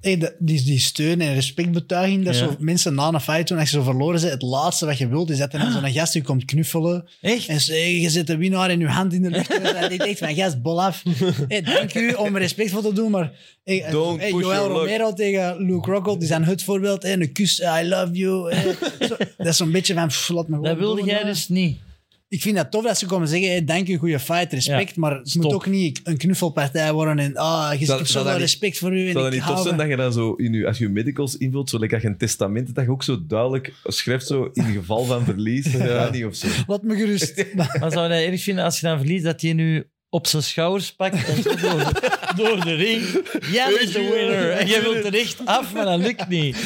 Speaker 2: hey, de- die, die steun en respectbetuiging, dat
Speaker 3: Ja.
Speaker 2: zo mensen na een fight, toen als je zo verloren zijn, het laatste wat je wilt, is dat
Speaker 3: Ah.
Speaker 2: er dan zo'n gast je komt knuffelen
Speaker 3: Echt?
Speaker 2: en zeggen, je zet de winnaar in je hand in de lucht. En ik denk van, gast, bol af. Hey, dank u om respectvol te doen, maar... Hey, eh,
Speaker 1: Don't
Speaker 2: hey,
Speaker 1: push
Speaker 2: Joel
Speaker 1: your luck.
Speaker 2: Romero tegen Luke Rockhold, die zijn het voorbeeld. En een kus, I love you. eh. Zo, dat is zo'n beetje van, pff, laat me gewoon
Speaker 3: Dat wilde
Speaker 2: doen,
Speaker 3: jij
Speaker 2: eh.
Speaker 3: dus niet.
Speaker 2: Ik vind dat tof dat ze komen zeggen: hey, dank u, goede fight, respect.
Speaker 3: Ja,
Speaker 2: maar het
Speaker 3: stop.
Speaker 2: moet ook niet een knuffelpartij worden. En ah, je- ik
Speaker 1: Zou- zou
Speaker 2: heb
Speaker 1: dat
Speaker 2: zoveel
Speaker 1: niet-
Speaker 2: respect voor u. En
Speaker 1: Zou
Speaker 2: ik
Speaker 1: dat niet
Speaker 2: hou
Speaker 1: tof zijn
Speaker 2: van-
Speaker 1: dat je dan zo in je, als je medicals invult, zo lekker als je een testament, dat je ook zo duidelijk schrijft zo in geval van verlies, ja. niet of zo.
Speaker 2: Laat me gerust. Maar
Speaker 3: Maar zou je dat erg vinden als je dan verliest dat hij nu op zijn schouders pakt en zo door, door de ring. Jij bent de winner. En jij wilt er echt af, maar dat lukt niet.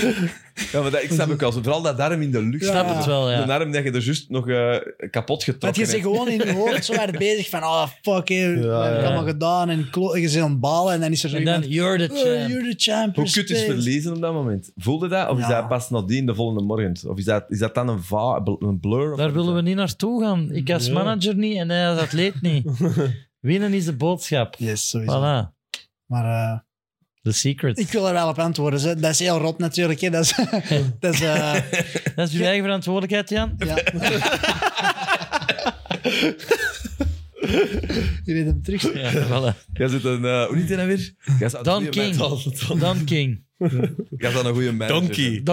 Speaker 1: Ja, maar dat, ik snap ook wel zo. Vooral dat arm in de lucht.
Speaker 2: Ja.
Speaker 3: Ik snap het wel,
Speaker 1: De
Speaker 3: ja.
Speaker 1: arm dat je er juist nog eh, kapot
Speaker 2: Want
Speaker 1: getrokken
Speaker 2: je
Speaker 1: hebt.
Speaker 2: bent gewoon in je hoofd zo hard bezig van: ah, fuck, hey, wat heb ik
Speaker 4: ja.
Speaker 2: allemaal gedaan. En klo- je zit aan het balen. En dan is er zo
Speaker 3: En dan,
Speaker 2: iemand:
Speaker 3: you're the
Speaker 2: oh,
Speaker 3: champ.
Speaker 2: you're the champ.
Speaker 1: Hoe kut is
Speaker 2: respect.
Speaker 1: verliezen op dat moment? Voelde dat? Of is
Speaker 2: Ja.
Speaker 1: dat pas nadien de volgende morgen? Of is dat, is dat dan een, va, een blur? Of
Speaker 3: Daar willen we niet naartoe gaan. Ik als
Speaker 4: Ja.
Speaker 3: manager niet en hij als atleet niet. Winnen is de boodschap.
Speaker 2: Yes, sowieso.
Speaker 3: Voilà.
Speaker 2: Maar eh,
Speaker 3: The secret.
Speaker 2: ik wil er wel op antwoorden. Ze. Dat is heel rot natuurlijk. Hè. Dat is, dat is, eh,
Speaker 3: Dat is uw eigen verantwoordelijkheid, Jan.
Speaker 2: ja. Je weet hem terug.
Speaker 3: Ja, voilà.
Speaker 1: Jij zit een... eh, hoe heet hij nou weer? Jij zou een
Speaker 3: Don
Speaker 1: goeie
Speaker 3: King.
Speaker 1: man-
Speaker 3: Don King.
Speaker 1: Jij zou een goede manager
Speaker 4: Donkey.
Speaker 1: zijn.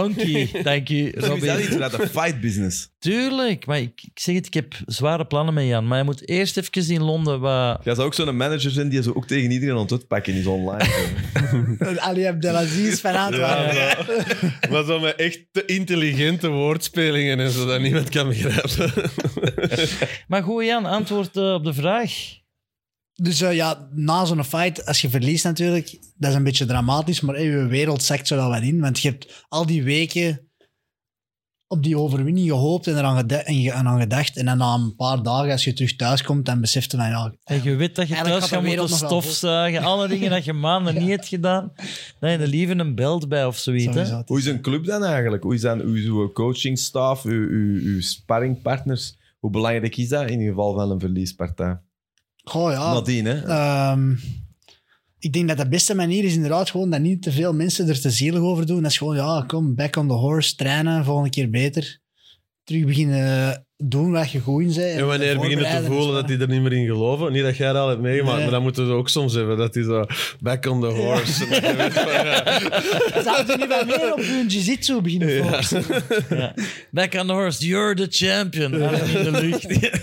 Speaker 3: Donkey. Dank u,
Speaker 1: Zo is dat
Speaker 3: Robin.
Speaker 1: iets vanuit de fight business.
Speaker 3: Tuurlijk, maar ik, ik zeg het, ik heb zware plannen met Jan. Maar je moet eerst even in Londen wat...
Speaker 1: Jij zou ook zo'n manager zijn die je zo ook tegen iedereen aan het uitpakken is online.
Speaker 2: Ali Abdelaziz van Antwerpen.
Speaker 4: Ja, maar- maar zo met echt te intelligente woordspelingen en zo dat niemand kan begrijpen.
Speaker 3: Maar goed, Jan, antwoord eh, op de vraag.
Speaker 2: Dus eh, ja, na zo'n fight, als je verliest natuurlijk, dat is een beetje dramatisch, maar eh, je wereld zakt zo wel wat in. Want je hebt al die weken op die overwinning gehoopt en eraan, gede- en je- en aan gedacht. En dan na een paar dagen, als je terug thuis komt, dan beseft je van ja,
Speaker 3: En je weet dat je
Speaker 2: Eigenlijk
Speaker 3: thuis
Speaker 2: gaat de
Speaker 3: gaat moeten
Speaker 2: wereld nog wel vol.
Speaker 3: stofzuigen. Alle dingen dat je maanden niet hebt gedaan. Dan heb je er liever een belt bij of zoiets. hè.
Speaker 2: sowieso.
Speaker 1: Hoe is een club dan eigenlijk? Hoe is dan uw, uw coachingstaf, uw, uw, uw sparringpartners? Hoe belangrijk is dat in het geval van een verliespartij?
Speaker 2: Goh, Ah. ja.
Speaker 1: Nadien, hè?
Speaker 2: Ehm, ik denk dat de beste manier is inderdaad gewoon dat niet te veel mensen er te zielig over doen. Dat is gewoon, ja, kom, back on the horse, trainen, volgende keer beter. Terug beginnen doen wat je goed in bent.
Speaker 4: En wanneer beginnen te
Speaker 2: voorbereiden en
Speaker 4: voelen dat
Speaker 2: zo.
Speaker 4: die er niet meer in geloven? Niet dat jij dat al hebt meegemaakt,
Speaker 2: Nee.
Speaker 4: maar dat moeten ze ook soms hebben. Dat die zo back on the horse. En dan weet je van, ja.
Speaker 2: Zouden ze niet wat meer op hun jiu-jitsu beginnen focussen?
Speaker 3: Ja. Back on the horse, you're the champion. Arm in de lucht.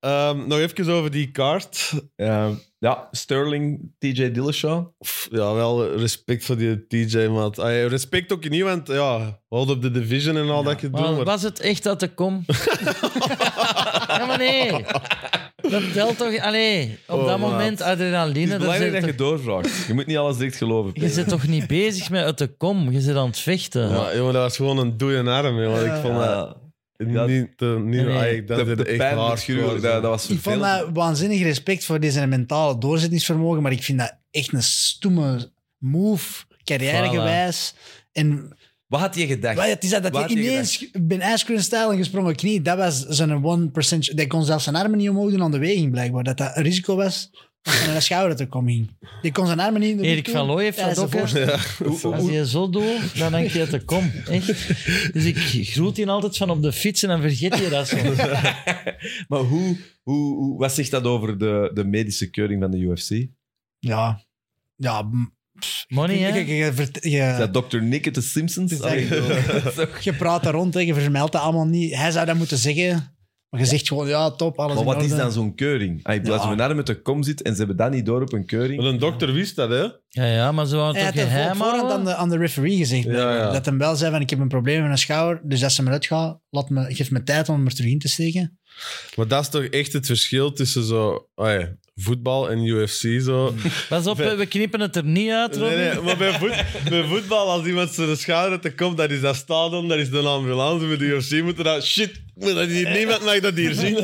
Speaker 4: Ehm, nog even over die kaart.
Speaker 1: Ehm, ja, Sterling, TJ Dillashaw.
Speaker 4: Pff, Ja, wel respect voor die TJ, maat. Ah, ja, Respect ook niet, want ja, hold up the division en al dat je doet.
Speaker 3: Maar
Speaker 4: maar-
Speaker 3: was het echt dat de kom? ja, maar nee. Dat telt toch... Allee, op
Speaker 4: Oh,
Speaker 3: dat
Speaker 4: maat.
Speaker 3: moment
Speaker 1: Het
Speaker 3: adrenaline...
Speaker 1: is
Speaker 3: dat
Speaker 1: belangrijk
Speaker 3: zit
Speaker 1: dat je doorvraagt. Je moet niet alles direct geloven.
Speaker 3: toch- je
Speaker 1: Peter.
Speaker 3: zit toch niet bezig met het de kom? Je zit aan het vechten.
Speaker 4: Ja, jongen, dat was gewoon een doeien arm, jongen. Ik vond dat
Speaker 1: Ja. dat-
Speaker 4: niet... eh, niet
Speaker 3: Nee.
Speaker 4: ah, ik- dat
Speaker 1: eh, de,
Speaker 4: deed
Speaker 1: de
Speaker 4: echt
Speaker 1: pijn
Speaker 4: hard,
Speaker 1: was gruwelijk.
Speaker 4: gewoon,
Speaker 1: Dat, dat was
Speaker 2: Ik vond
Speaker 1: vervelend.
Speaker 2: dat waanzinnig respect voor deze mentale doorzettingsvermogen, maar ik vind dat echt een stomme move, carrièregewijs. En
Speaker 1: Wat had je gedacht?
Speaker 2: Maar het is dat, dat
Speaker 1: Waar
Speaker 2: hij
Speaker 1: had je
Speaker 2: ineens bij een ijscream stijl een gesprongen knie, dat was zijn 1%. Dat kon zelfs zijn armen niet omhoog doen aan de weging, blijkbaar. Dat dat een risico was dat zijn schouder te komen hing. Die kon zijn armen niet in de
Speaker 3: Erik
Speaker 2: lucht doen
Speaker 3: van Looy heeft
Speaker 2: tijdens
Speaker 3: dat
Speaker 2: de
Speaker 3: ook, hè?
Speaker 2: voorstel.
Speaker 1: Hoe- hoe-
Speaker 3: Als je zo doet, dan denk je dat er kom. Echt. Dus ik groet die altijd van op de fiets en dan vergeet je dat soms.
Speaker 1: maar hoe, hoe, hoe, wat zegt dat over de, de medische keuring van de UFC?
Speaker 2: Ja. Ja. mm, pff,
Speaker 3: Money,
Speaker 2: je-
Speaker 3: Oh, hè?
Speaker 2: je- je- vert- je-
Speaker 1: Is dat Dr. Nick at the Simpsons?
Speaker 2: Dus dat-
Speaker 1: Allee,
Speaker 2: Je praat daar rond, hè, je vermeldt dat allemaal niet. Hij zou dat moeten zeggen, maar je zegt gewoon, ja, top, alles
Speaker 1: maar
Speaker 2: in
Speaker 1: wat is
Speaker 2: orde.
Speaker 1: dan zo'n keuring? Ah,
Speaker 2: Ja.
Speaker 1: Als mijn arm met de kom zit en ze hebben dat niet door op een keuring.
Speaker 4: Maar een dokter wist dat, hè?
Speaker 3: Ja, ja, maar ze wouden
Speaker 2: Hij
Speaker 3: toch
Speaker 2: had het
Speaker 3: geheim
Speaker 2: voor- voorhand aan de,
Speaker 3: houden?
Speaker 2: aan de referee gezegd. blijkbaar.
Speaker 4: ja.
Speaker 2: Dat hem wel zei van, ik heb een probleem met een schouder, dus als ze me uitgaat, laat me, geef me tijd om hem er terug in te steken.
Speaker 4: Maar dat is toch echt het verschil tussen zo, ah ja, voetbal en UFC. Zo.
Speaker 3: Pas op, hè, we knippen het er niet uit, Robin.
Speaker 4: Nee, nee, maar bij, voet, bij voetbal, als iemand zijn schouder te komt, dat is dat stadion, dat is de ambulance. Bij de UFC moeten dat shit. maar Dat hier, niemand mag dat hier zien.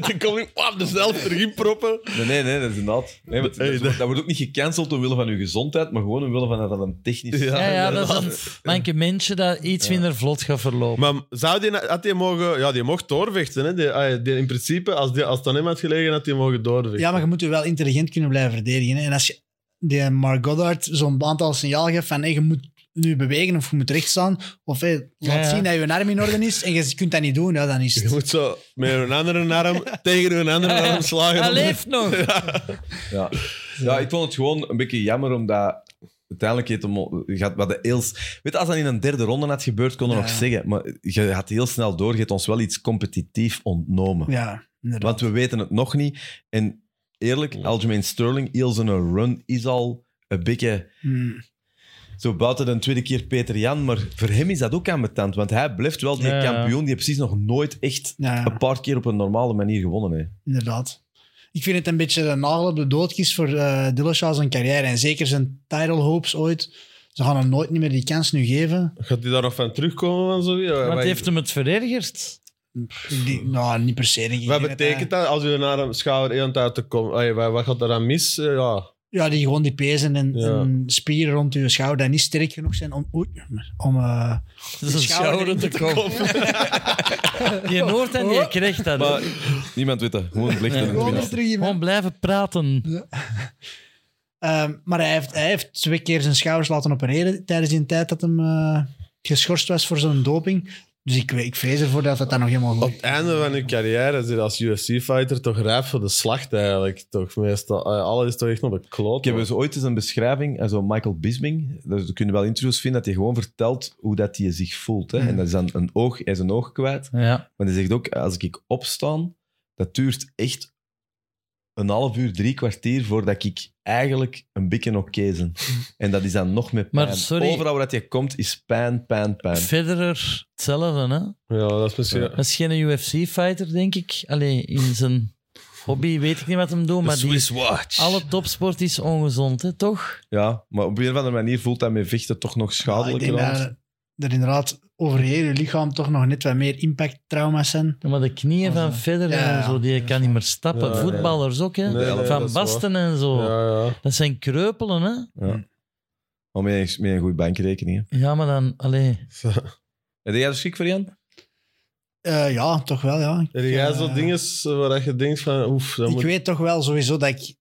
Speaker 4: Dan kom ik wap, de zelf erin proppen.
Speaker 1: Nee, nee, nee, dat is inderdaad. Nee, maar dat,
Speaker 4: Hey, dat-
Speaker 1: dat wordt ook niet gecanceld omwille van uw gezondheid, maar gewoon omwille van dat dat een technisch...
Speaker 3: Ja, ja, dat is een mankementje dat iets minder vlot gaat verlopen.
Speaker 4: Maar zou die, had die mogen... Ja, die mocht doorvechten. Hè? Die, ah ja, die- in principe, als, die, als het aan hem had gelegen, had die mogen doorvechten.
Speaker 2: Ja, maar je moet je wel intelligent kunnen blijven verdedigen. Hè. En als je die Mark Goddard zo'n aantal signaal geeft van hey, je moet nu bewegen of je moet recht staan, of hey, laat
Speaker 3: Ja, ja.
Speaker 2: zien dat je arm in orde is en je kunt dat niet doen, ja, dan is
Speaker 4: Je
Speaker 2: het...
Speaker 4: moet zo met een andere arm tegen een andere arm slagen.
Speaker 3: Hij leeft nog.
Speaker 1: Ja. ja, ik vond het gewoon een beetje jammer, omdat uiteindelijk heeft hem, gaat wat de eels... Weet je, als dat in een derde ronde had gebeurd, kon je
Speaker 2: Ja.
Speaker 1: nog zeggen, maar je had heel snel door, je hebt ons wel iets competitief ontnomen.
Speaker 2: Ja, inderdaad.
Speaker 1: Want we weten het nog niet. En eerlijk, Aljamain Sterling, heel zijn run is al een beetje...
Speaker 2: Hmm.
Speaker 1: Zo buiten de tweede keer Peter Jan, maar voor hem is dat ook aan betant, want hij blijft wel die
Speaker 3: Ja, ja.
Speaker 1: kampioen die heeft precies nog nooit echt
Speaker 2: Ja, ja.
Speaker 1: een paar keer op een normale manier gewonnen heeft.
Speaker 2: Inderdaad. Ik vind het een beetje een nagel op de doodkist voor eh Dillashaw zijn carrière. En zeker zijn title hopes ooit. Ze gaan hem nooit niet meer die kans nu geven.
Speaker 4: Gaat hij daar nog van terugkomen? Van zo? Ja,
Speaker 3: Wat
Speaker 4: wij-
Speaker 3: heeft hem het verergerd?
Speaker 2: Die, nou, niet per se. denk ik.
Speaker 4: Wat
Speaker 2: Ik denk
Speaker 4: betekent dat als u naar een schouder één uit te komen? Ay, wat, wat gaat er aan mis? Eh, Ja.
Speaker 2: Ja, die gewoon die pezen en,
Speaker 4: Ja.
Speaker 2: en spieren rond je schouder die niet sterk genoeg zijn om, oei, om eh,
Speaker 3: Dat is een schouder te komen. Je hoort en je krijgt dat.
Speaker 1: Maar
Speaker 3: hè.
Speaker 1: niemand weet dat. Gewoon licht in
Speaker 2: gewoon
Speaker 1: het
Speaker 2: weer terug in mijn-
Speaker 3: Gewoon blijven praten.
Speaker 2: Ehm, maar hij heeft, hij heeft twee keer zijn schouders laten opereren tijdens die tijd dat hem eh, geschorst was voor zo'n doping. Dus ik, ik vrees ervoor dat dat dan nog helemaal
Speaker 4: Op
Speaker 2: goed
Speaker 4: het einde van uw carrière zit als UFC-fighter toch rijp voor de slacht eigenlijk. Toch meestal. Ay, alles is toch echt op de kloot.
Speaker 1: Ik heb
Speaker 4: hoor.
Speaker 1: eens ooit eens een beschrijving aan zo'n Michael Bisbing. Daar kun je wel interviews vinden dat hij gewoon vertelt hoe dat hij zich voelt. Hè?
Speaker 2: Mm.
Speaker 1: En dat is dan een oog, hij is een oog kwijt.
Speaker 3: Ja.
Speaker 1: Maar hij zegt ook, als ik opsta, dat duurt echt een half uur, drie kwartier voordat ik eigenlijk een beetje oké ben. En dat is dan nog met pijn.
Speaker 3: Mm. Maar sorry-
Speaker 1: Overal waar dat je komt is pijn, pijn, pijn.
Speaker 3: Federer, hetzelfde. Hè?
Speaker 4: Ja, dat is misschien...
Speaker 1: Ja.
Speaker 3: Dat is geen UFC-fighter, denk ik. Allee, in zijn hobby, weet ik niet wat hem doet, maar die,
Speaker 5: Watch.
Speaker 3: alle topsport is ongezond, hè, toch?
Speaker 1: Ja, maar op een of andere manier voelt dat met vechten toch
Speaker 3: Ah,
Speaker 1: nog
Speaker 2: ik
Speaker 1: schadelijker
Speaker 2: denk
Speaker 1: aan.
Speaker 2: dat er inderdaad over je hele lichaam toch nog net wat meer impacttrauma's zijn.
Speaker 3: Ja, maar de knieën
Speaker 2: Oh,
Speaker 3: van
Speaker 2: zo.
Speaker 3: verder
Speaker 2: Ja,
Speaker 3: en zo,
Speaker 2: ja,
Speaker 3: die
Speaker 2: ja,
Speaker 3: kan niet meer stappen.
Speaker 4: Ja, ja.
Speaker 3: Voetballers ook, hè?
Speaker 4: Nee, nee, dat
Speaker 3: van
Speaker 4: is waar.
Speaker 3: Basten en zo.
Speaker 4: Ja, ja.
Speaker 3: Dat zijn kreupelen, hè?
Speaker 1: Maar met een, met een goede bankrekening. hè.
Speaker 3: Ja, maar dan, allee.
Speaker 4: Zo.
Speaker 1: Oh. Heb jij er schik voor, Jan?
Speaker 2: Eh, ja, toch wel, ja.
Speaker 4: Heb jij zo
Speaker 2: Eh,
Speaker 4: dingen waar je denkt van, oef, dat
Speaker 2: Ik
Speaker 4: moet...
Speaker 2: weet toch wel sowieso dat ik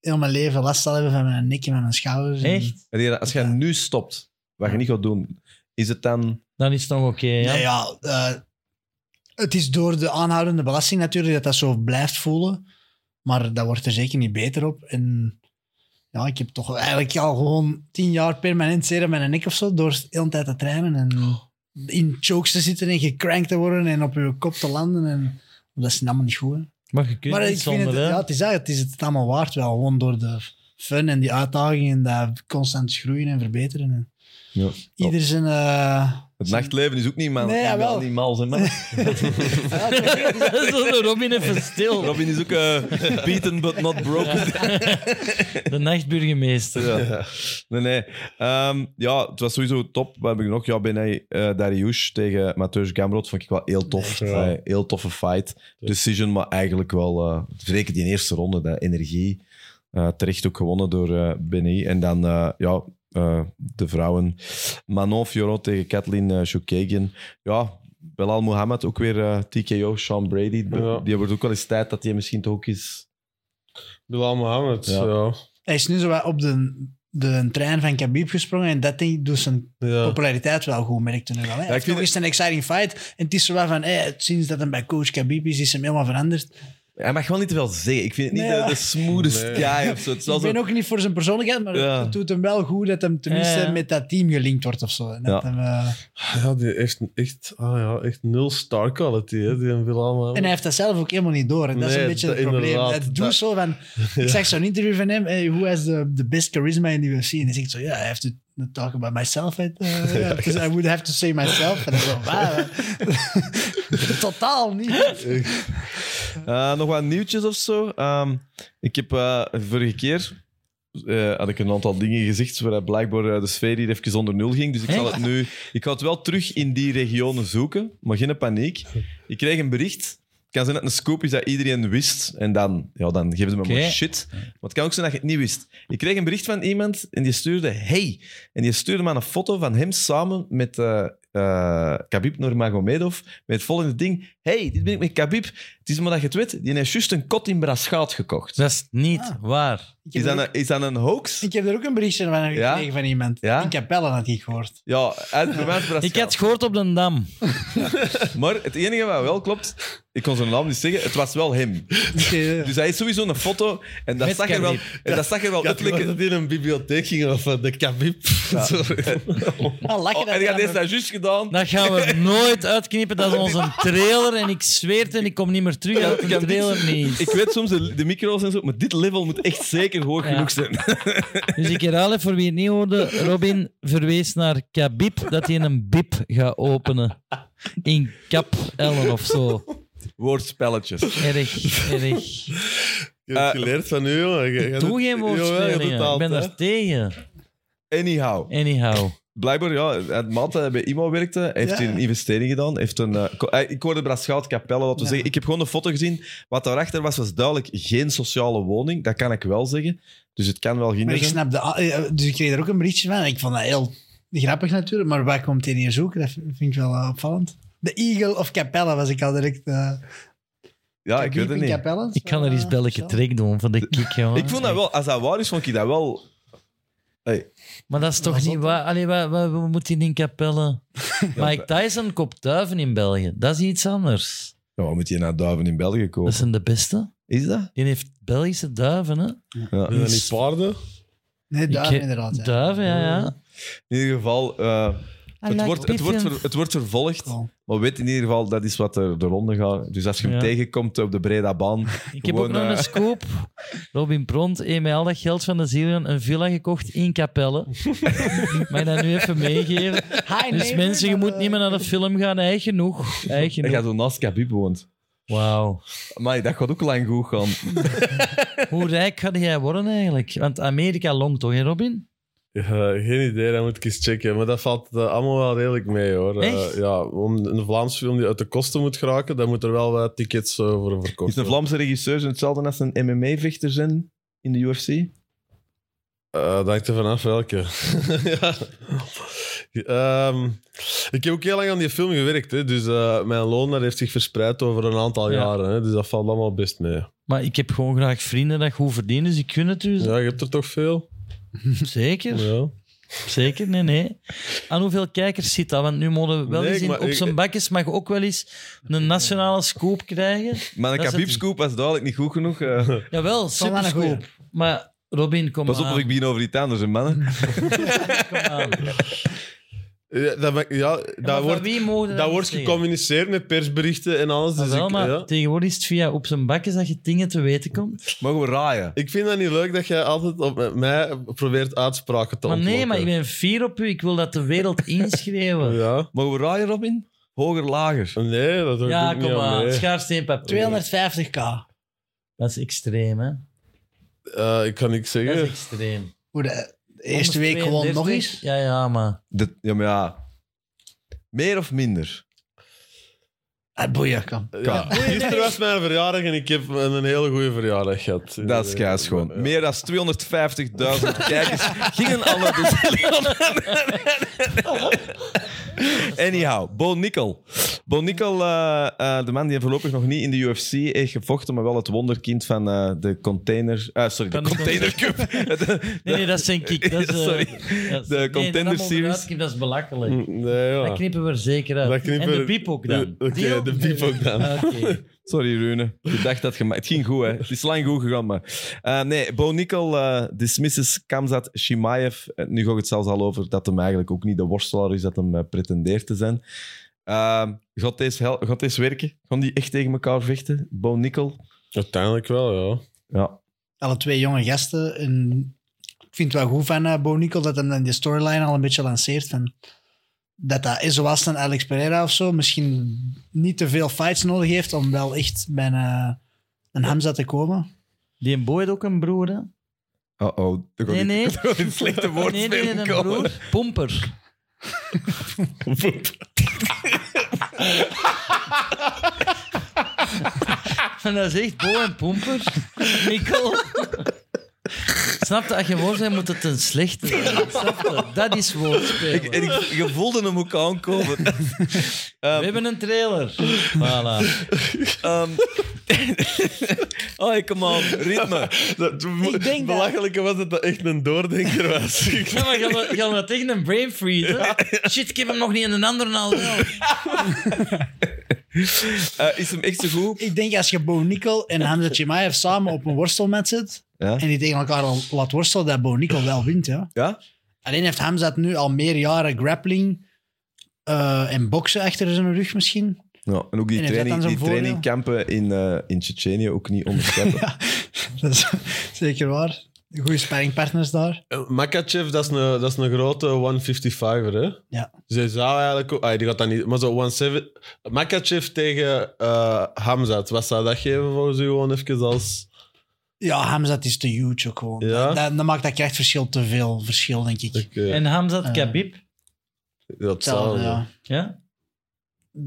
Speaker 2: heel mijn leven last zal hebben van mijn nek en mijn schouders. En-
Speaker 3: Echt?
Speaker 1: Heb jij dat- Als jij nu stopt, wat je niet gaat doen, is het dan...
Speaker 3: Dan is het nog oké, ja?
Speaker 2: Nou ja, eh, het is door de aanhoudende belasting natuurlijk dat dat zo blijft voelen. Maar dat wordt er zeker niet beter op. En ja, ik heb toch eigenlijk al gewoon tien jaar permanent zeer aan mijn nek of zo. Door de hele tijd te trainen en in chokes te zitten en gekrankt te worden en op je kop te landen. En, dat is allemaal niet goed. hè.
Speaker 3: Maar je kunt
Speaker 2: Maar ik
Speaker 3: niet
Speaker 2: vind
Speaker 3: zonder,
Speaker 2: het,
Speaker 3: hè?
Speaker 2: ja, het, is, dat, het is het allemaal waard wel. Gewoon door de fun en die uitdaging en dat constant groeien en verbeteren. En
Speaker 1: Ja.
Speaker 2: Ieder zijn... eh,
Speaker 1: Het nachtleven is ook niet man.
Speaker 2: Nee, jawel.
Speaker 1: Niet mal, zeg maar.
Speaker 3: zo de Robin even stil.
Speaker 1: Robin is ook eh, beaten but not broken.
Speaker 3: De nachtburgemeester.
Speaker 1: Ja. Nee, nee. Ehm, ja, het was sowieso top. Wat heb ik nog? Ja, ben hij Darius tegen Mateusz Gamrot vond ik wel heel tof.
Speaker 4: Nee, ja.
Speaker 1: Eh, heel toffe fight. Decision, maar eigenlijk wel... eh zeker die eerste ronde, de energie. eh, terecht ook gewonnen door eh Benny. En dan, eh, ja... eh, de vrouwen. Manon Fiorot tegen Kathleen eh, Choukagian. Ja, Belal Muhammad ook weer eh, TKO, Sean Brady. Be-
Speaker 4: Ja.
Speaker 1: Die wordt ook wel eens tijd dat hij misschien toch ook is.
Speaker 4: Bilal Mohammed,
Speaker 1: Ja.
Speaker 4: ja.
Speaker 2: Hij is nu zo wat op de, de trein van Khabib gesprongen en dat ding doet zijn
Speaker 4: ja.
Speaker 2: populariteit wel goed, merkte nu wel. Hè.
Speaker 1: vind
Speaker 2: het is nog eens een exciting fight. En het is zo wat van, hey, sinds dat hij bij coach Khabib is, is hem helemaal veranderd.
Speaker 1: Hij mag wel niet te veel zeggen. Ik vind het niet
Speaker 2: Nee, ja.
Speaker 1: de, de smoothest
Speaker 4: Nee.
Speaker 1: guy of zo. Het is wel
Speaker 2: Ik
Speaker 1: zo-
Speaker 2: ben ook niet voor zijn persoonlijkheid, maar
Speaker 1: Ja.
Speaker 2: het doet hem wel goed dat hem tenminste
Speaker 3: Ja, ja.
Speaker 2: met dat team gelinkt wordt of zo. En dat
Speaker 1: Ja.
Speaker 2: hem, eh,
Speaker 4: Ja, die heeft echt, ah ja, echt nul star quality, hè, die Bilal Mohammed.
Speaker 2: En hij heeft dat zelf ook helemaal niet door. En dat is
Speaker 4: Nee,
Speaker 2: een beetje
Speaker 4: dat-
Speaker 2: het probleem.
Speaker 4: inderdaad,
Speaker 2: Het doet
Speaker 4: dat-
Speaker 2: zo van... Ik zag zo'n interview van hem. eh, Who has the, the best charisma in the UFC? En hij zegt zo, ja, I have to talk about myself. eh, eh, because I would have to say myself. En dan zo, wauw. Totaal niet.
Speaker 1: Eh, nog wat nieuwtjes of zo. Ehm, ik heb eh, vorige keer eh, had ik een aantal dingen gezegd waar blijkbaar eh, de sfeer hier even onder nul ging. Dus ik zal het nu. Ik ga het wel terug in die regionen zoeken, maar geen paniek. Ik kreeg een bericht. Het kan zijn dat het een scoop is dat iedereen wist. En dan, ja, dan geven ze me
Speaker 3: Oké.
Speaker 1: maar shit. Maar het kan ook zijn dat je het niet wist. Ik kreeg een bericht van iemand en die stuurde hey. En die stuurde me een foto van hem samen met eh eh Khabib Nurmagomedov. Met het volgende ding. hey, dit ben ik met Khabib. Het is maar dat je het weet. Die heeft juist een kot in Braschaat gekocht.
Speaker 3: Dat is niet
Speaker 2: Ah.
Speaker 3: waar.
Speaker 2: Ik
Speaker 1: Is
Speaker 2: heb,
Speaker 1: dat
Speaker 2: er
Speaker 1: een, is dat een hoax?
Speaker 2: ook, ik heb er ook een berichtje van hem
Speaker 1: Ja?
Speaker 2: gekregen van iemand.
Speaker 1: Ja?
Speaker 2: In Capelle had ik gehoord.
Speaker 1: Ja, uit Braschaat.
Speaker 3: Ik had gehoord op de Dam.
Speaker 1: Maar het enige wat wel klopt, ik kon zijn naam niet zeggen, het was wel hem.
Speaker 2: Ik, eh,
Speaker 1: Dus hij is sowieso een foto en dat
Speaker 3: Met
Speaker 1: zag er wel,
Speaker 3: Khabib.
Speaker 1: en dat zag er wel
Speaker 4: Ik had
Speaker 1: uiterlijk-
Speaker 4: gehoord dat die in een bibliotheek ging of eh, de kabib. Sorry.
Speaker 2: ah, lachen
Speaker 1: Oh,
Speaker 2: dat
Speaker 1: en hij
Speaker 2: hij
Speaker 1: had
Speaker 2: aan
Speaker 1: deze
Speaker 2: mijn-
Speaker 1: dat juist gedaan.
Speaker 3: Dat gaan we nooit uitknippen. Dat is onze trailer. En ik zweer het en ik kom niet meer terug uit
Speaker 1: Ik
Speaker 3: de
Speaker 1: heb dit-
Speaker 3: trailer niet.
Speaker 1: Ik weet soms de, de micro's en zo, maar dit level moet echt zeker hoog
Speaker 3: Ja.
Speaker 1: genoeg zijn.
Speaker 3: Dus ik herhaal even voor wie het niet hoorde. Robin verwees naar Kabib dat hij een bib gaat openen. In Kap Ellen of zo.
Speaker 1: Woordspelletjes.
Speaker 3: Erg, erg.
Speaker 4: Je hebt geleerd van u, jongen. Je- je
Speaker 3: Doe
Speaker 4: doet-
Speaker 3: geen
Speaker 4: Jawel, je doet
Speaker 3: woordspelingen. Ik ben
Speaker 4: altijd.
Speaker 3: daar tegen.
Speaker 1: Anyhow,
Speaker 3: Anyhow.
Speaker 1: blijkbaar, ja, het maand dat hij bij IMO werkte, heeft
Speaker 2: Ja.
Speaker 1: hij een investering gedaan. Heeft een, eh, ko- eh, ik hoorde Braschaat Capelle, laten we
Speaker 2: Ja.
Speaker 1: zeggen. Ik heb gewoon een foto gezien. Wat daarachter was, was duidelijk geen sociale woning. Dat kan ik wel zeggen. Dus het kan wel geen.
Speaker 2: Maar ik
Speaker 1: zijn.
Speaker 2: snap de... eh, Dus ik kreeg er ook een berichtje van. Ik vond dat heel grappig natuurlijk. Maar waar komt hij hier zoeken? Dat vind ik wel eh, opvallend. De Eagle of Capelle was ik al direct... eh,
Speaker 1: Ja, ik weet
Speaker 2: Khabib
Speaker 1: Ah, het
Speaker 2: in
Speaker 1: niet.
Speaker 2: Capelle.
Speaker 3: Ik kan er eens
Speaker 2: Eh,
Speaker 3: belletje
Speaker 2: zo.
Speaker 3: trek doen van de kick, jongen.
Speaker 1: Ik vond dat wel, als dat waar is, vond ik dat wel.
Speaker 3: Maar dat is toch
Speaker 2: Was
Speaker 3: niet
Speaker 2: dat
Speaker 3: waar? Allee, wat, wat, wat moet hij in Capelle? Mike Tyson koopt duiven in België. Dat is iets anders.
Speaker 1: Ja, wat moet je naar duiven in België
Speaker 3: Dat
Speaker 1: komen?
Speaker 3: zijn de beste.
Speaker 1: Is dat?
Speaker 3: Die heeft Belgische duiven, hè?
Speaker 1: Ja.
Speaker 4: Zijn dat niet paarden?
Speaker 2: Nee, duif
Speaker 3: Ik-
Speaker 2: inderdaad. ja.
Speaker 3: Duiven, ja, ja.
Speaker 1: In ieder geval, eh, het, wordt, het, wordt ver- het wordt vervolgd.
Speaker 2: Cool.
Speaker 1: Maar weet in ieder geval, dat is wat er de ronde gaat. Dus als je hem
Speaker 3: Ja.
Speaker 1: tegenkomt op de breda baan.
Speaker 3: Ik heb
Speaker 1: gewoon,
Speaker 3: ook nog
Speaker 1: eh,
Speaker 3: een scoop. Robin Pront heeft met al dat geld van de Zillion een villa gekocht in Capelle. Mag ik dat nu even meegeven?
Speaker 2: Hi,
Speaker 3: Dus
Speaker 2: neighbor,
Speaker 3: mensen, je
Speaker 2: maar,
Speaker 3: moet
Speaker 2: eh,
Speaker 3: niet meer naar de film gaan. Eigen genoeg. Eigen
Speaker 1: En je
Speaker 3: genoeg.
Speaker 1: gaat zo naast Khabib woont.
Speaker 3: Wauw.
Speaker 1: Maar dat gaat ook lang goed gaan.
Speaker 3: Hoe rijk ga jij worden eigenlijk? Want Amerika longt toch, hè, Robin?
Speaker 4: Ja, geen idee, dat moet ik eens checken. Maar dat valt eh, allemaal wel redelijk mee, hoor. Eh,
Speaker 3: Echt?
Speaker 4: ja, om een Vlaams film die uit de kosten moet geraken, dan moet er wel wat tickets eh, voor verkocht
Speaker 1: Is een
Speaker 4: worden.
Speaker 1: Vlaamse regisseur hetzelfde als een MMA-vechter zijn in de UFC?
Speaker 4: Eh, dat hangt er vanaf welke. ja. Ehm, ik heb ook heel lang aan die film gewerkt, hè, dus eh, mijn loon dat heeft zich verspreid over een aantal
Speaker 3: Ja.
Speaker 4: jaren. Hè, dus dat valt allemaal best mee.
Speaker 3: Maar ik heb gewoon graag vrienden dat goed verdienen, dus ik kun het dus.
Speaker 4: Ja, je hebt er toch veel?
Speaker 3: Zeker,
Speaker 4: Ja.
Speaker 3: zeker, nee, nee. Aan hoeveel kijkers zit dat? Want nu mogen we wel
Speaker 4: Nee,
Speaker 3: eens in,
Speaker 4: maar
Speaker 3: op
Speaker 4: ik-
Speaker 3: zijn bakjes mag je ook wel eens een nationale scoop krijgen.
Speaker 1: Maar een
Speaker 3: Dat is het
Speaker 1: Khabib-scoop was duidelijk niet goed genoeg. eh.
Speaker 3: Jawel,
Speaker 2: wel een
Speaker 3: superscoop. Maar Robin, kom
Speaker 1: pas op
Speaker 3: aan.
Speaker 1: of ik begin over die tanden, zijn mannen.
Speaker 3: kom aan.
Speaker 4: Ja, dat, ma- ja, dat wordt,
Speaker 3: wordt,
Speaker 4: dat wordt gecommuniceerd met persberichten en alles. Dus
Speaker 3: Ah, wel,
Speaker 4: ik,
Speaker 3: maar
Speaker 4: ja.
Speaker 3: tegenwoordig is het via op zijn bakjes dat je dingen te weten komt.
Speaker 1: Mogen we raaien?
Speaker 4: ik vind dat niet leuk dat jij altijd op mij probeert uitspraken te
Speaker 3: Maar
Speaker 4: ontlokken.
Speaker 3: nee, maar ik ben fier op u. Ik wil dat de wereld inschreeuwen. ja,
Speaker 4: Ja.
Speaker 1: Mogen we raaien, Robin? Hoger, lager.
Speaker 4: Nee, dat doe ik ook niet
Speaker 3: kom
Speaker 4: aan
Speaker 3: aan.
Speaker 4: mee.
Speaker 3: Schaarsteen papier.
Speaker 2: 250k.
Speaker 3: Dat is extreem, hè?
Speaker 4: Eh, ik kan niks
Speaker 3: Dat
Speaker 4: zeggen.
Speaker 3: is extreem.
Speaker 2: Hoe de, de eerste week gewoon nog
Speaker 3: 132.
Speaker 2: eens.
Speaker 3: Ja, ja, maar...
Speaker 1: Dat, ja, maar ja. Meer of minder?
Speaker 2: Ah, boeien, kan.
Speaker 4: Ja. Gisteren was mijn verjaardag en ik heb een een hele goede verjaardag gehad.
Speaker 3: eh,
Speaker 4: Eh,
Speaker 1: Dat is keis gewoon.
Speaker 4: Ja.
Speaker 1: Meer dan 250.000 kijkers gingen al naar de Zillion. Anyhow, Bo Nickel. Bo Nickel, eh, eh, de man die voorlopig nog niet in de UFC heeft gevochten, maar wel het wonderkind van eh, de container... eh, sorry, de
Speaker 3: Van de
Speaker 1: container cup. De-
Speaker 3: Nee, nee, dat is een kick. Dat is, eh,
Speaker 1: Sorry.
Speaker 3: dat is- nee,
Speaker 1: De
Speaker 3: dat
Speaker 1: Contender
Speaker 3: allemaal
Speaker 1: Series.
Speaker 3: eruit, Dat is belachelijk.
Speaker 4: Nee, ja.
Speaker 3: Dat knippen we er zeker uit.
Speaker 4: Mm. Ah. Dat knippen
Speaker 3: en
Speaker 4: we-
Speaker 3: de piep ook dan.
Speaker 4: Oké,
Speaker 3: Deal?
Speaker 4: de piep ook dan.
Speaker 3: Oké.
Speaker 1: Sorry, Rune. Ik dacht dat je... maar Het ging goed, hè. Het is lang goed gegaan, maar... Eh, nee, Bo Nickel eh, dismisses Kamzat Shimaev. Eh, nu gaat het zelfs al over dat hem eigenlijk ook niet de worstelaar is dat hem eh, pretendeert te zijn. Ehm, gaat, deze hel- gaat deze werken? Gaan die echt tegen elkaar vechten? Bo Nickel?
Speaker 4: Uiteindelijk wel, ja.
Speaker 1: Ja.
Speaker 2: Alle twee jonge gasten. En ik vind het wel goed van eh, Bo Nickel dat hem dan die storyline al een beetje lanceert. Van, dat dat is zoals dan Alex Pereira of zo. Misschien niet te veel fights nodig heeft om wel echt bij een, een Hamza te komen.
Speaker 3: Die een boy had ook een broer, hè?
Speaker 1: Uh-oh. Er gaat
Speaker 3: Nee,
Speaker 1: iets-
Speaker 3: nee.
Speaker 1: er gaat iets slechte
Speaker 3: Nee,
Speaker 1: woordspeling
Speaker 3: nee, een
Speaker 1: komen.
Speaker 3: broer. Pomper. en dat is echt Bo en Pomper. Mikkel. Snap je, als je woord zijn, moet het een slechte zijn. Snap je? Dat is woordspelen.
Speaker 1: En ik, je voelde hem ook aankomen.
Speaker 3: We hebben een trailer. Voilà.
Speaker 1: Ehm oh, come on. Ritme.
Speaker 4: Dat,
Speaker 3: denk dat-
Speaker 4: belachelijke was dat dat echt een doordenker was. Ik-
Speaker 3: Ja, maar gaan we, gaan we tegen een brain freeze? hè? Shit, ik heb hem nog niet in een ander naal. wel.
Speaker 1: Eh, is hem echt zo goed?
Speaker 2: Ik denk als je Bo Nickel en Hamza Chimaev samen op een worstelsmat zit.
Speaker 1: Ja?
Speaker 2: en die tegen elkaar al laat worstelen, dat Bo Nickel wel wint. Ja.
Speaker 1: Ja?
Speaker 2: Alleen heeft Hamzat nu al meer jaren grappling eh, en boksen achter zijn rug misschien.
Speaker 1: Ja, en ook die,
Speaker 2: En heeft dat
Speaker 1: training,
Speaker 2: dan zo'n
Speaker 1: die
Speaker 2: voordeel?
Speaker 1: trainingkampen in, eh in Tsjetsjenië ook niet onderschatten.
Speaker 2: Dat is zeker waar. Goede sparringpartners daar.
Speaker 4: Eh, Makachev, dat is een, dat is een grote 155er, hè?
Speaker 2: Ja.
Speaker 4: Dus hij zou eigenlijk... ook- Ah, die gaat dat niet... Maar zo 170... Makachev tegen eh Hamzat, wat zou dat geven volgens u gewoon even als...
Speaker 2: Ja, Hamzat is te huge ook gewoon.
Speaker 4: Ja?
Speaker 2: Dat, dat maakt dat krachtverschil te veel verschil, denk ik.
Speaker 4: Oké,
Speaker 1: eh,
Speaker 3: En Hamzat Khabib.
Speaker 4: dat zou...
Speaker 2: Hetzelfde, ja.
Speaker 3: Ah. Ja?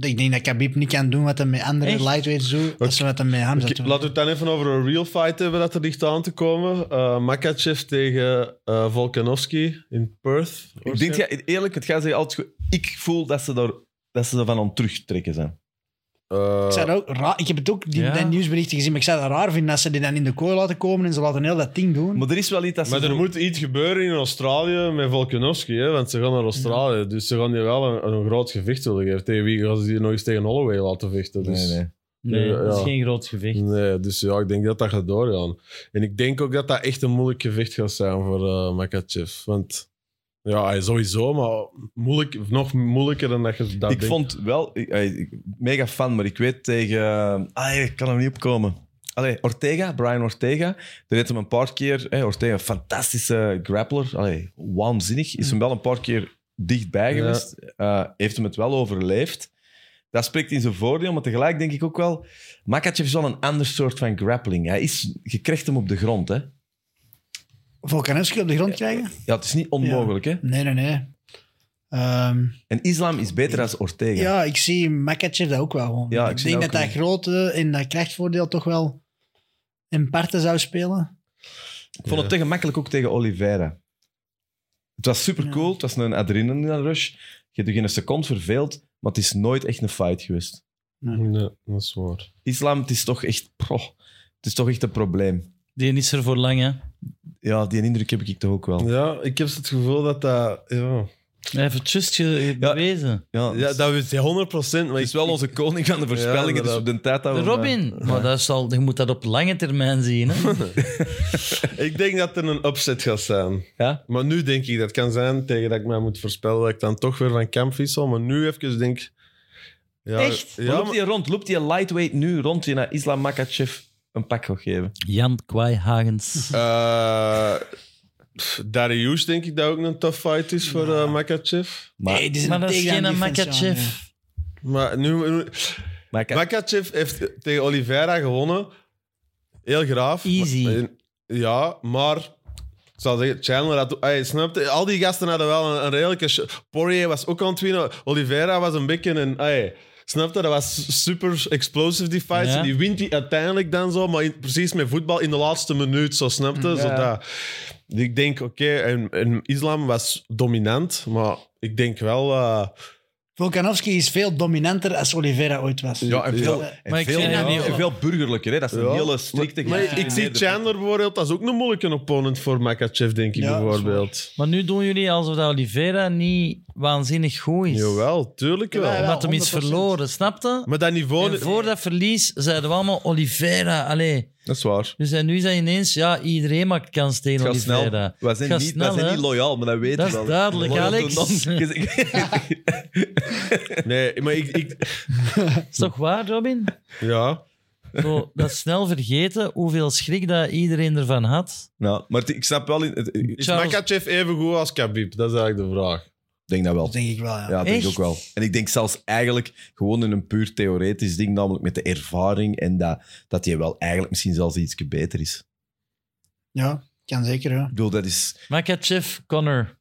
Speaker 2: Ik denk dat Khabib niet kan doen wat hij met andere
Speaker 3: Echt?
Speaker 2: lightweights doet, als ze wat hij met Hamzat
Speaker 4: Oké,
Speaker 2: doen.
Speaker 4: laten we het dan even over een real fight hebben dat er ligt aan te komen. Eh Makachev tegen eh Volkanovski in Perth.
Speaker 1: ik denk, ja, eerlijk, het gaat zeggen altijd goed. Ik voel dat ze, daar, dat ze ervan aan het terugtrekken zijn.
Speaker 4: Eh,
Speaker 2: Ik, zou dat ook raar- ik heb het ook die,
Speaker 3: Ja.
Speaker 2: dat nieuwsberichten gezien, maar ik zou het raar vinden als ze die dan in de kooi laten komen en ze laten heel dat ding doen.
Speaker 1: Maar er is wel iets dat ze...
Speaker 4: maar er
Speaker 1: zo-
Speaker 4: moet iets gebeuren in Australië met Volkanovski, hè, want ze gaan naar Australië. Dus ze gaan hier wel een, een groot gevecht willen geven. Tegen wie gaan ze hier nog eens tegen Holloway laten vechten? Dus,
Speaker 1: Nee, nee.
Speaker 3: Nee,
Speaker 4: Ja,
Speaker 3: dat is
Speaker 4: ja.
Speaker 3: geen groot gevecht.
Speaker 4: Nee, dus ja, ik denk dat dat gaat doorgaan. En ik denk ook dat dat echt een moeilijk gevecht gaat zijn voor eh Makachev. Want ja, hij is sowieso, maar moeilijk, nog moeilijker dan dat je dat
Speaker 1: ik
Speaker 4: denkt.
Speaker 1: vond wel... Ik, eh, ik- mega fan, maar ik weet tegen... eh, Ah, ik kan hem niet opkomen. Allee, Ortega, Brian Ortega. Daar heeft hem een paar keer... eh, Ortega, fantastische grappler. Allee, waanzinnig. Is hem wel een paar keer dichtbij
Speaker 4: Ja.
Speaker 1: geweest. Eh, heeft hem het wel overleefd. Dat spreekt in zijn voordeel, maar tegelijk denk ik ook wel... Makachev is wel een ander soort van grappling. Hij is, je krijgt hem op de grond, hè.
Speaker 2: Volkanovski op de grond krijgen?
Speaker 1: Ja, het is niet onmogelijk, hè.
Speaker 2: Nee, nee, nee. Ehm,
Speaker 1: En Islam is beter dan Ortega.
Speaker 2: ja, ik zie Makachev dat ook wel. gewoon.
Speaker 1: Ja, ik
Speaker 2: ik
Speaker 1: zie
Speaker 2: denk
Speaker 1: dat
Speaker 2: dat
Speaker 1: ook
Speaker 2: dat grote en dat krachtvoordeel toch wel in parten zou spelen.
Speaker 1: Ik vond het te gemakkelijk ook tegen Oliveira. Het was super cool, het was een adrenaline rush. Je hebt er geen seconde verveeld, maar het is nooit echt een fight geweest.
Speaker 4: Nee, dat is waar.
Speaker 1: Islam, het is toch echt, pro, het is toch echt een probleem.
Speaker 3: Die is er voor lang, hè.
Speaker 1: Ja, die indruk heb ik toch ook wel.
Speaker 4: Ja, ik heb het gevoel dat dat... Ja,
Speaker 3: Hij heeft het juist ge- bewezen.
Speaker 1: Ja,
Speaker 4: ja
Speaker 1: dat
Speaker 4: dat is 100 procent.
Speaker 1: is wel onze koning van de voorspellingen,
Speaker 4: Ja,
Speaker 1: dus op de
Speaker 3: Oh,
Speaker 1: tijd dat we...
Speaker 3: Robin, maar dat is al, je moet dat op lange termijn zien. Hè?
Speaker 4: Ik denk dat er een upset gaat zijn.
Speaker 1: Ja?
Speaker 4: Maar nu denk ik, dat kan zijn tegen dat ik mij moet voorspellen dat ik dan toch weer van kamp wissel. Maar nu even denk ik... Ja,
Speaker 1: Echt?
Speaker 4: Ja,
Speaker 1: Maar
Speaker 4: maar-
Speaker 1: loopt hij rond? Loopt hij lightweight nu rond die naar Islam Makachev een pak gaat geven?
Speaker 3: Jan Kwai Hagens.
Speaker 4: Eh, pff, Darius denk ik dat ook een tough fight is voor eh Makachev.
Speaker 1: Maar,
Speaker 2: nee, dit is
Speaker 3: Maar dat is
Speaker 2: takedown
Speaker 3: geen
Speaker 2: defense, ja,
Speaker 3: Makachev.
Speaker 2: nee.
Speaker 4: Maar nu... nu
Speaker 1: Maka-
Speaker 4: Makachev heeft tegen Oliveira gewonnen. Heel graaf.
Speaker 3: Easy.
Speaker 4: Maar- Ja, maar... Ik zou zeggen, Chandler had... Hey, snap je? Al die gasten hadden wel een, een redelijke... sh- Poirier was ook aan het winnen. Oliveira was een beetje een... Hey, snap je? Dat was super explosive, die fights.
Speaker 3: Ja.
Speaker 4: En die wint die uiteindelijk dan zo. Maar in- precies met voetbal in de laatste minuut. Zo, snap je? Zo dat- ik denk, oké, en, en Islam was dominant. Maar ik denk wel... eh,
Speaker 2: Volkanovski is veel dominanter als Oliveira ooit was.
Speaker 1: ja, en veel,
Speaker 2: Ja.
Speaker 1: en
Speaker 3: Maar ik
Speaker 1: veel,
Speaker 3: vind dat niet-
Speaker 1: en veel burgerlijker, hè? Dat is een
Speaker 4: Ja.
Speaker 1: hele strikte...
Speaker 4: Maar
Speaker 2: Ja,
Speaker 4: ik
Speaker 2: ja,
Speaker 4: zie Chandler bijvoorbeeld als ook een moeilijke opponent voor Makachev, denk ik
Speaker 2: Ja, dat is
Speaker 4: bijvoorbeeld.
Speaker 3: Maar nu doen jullie alsof dat Oliveira niet waanzinnig goed is.
Speaker 4: Jawel, tuurlijk wel.
Speaker 2: Jawel.
Speaker 3: Omdat hem iets
Speaker 2: 100%.
Speaker 3: verloren, snapte?
Speaker 4: Maar dat niveau...
Speaker 3: En voor dat verlies zeiden we allemaal Oliveira. Allee.
Speaker 4: Dat is waar.
Speaker 3: Dus en nu is dat ineens, ja, iedereen maakt kans tegen
Speaker 1: Het gaat snel.
Speaker 3: Oliveira.
Speaker 1: Wij zijn,
Speaker 3: Het
Speaker 1: niet,
Speaker 3: gaat
Speaker 1: wij zijn
Speaker 3: hè?
Speaker 1: niet loyaal, maar dat weten
Speaker 3: Dat
Speaker 1: we
Speaker 3: is
Speaker 1: wel.
Speaker 3: duidelijk,
Speaker 1: Loyal
Speaker 3: Alex.
Speaker 1: to none.
Speaker 4: Nee, maar ik... ik
Speaker 3: Is toch waar, Robin?
Speaker 4: ja.
Speaker 3: Zo, dat is snel vergeten hoeveel schrik dat iedereen ervan had.
Speaker 1: nou, maar het- ik snap wel... in- het- ik
Speaker 4: Is
Speaker 3: Charles-
Speaker 4: Makachev even goed als Khabib? Dat is eigenlijk de vraag.
Speaker 1: denk dat wel.
Speaker 2: Dat denk ik wel, ja.
Speaker 1: Ja, dat denk ik
Speaker 3: Echt?
Speaker 1: ook wel. En ik denk zelfs eigenlijk gewoon in een puur theoretisch ding, namelijk met de ervaring en dat, dat hij wel eigenlijk misschien zelfs iets beter is.
Speaker 2: Ja, kan zeker, ja.
Speaker 1: Ik bedoel, dat is...
Speaker 3: Makachev, Connor.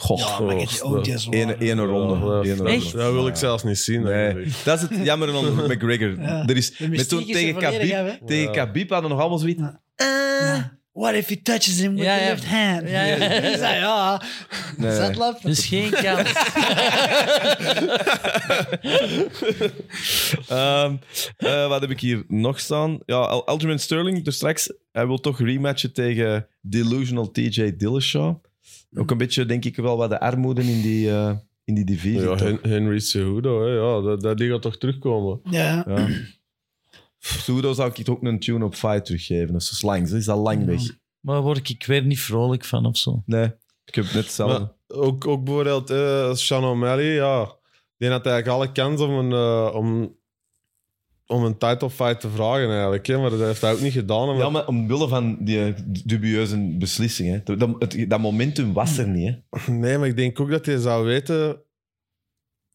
Speaker 1: Goh,
Speaker 2: Ja,
Speaker 1: oh,
Speaker 2: Makachev ook, die is
Speaker 1: ene,
Speaker 2: waar.
Speaker 1: ene ronde.
Speaker 4: Ja,
Speaker 1: ene
Speaker 4: dat-
Speaker 3: Echt?
Speaker 1: ronde.
Speaker 4: Dat wil ik zelfs niet zien.
Speaker 1: Nee,
Speaker 4: eigenlijk.
Speaker 1: dat is het jammer aan McGregor.
Speaker 2: Ja.
Speaker 1: Er is,
Speaker 2: De
Speaker 1: met toen
Speaker 2: mystiek is er
Speaker 1: tegen
Speaker 2: volledig af, hè?
Speaker 1: Khabib, tegen
Speaker 4: Ja.
Speaker 1: Khabib hadden we nog allemaal zoiets...
Speaker 2: Ja. What if he touches him with
Speaker 3: Ja,
Speaker 2: the
Speaker 3: ja.
Speaker 2: left hand?
Speaker 3: Ja, ja.
Speaker 2: Die is dat, ja.
Speaker 1: Nee.
Speaker 2: Zetlap.
Speaker 3: Dus geen kans.
Speaker 1: Ehm, eh, wat heb ik hier nog staan? Ja, Al- Aljamain Sterling, dus straks. Hij wil toch rematchen tegen delusional TJ Dillashaw. Ook een beetje, denk ik wel, wat de armoede in die, eh, in die divisie.
Speaker 4: Ja,
Speaker 1: toch?
Speaker 4: Hen- Henry Cejudo, hè, ja, dat, dat die gaat toch terugkomen.
Speaker 2: Ja.
Speaker 1: Ja. Pseudo zou ik het ook een tune-up fight teruggeven. Dus dat is lang. Dat is al lang weg.
Speaker 3: Maar word ik weer niet vrolijk van of zo.
Speaker 1: Nee, ik heb het net zelf.
Speaker 4: Maar ook, ook bijvoorbeeld eh Sean O'Malley, ja. Die had eigenlijk alle kans om een, eh, om, om een title fight te vragen eigenlijk. Hè, maar dat heeft hij ook niet gedaan.
Speaker 1: Ja, maar omwille van die dubieuze beslissing. Hè. Dat, het- dat momentum was er niet. Hè.
Speaker 4: Nee, maar ik denk ook dat hij zou weten...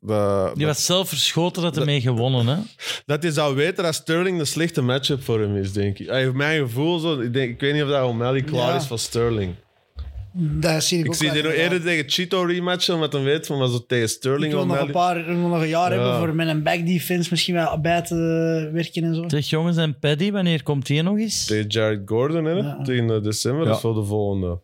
Speaker 4: Dat,
Speaker 3: Die was zelf verschoten dat hij mee gewonnen, hè?
Speaker 4: dat hij zou weten dat Sterling de slechte matchup voor hem is, denk ik. Ey, mijn gevoel, zo, ik, denk, ik weet niet of dat O'Malley klaar
Speaker 2: Ja.
Speaker 4: is voor Sterling.
Speaker 2: Dat zie ik,
Speaker 4: Ik
Speaker 2: ook
Speaker 4: zie
Speaker 2: wel,
Speaker 4: die nog
Speaker 2: ja.
Speaker 4: eerder tegen Cheeto rematchen, omdat hij weet van maar zo tegen
Speaker 2: Ik
Speaker 4: Sterling
Speaker 2: wil nog een,
Speaker 4: O'Malley.
Speaker 2: paar, ik wil nog een jaar
Speaker 4: Ja.
Speaker 2: hebben voor met een back defense misschien wel bij te werken en zo.
Speaker 3: Zeg jongens en Paddy, wanneer komt die nog eens? Oké.
Speaker 4: Tegen Jared Gordon, hè?
Speaker 2: Ja.
Speaker 4: Tegen eh, december, dat is voor de volgende.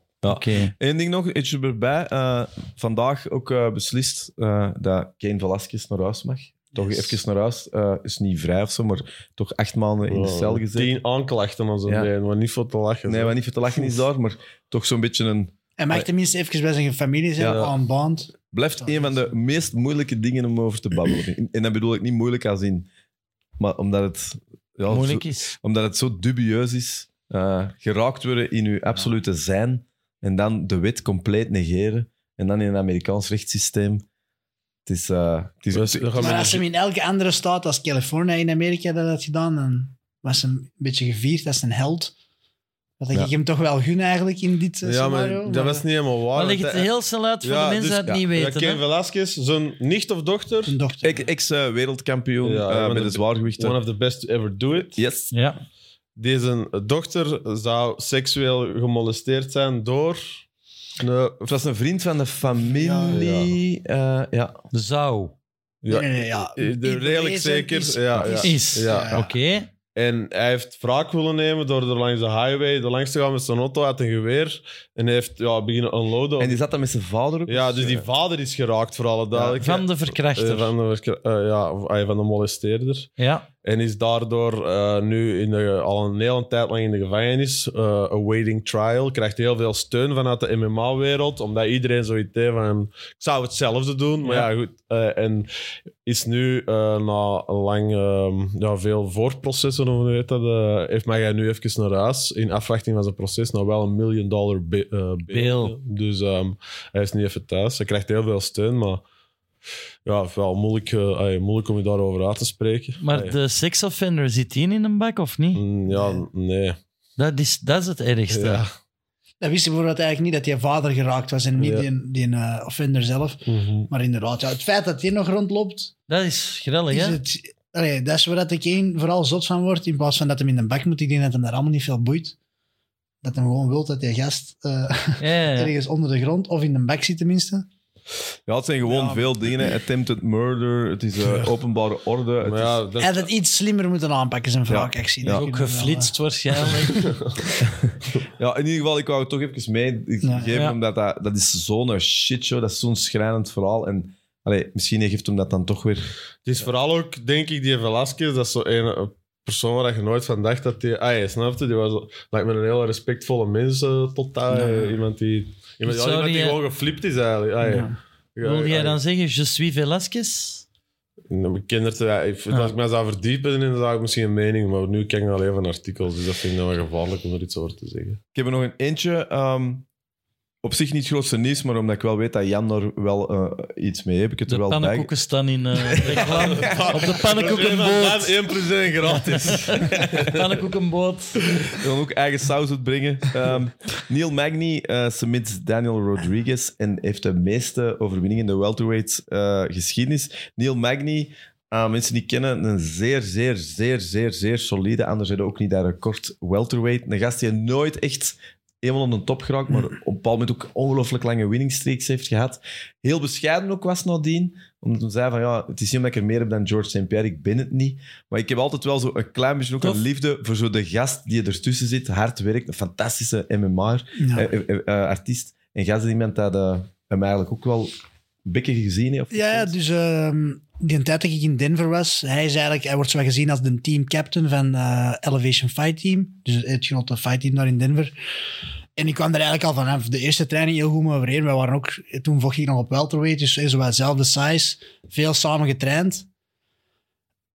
Speaker 1: Eén ding nog, ietsje erbij. Eh, vandaag ook eh, beslist eh, dat Kane Velasquez naar huis mag. Toch
Speaker 2: Yes.
Speaker 1: even naar huis. Eh, is niet vrij of zo, maar toch acht maanden in de
Speaker 4: Ja,
Speaker 1: cel gezet.
Speaker 4: Tien aanklachten aan zijn
Speaker 1: Ja.
Speaker 4: been, maar niet voor te lachen.
Speaker 1: Nee,
Speaker 4: zo.
Speaker 1: wat niet voor te lachen is daar, maar toch zo'n beetje een...
Speaker 2: Hij mag
Speaker 1: Maar-
Speaker 2: tenminste even bij zijn familie zijn,
Speaker 1: Ja.
Speaker 2: aan band.
Speaker 1: Blijft
Speaker 2: Dat
Speaker 1: een van
Speaker 2: is-
Speaker 1: de meest moeilijke dingen om over te babbelen. En dat bedoel ik niet moeilijk als in... Maar omdat het... Ja,
Speaker 3: Moeilijk
Speaker 1: zo-
Speaker 3: is.
Speaker 1: omdat het zo dubieus is. eh, geraakt worden in uw absolute zijn. En dan de wet compleet negeren. En dan in een Amerikaans rechtssysteem. Het is... eh, het is
Speaker 4: Dus, dan gaan we
Speaker 2: Maar
Speaker 4: naar-
Speaker 2: als hem in elke andere staat als Californië in Amerika dat had gedaan, dan was hem een beetje gevierd als een held. Wat ik hem toch wel gun eigenlijk in dit eh,
Speaker 4: ja, maar
Speaker 2: scenario.
Speaker 4: dat was niet helemaal
Speaker 1: Ah,
Speaker 4: waar.
Speaker 3: Maar
Speaker 4: want
Speaker 3: ligt het
Speaker 4: hij-
Speaker 3: heel snel uit voor de mensen
Speaker 4: dus-
Speaker 3: die het niet
Speaker 4: ja,
Speaker 3: weten.
Speaker 4: Ken
Speaker 3: hè?
Speaker 4: Velasquez, zo'n nicht of dochter.
Speaker 2: Zijn dochter.
Speaker 1: Ex-wereldkampioen
Speaker 4: Ja, ja, maar
Speaker 1: eh, met de
Speaker 4: dat-
Speaker 1: zwaargewichten.
Speaker 4: One of the best to ever do it.
Speaker 1: Yes.
Speaker 3: Ja.
Speaker 4: Deze dochter zou seksueel gemolesteerd zijn door... Een,
Speaker 1: Of was een vriend van de familie. eh, Ja.
Speaker 3: Zou.
Speaker 4: ja,
Speaker 2: Nee, nee, ja.
Speaker 4: eh, de-
Speaker 2: Iedereen
Speaker 4: redelijk zeker.
Speaker 2: is-
Speaker 4: ja, ja.
Speaker 3: Is.
Speaker 4: Ja.
Speaker 2: Ja.
Speaker 3: Oké.
Speaker 4: En hij heeft wraak willen nemen door er langs de highway er langs te gaan met zijn auto uit een geweer. En hij heeft ja, beginnen unloaden.
Speaker 1: En die zat dan met zijn vader ook.
Speaker 4: Ja, dus die vader is geraakt voor alle duidelijkheid.
Speaker 3: Van de verkrachter.
Speaker 4: Eh, van de, verkra- eh, ja, of, eh, van de molesteerder.
Speaker 3: Ja.
Speaker 4: En is daardoor eh, nu in de, al een hele tijd lang in de gevangenis. eh, awaiting trial. Krijgt heel veel steun vanuit de MMA-wereld. Omdat iedereen zoiets heeft van... Ik zou hetzelfde doen. Maar ja,
Speaker 3: Ja.
Speaker 4: goed. eh, en is nu eh, na lang... ehm, ja, veel voorprocessen, of hoe heet dat? eh, heeft mij jij nu even naar huis. In afwachting van zijn proces. Nou wel een miljoen dollar be- eh,
Speaker 3: Bail.
Speaker 4: Dus ehm, hij is niet even thuis. Hij krijgt heel veel steun, maar... Ja, wel moeilijk, eh, ey, moeilijk om je daarover uit te spreken.
Speaker 3: Maar
Speaker 4: Ey.
Speaker 3: de seksoffender, zit die in een bak of niet?
Speaker 4: Ah, Mm, Ja, nee.
Speaker 3: Dat, is, dat is het ergste.
Speaker 4: Ja.
Speaker 2: Dat wist je bijvoorbeeld eigenlijk niet, dat die vader geraakt was en niet
Speaker 4: Ja.
Speaker 2: die, die eh, offender zelf. Maar inderdaad, ja, het feit dat hij nog rondloopt,
Speaker 3: Dat is grillig,
Speaker 2: is
Speaker 3: hè?
Speaker 2: het... Allee, dat is waar dat ik één vooral zot van word, in plaats van dat hem in de bak moet. Ik denk dat hem daar allemaal niet veel boeit. Dat hem gewoon wil dat die gast eh,
Speaker 3: Ja, ja.
Speaker 2: ergens onder de grond, of in de bak zit tenminste.
Speaker 1: Ja, het zijn gewoon
Speaker 2: Ja.
Speaker 1: veel dingen. hè. Attempted murder, het is eh, openbare orde. het
Speaker 4: Maar
Speaker 1: is-
Speaker 4: ja, dat,
Speaker 2: Hij had het iets slimmer moeten aanpakken, zijn wraakactie.
Speaker 1: Ja.
Speaker 2: Dat
Speaker 3: Ook
Speaker 2: kunnen we wel,
Speaker 3: geflitst waarschijnlijk.
Speaker 1: Ja, in ieder geval, ik wou het toch even meegeven,
Speaker 2: Ja.
Speaker 3: Ja.
Speaker 1: omdat dat, dat is zo'n shitshow, dat is zo'n schrijnend verhaal. En allee, misschien heeft hem dat dan toch weer...
Speaker 4: het is vooral ook, denk ik, die Velasquez, dat is zo een eh, persoon waar je nooit van dacht dat die... Ah, je snapte, die was lijkt me een heel respectvolle mens eh, totaal. eh, Iemand die, iemand, ja,
Speaker 3: Sorry,
Speaker 4: iemand die
Speaker 3: eh.
Speaker 4: gewoon geflipt is eigenlijk. Ah, ja.
Speaker 2: Ja.
Speaker 4: Ja,
Speaker 3: Wil jij
Speaker 4: ja.
Speaker 3: dan zeggen, je suis Velasquez?
Speaker 4: Nou, mijn kinderen, ja, ik, vind- als ik mij zou verdiepen, dan zou ik misschien een mening, maar nu kijk ik alleen van artikels, dus dat vind ik dan wel gevaarlijk om er iets over te zeggen.
Speaker 1: Ik heb er nog een eentje. ehm, op zich niet het grootste nieuws, maar omdat ik wel weet dat Jan er wel eh, iets mee heeft, heb ik het
Speaker 3: De
Speaker 1: er wel bij.
Speaker 3: pannenkoeken staan in eh, reclame. Op de
Speaker 4: Dat is
Speaker 3: pannenkoekenboot.
Speaker 4: 1% gratis.
Speaker 3: pannenkoekenboot.
Speaker 1: Ik wil ook eigen saus uitbrengen. Ehm, Neil Magny eh submit Daniel Rodriguez en heeft de meeste overwinningen in de welterweight eh, geschiedenis. Neil Magny, aan mensen die kennen, een zeer, zeer, zeer, zeer, zeer solide, anders hebben ook niet dat record welterweight. Een gast die nooit echt helemaal op de top geraakt, maar op een bepaald moment ook ongelooflijk lange winningstreeks heeft gehad. Heel bescheiden ook was nadien, omdat hij zei van ja, het is niet omdat ik er meer heb dan George St. Pierre, ik ben het niet. Maar ik heb altijd wel zo een klein beetje ook
Speaker 3: Tof.
Speaker 1: een liefde voor zo de gast die ertussen zit, hard werkt, een fantastische MMA'er,
Speaker 2: Ja.
Speaker 1: eh, eh, eh, artiest. En gast is iemand dat eh, hem eigenlijk ook wel bekken gezien heeft.
Speaker 2: Ja, ja, dus ehm, die tijd dat ik in Denver was, hij, is eigenlijk, hij wordt zo gezien als de teamcaptain van eh, Elevation Fight Team. Dus het grote fight team daar in Denver. En ik kwam er eigenlijk al vanaf de eerste training heel goed mee overeen. Wij waren ook, toen vocht ik nog op welterweight, dus eh, zowel hetzelfde size. Veel samen getraind.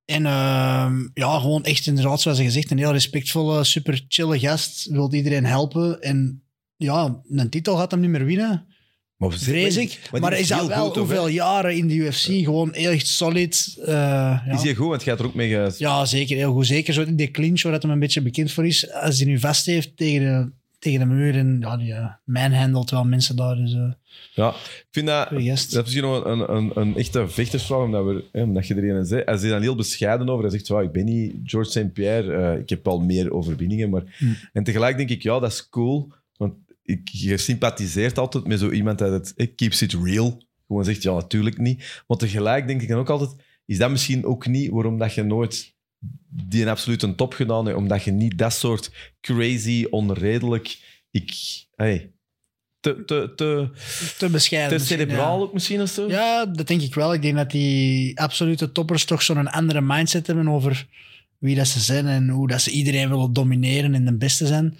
Speaker 2: En ehm, ja, gewoon echt inderdaad, zoals je zegt, een heel respectvolle, super chille gast. Wilt iedereen helpen. En ja, een titel gaat hem niet meer winnen.
Speaker 1: maar
Speaker 2: Vrees ik. Maar,
Speaker 1: die
Speaker 2: is dat
Speaker 1: heel
Speaker 2: wel
Speaker 1: goed, toch, hè?
Speaker 2: hoeveel jaren in de UFC? Gewoon heel echt solid. eh, ja.
Speaker 1: Is hij goed, want je gaat er ook mee eh, ges-
Speaker 2: ja, zeker. Heel goed. Zeker zo in die clinch, waar dat hem een beetje bekend voor is. Als hij nu vast heeft tegen de, tegen de muur en ja, die eh, manhandelt wel mensen daar. Dus, eh,
Speaker 1: Ja, ik vind dat...
Speaker 2: Goeie gast.
Speaker 1: Dat is misschien nog een, een, een echte vechtersvrouw, omdat, we, hè, omdat je er een zei. Hij is daar heel bescheiden over. Hij zegt, "Wauw, ik ben niet George St. Pierre, eh, ik heb al meer overwinningen. Maar... En tegelijk denk ik, ja, dat is cool. Want ik, je sympathiseert altijd met zo iemand dat het eh, keeps it real. Gewoon zegt, ja, natuurlijk niet. Maar tegelijk denk ik dan ook altijd, is dat misschien ook niet waarom dat je nooit die een absoluut een top gedaan hebt, omdat je niet dat soort crazy, onredelijk... Ik... Hey, te, te, te,
Speaker 2: te bescheiden.
Speaker 1: te
Speaker 2: misschien,
Speaker 1: cerebraal
Speaker 2: ja.
Speaker 1: ook misschien of zo?
Speaker 2: Ja, dat denk ik wel. Ik denk dat die absolute toppers toch zo'n andere mindset hebben over wie dat ze zijn en hoe dat ze iedereen willen domineren en de beste zijn.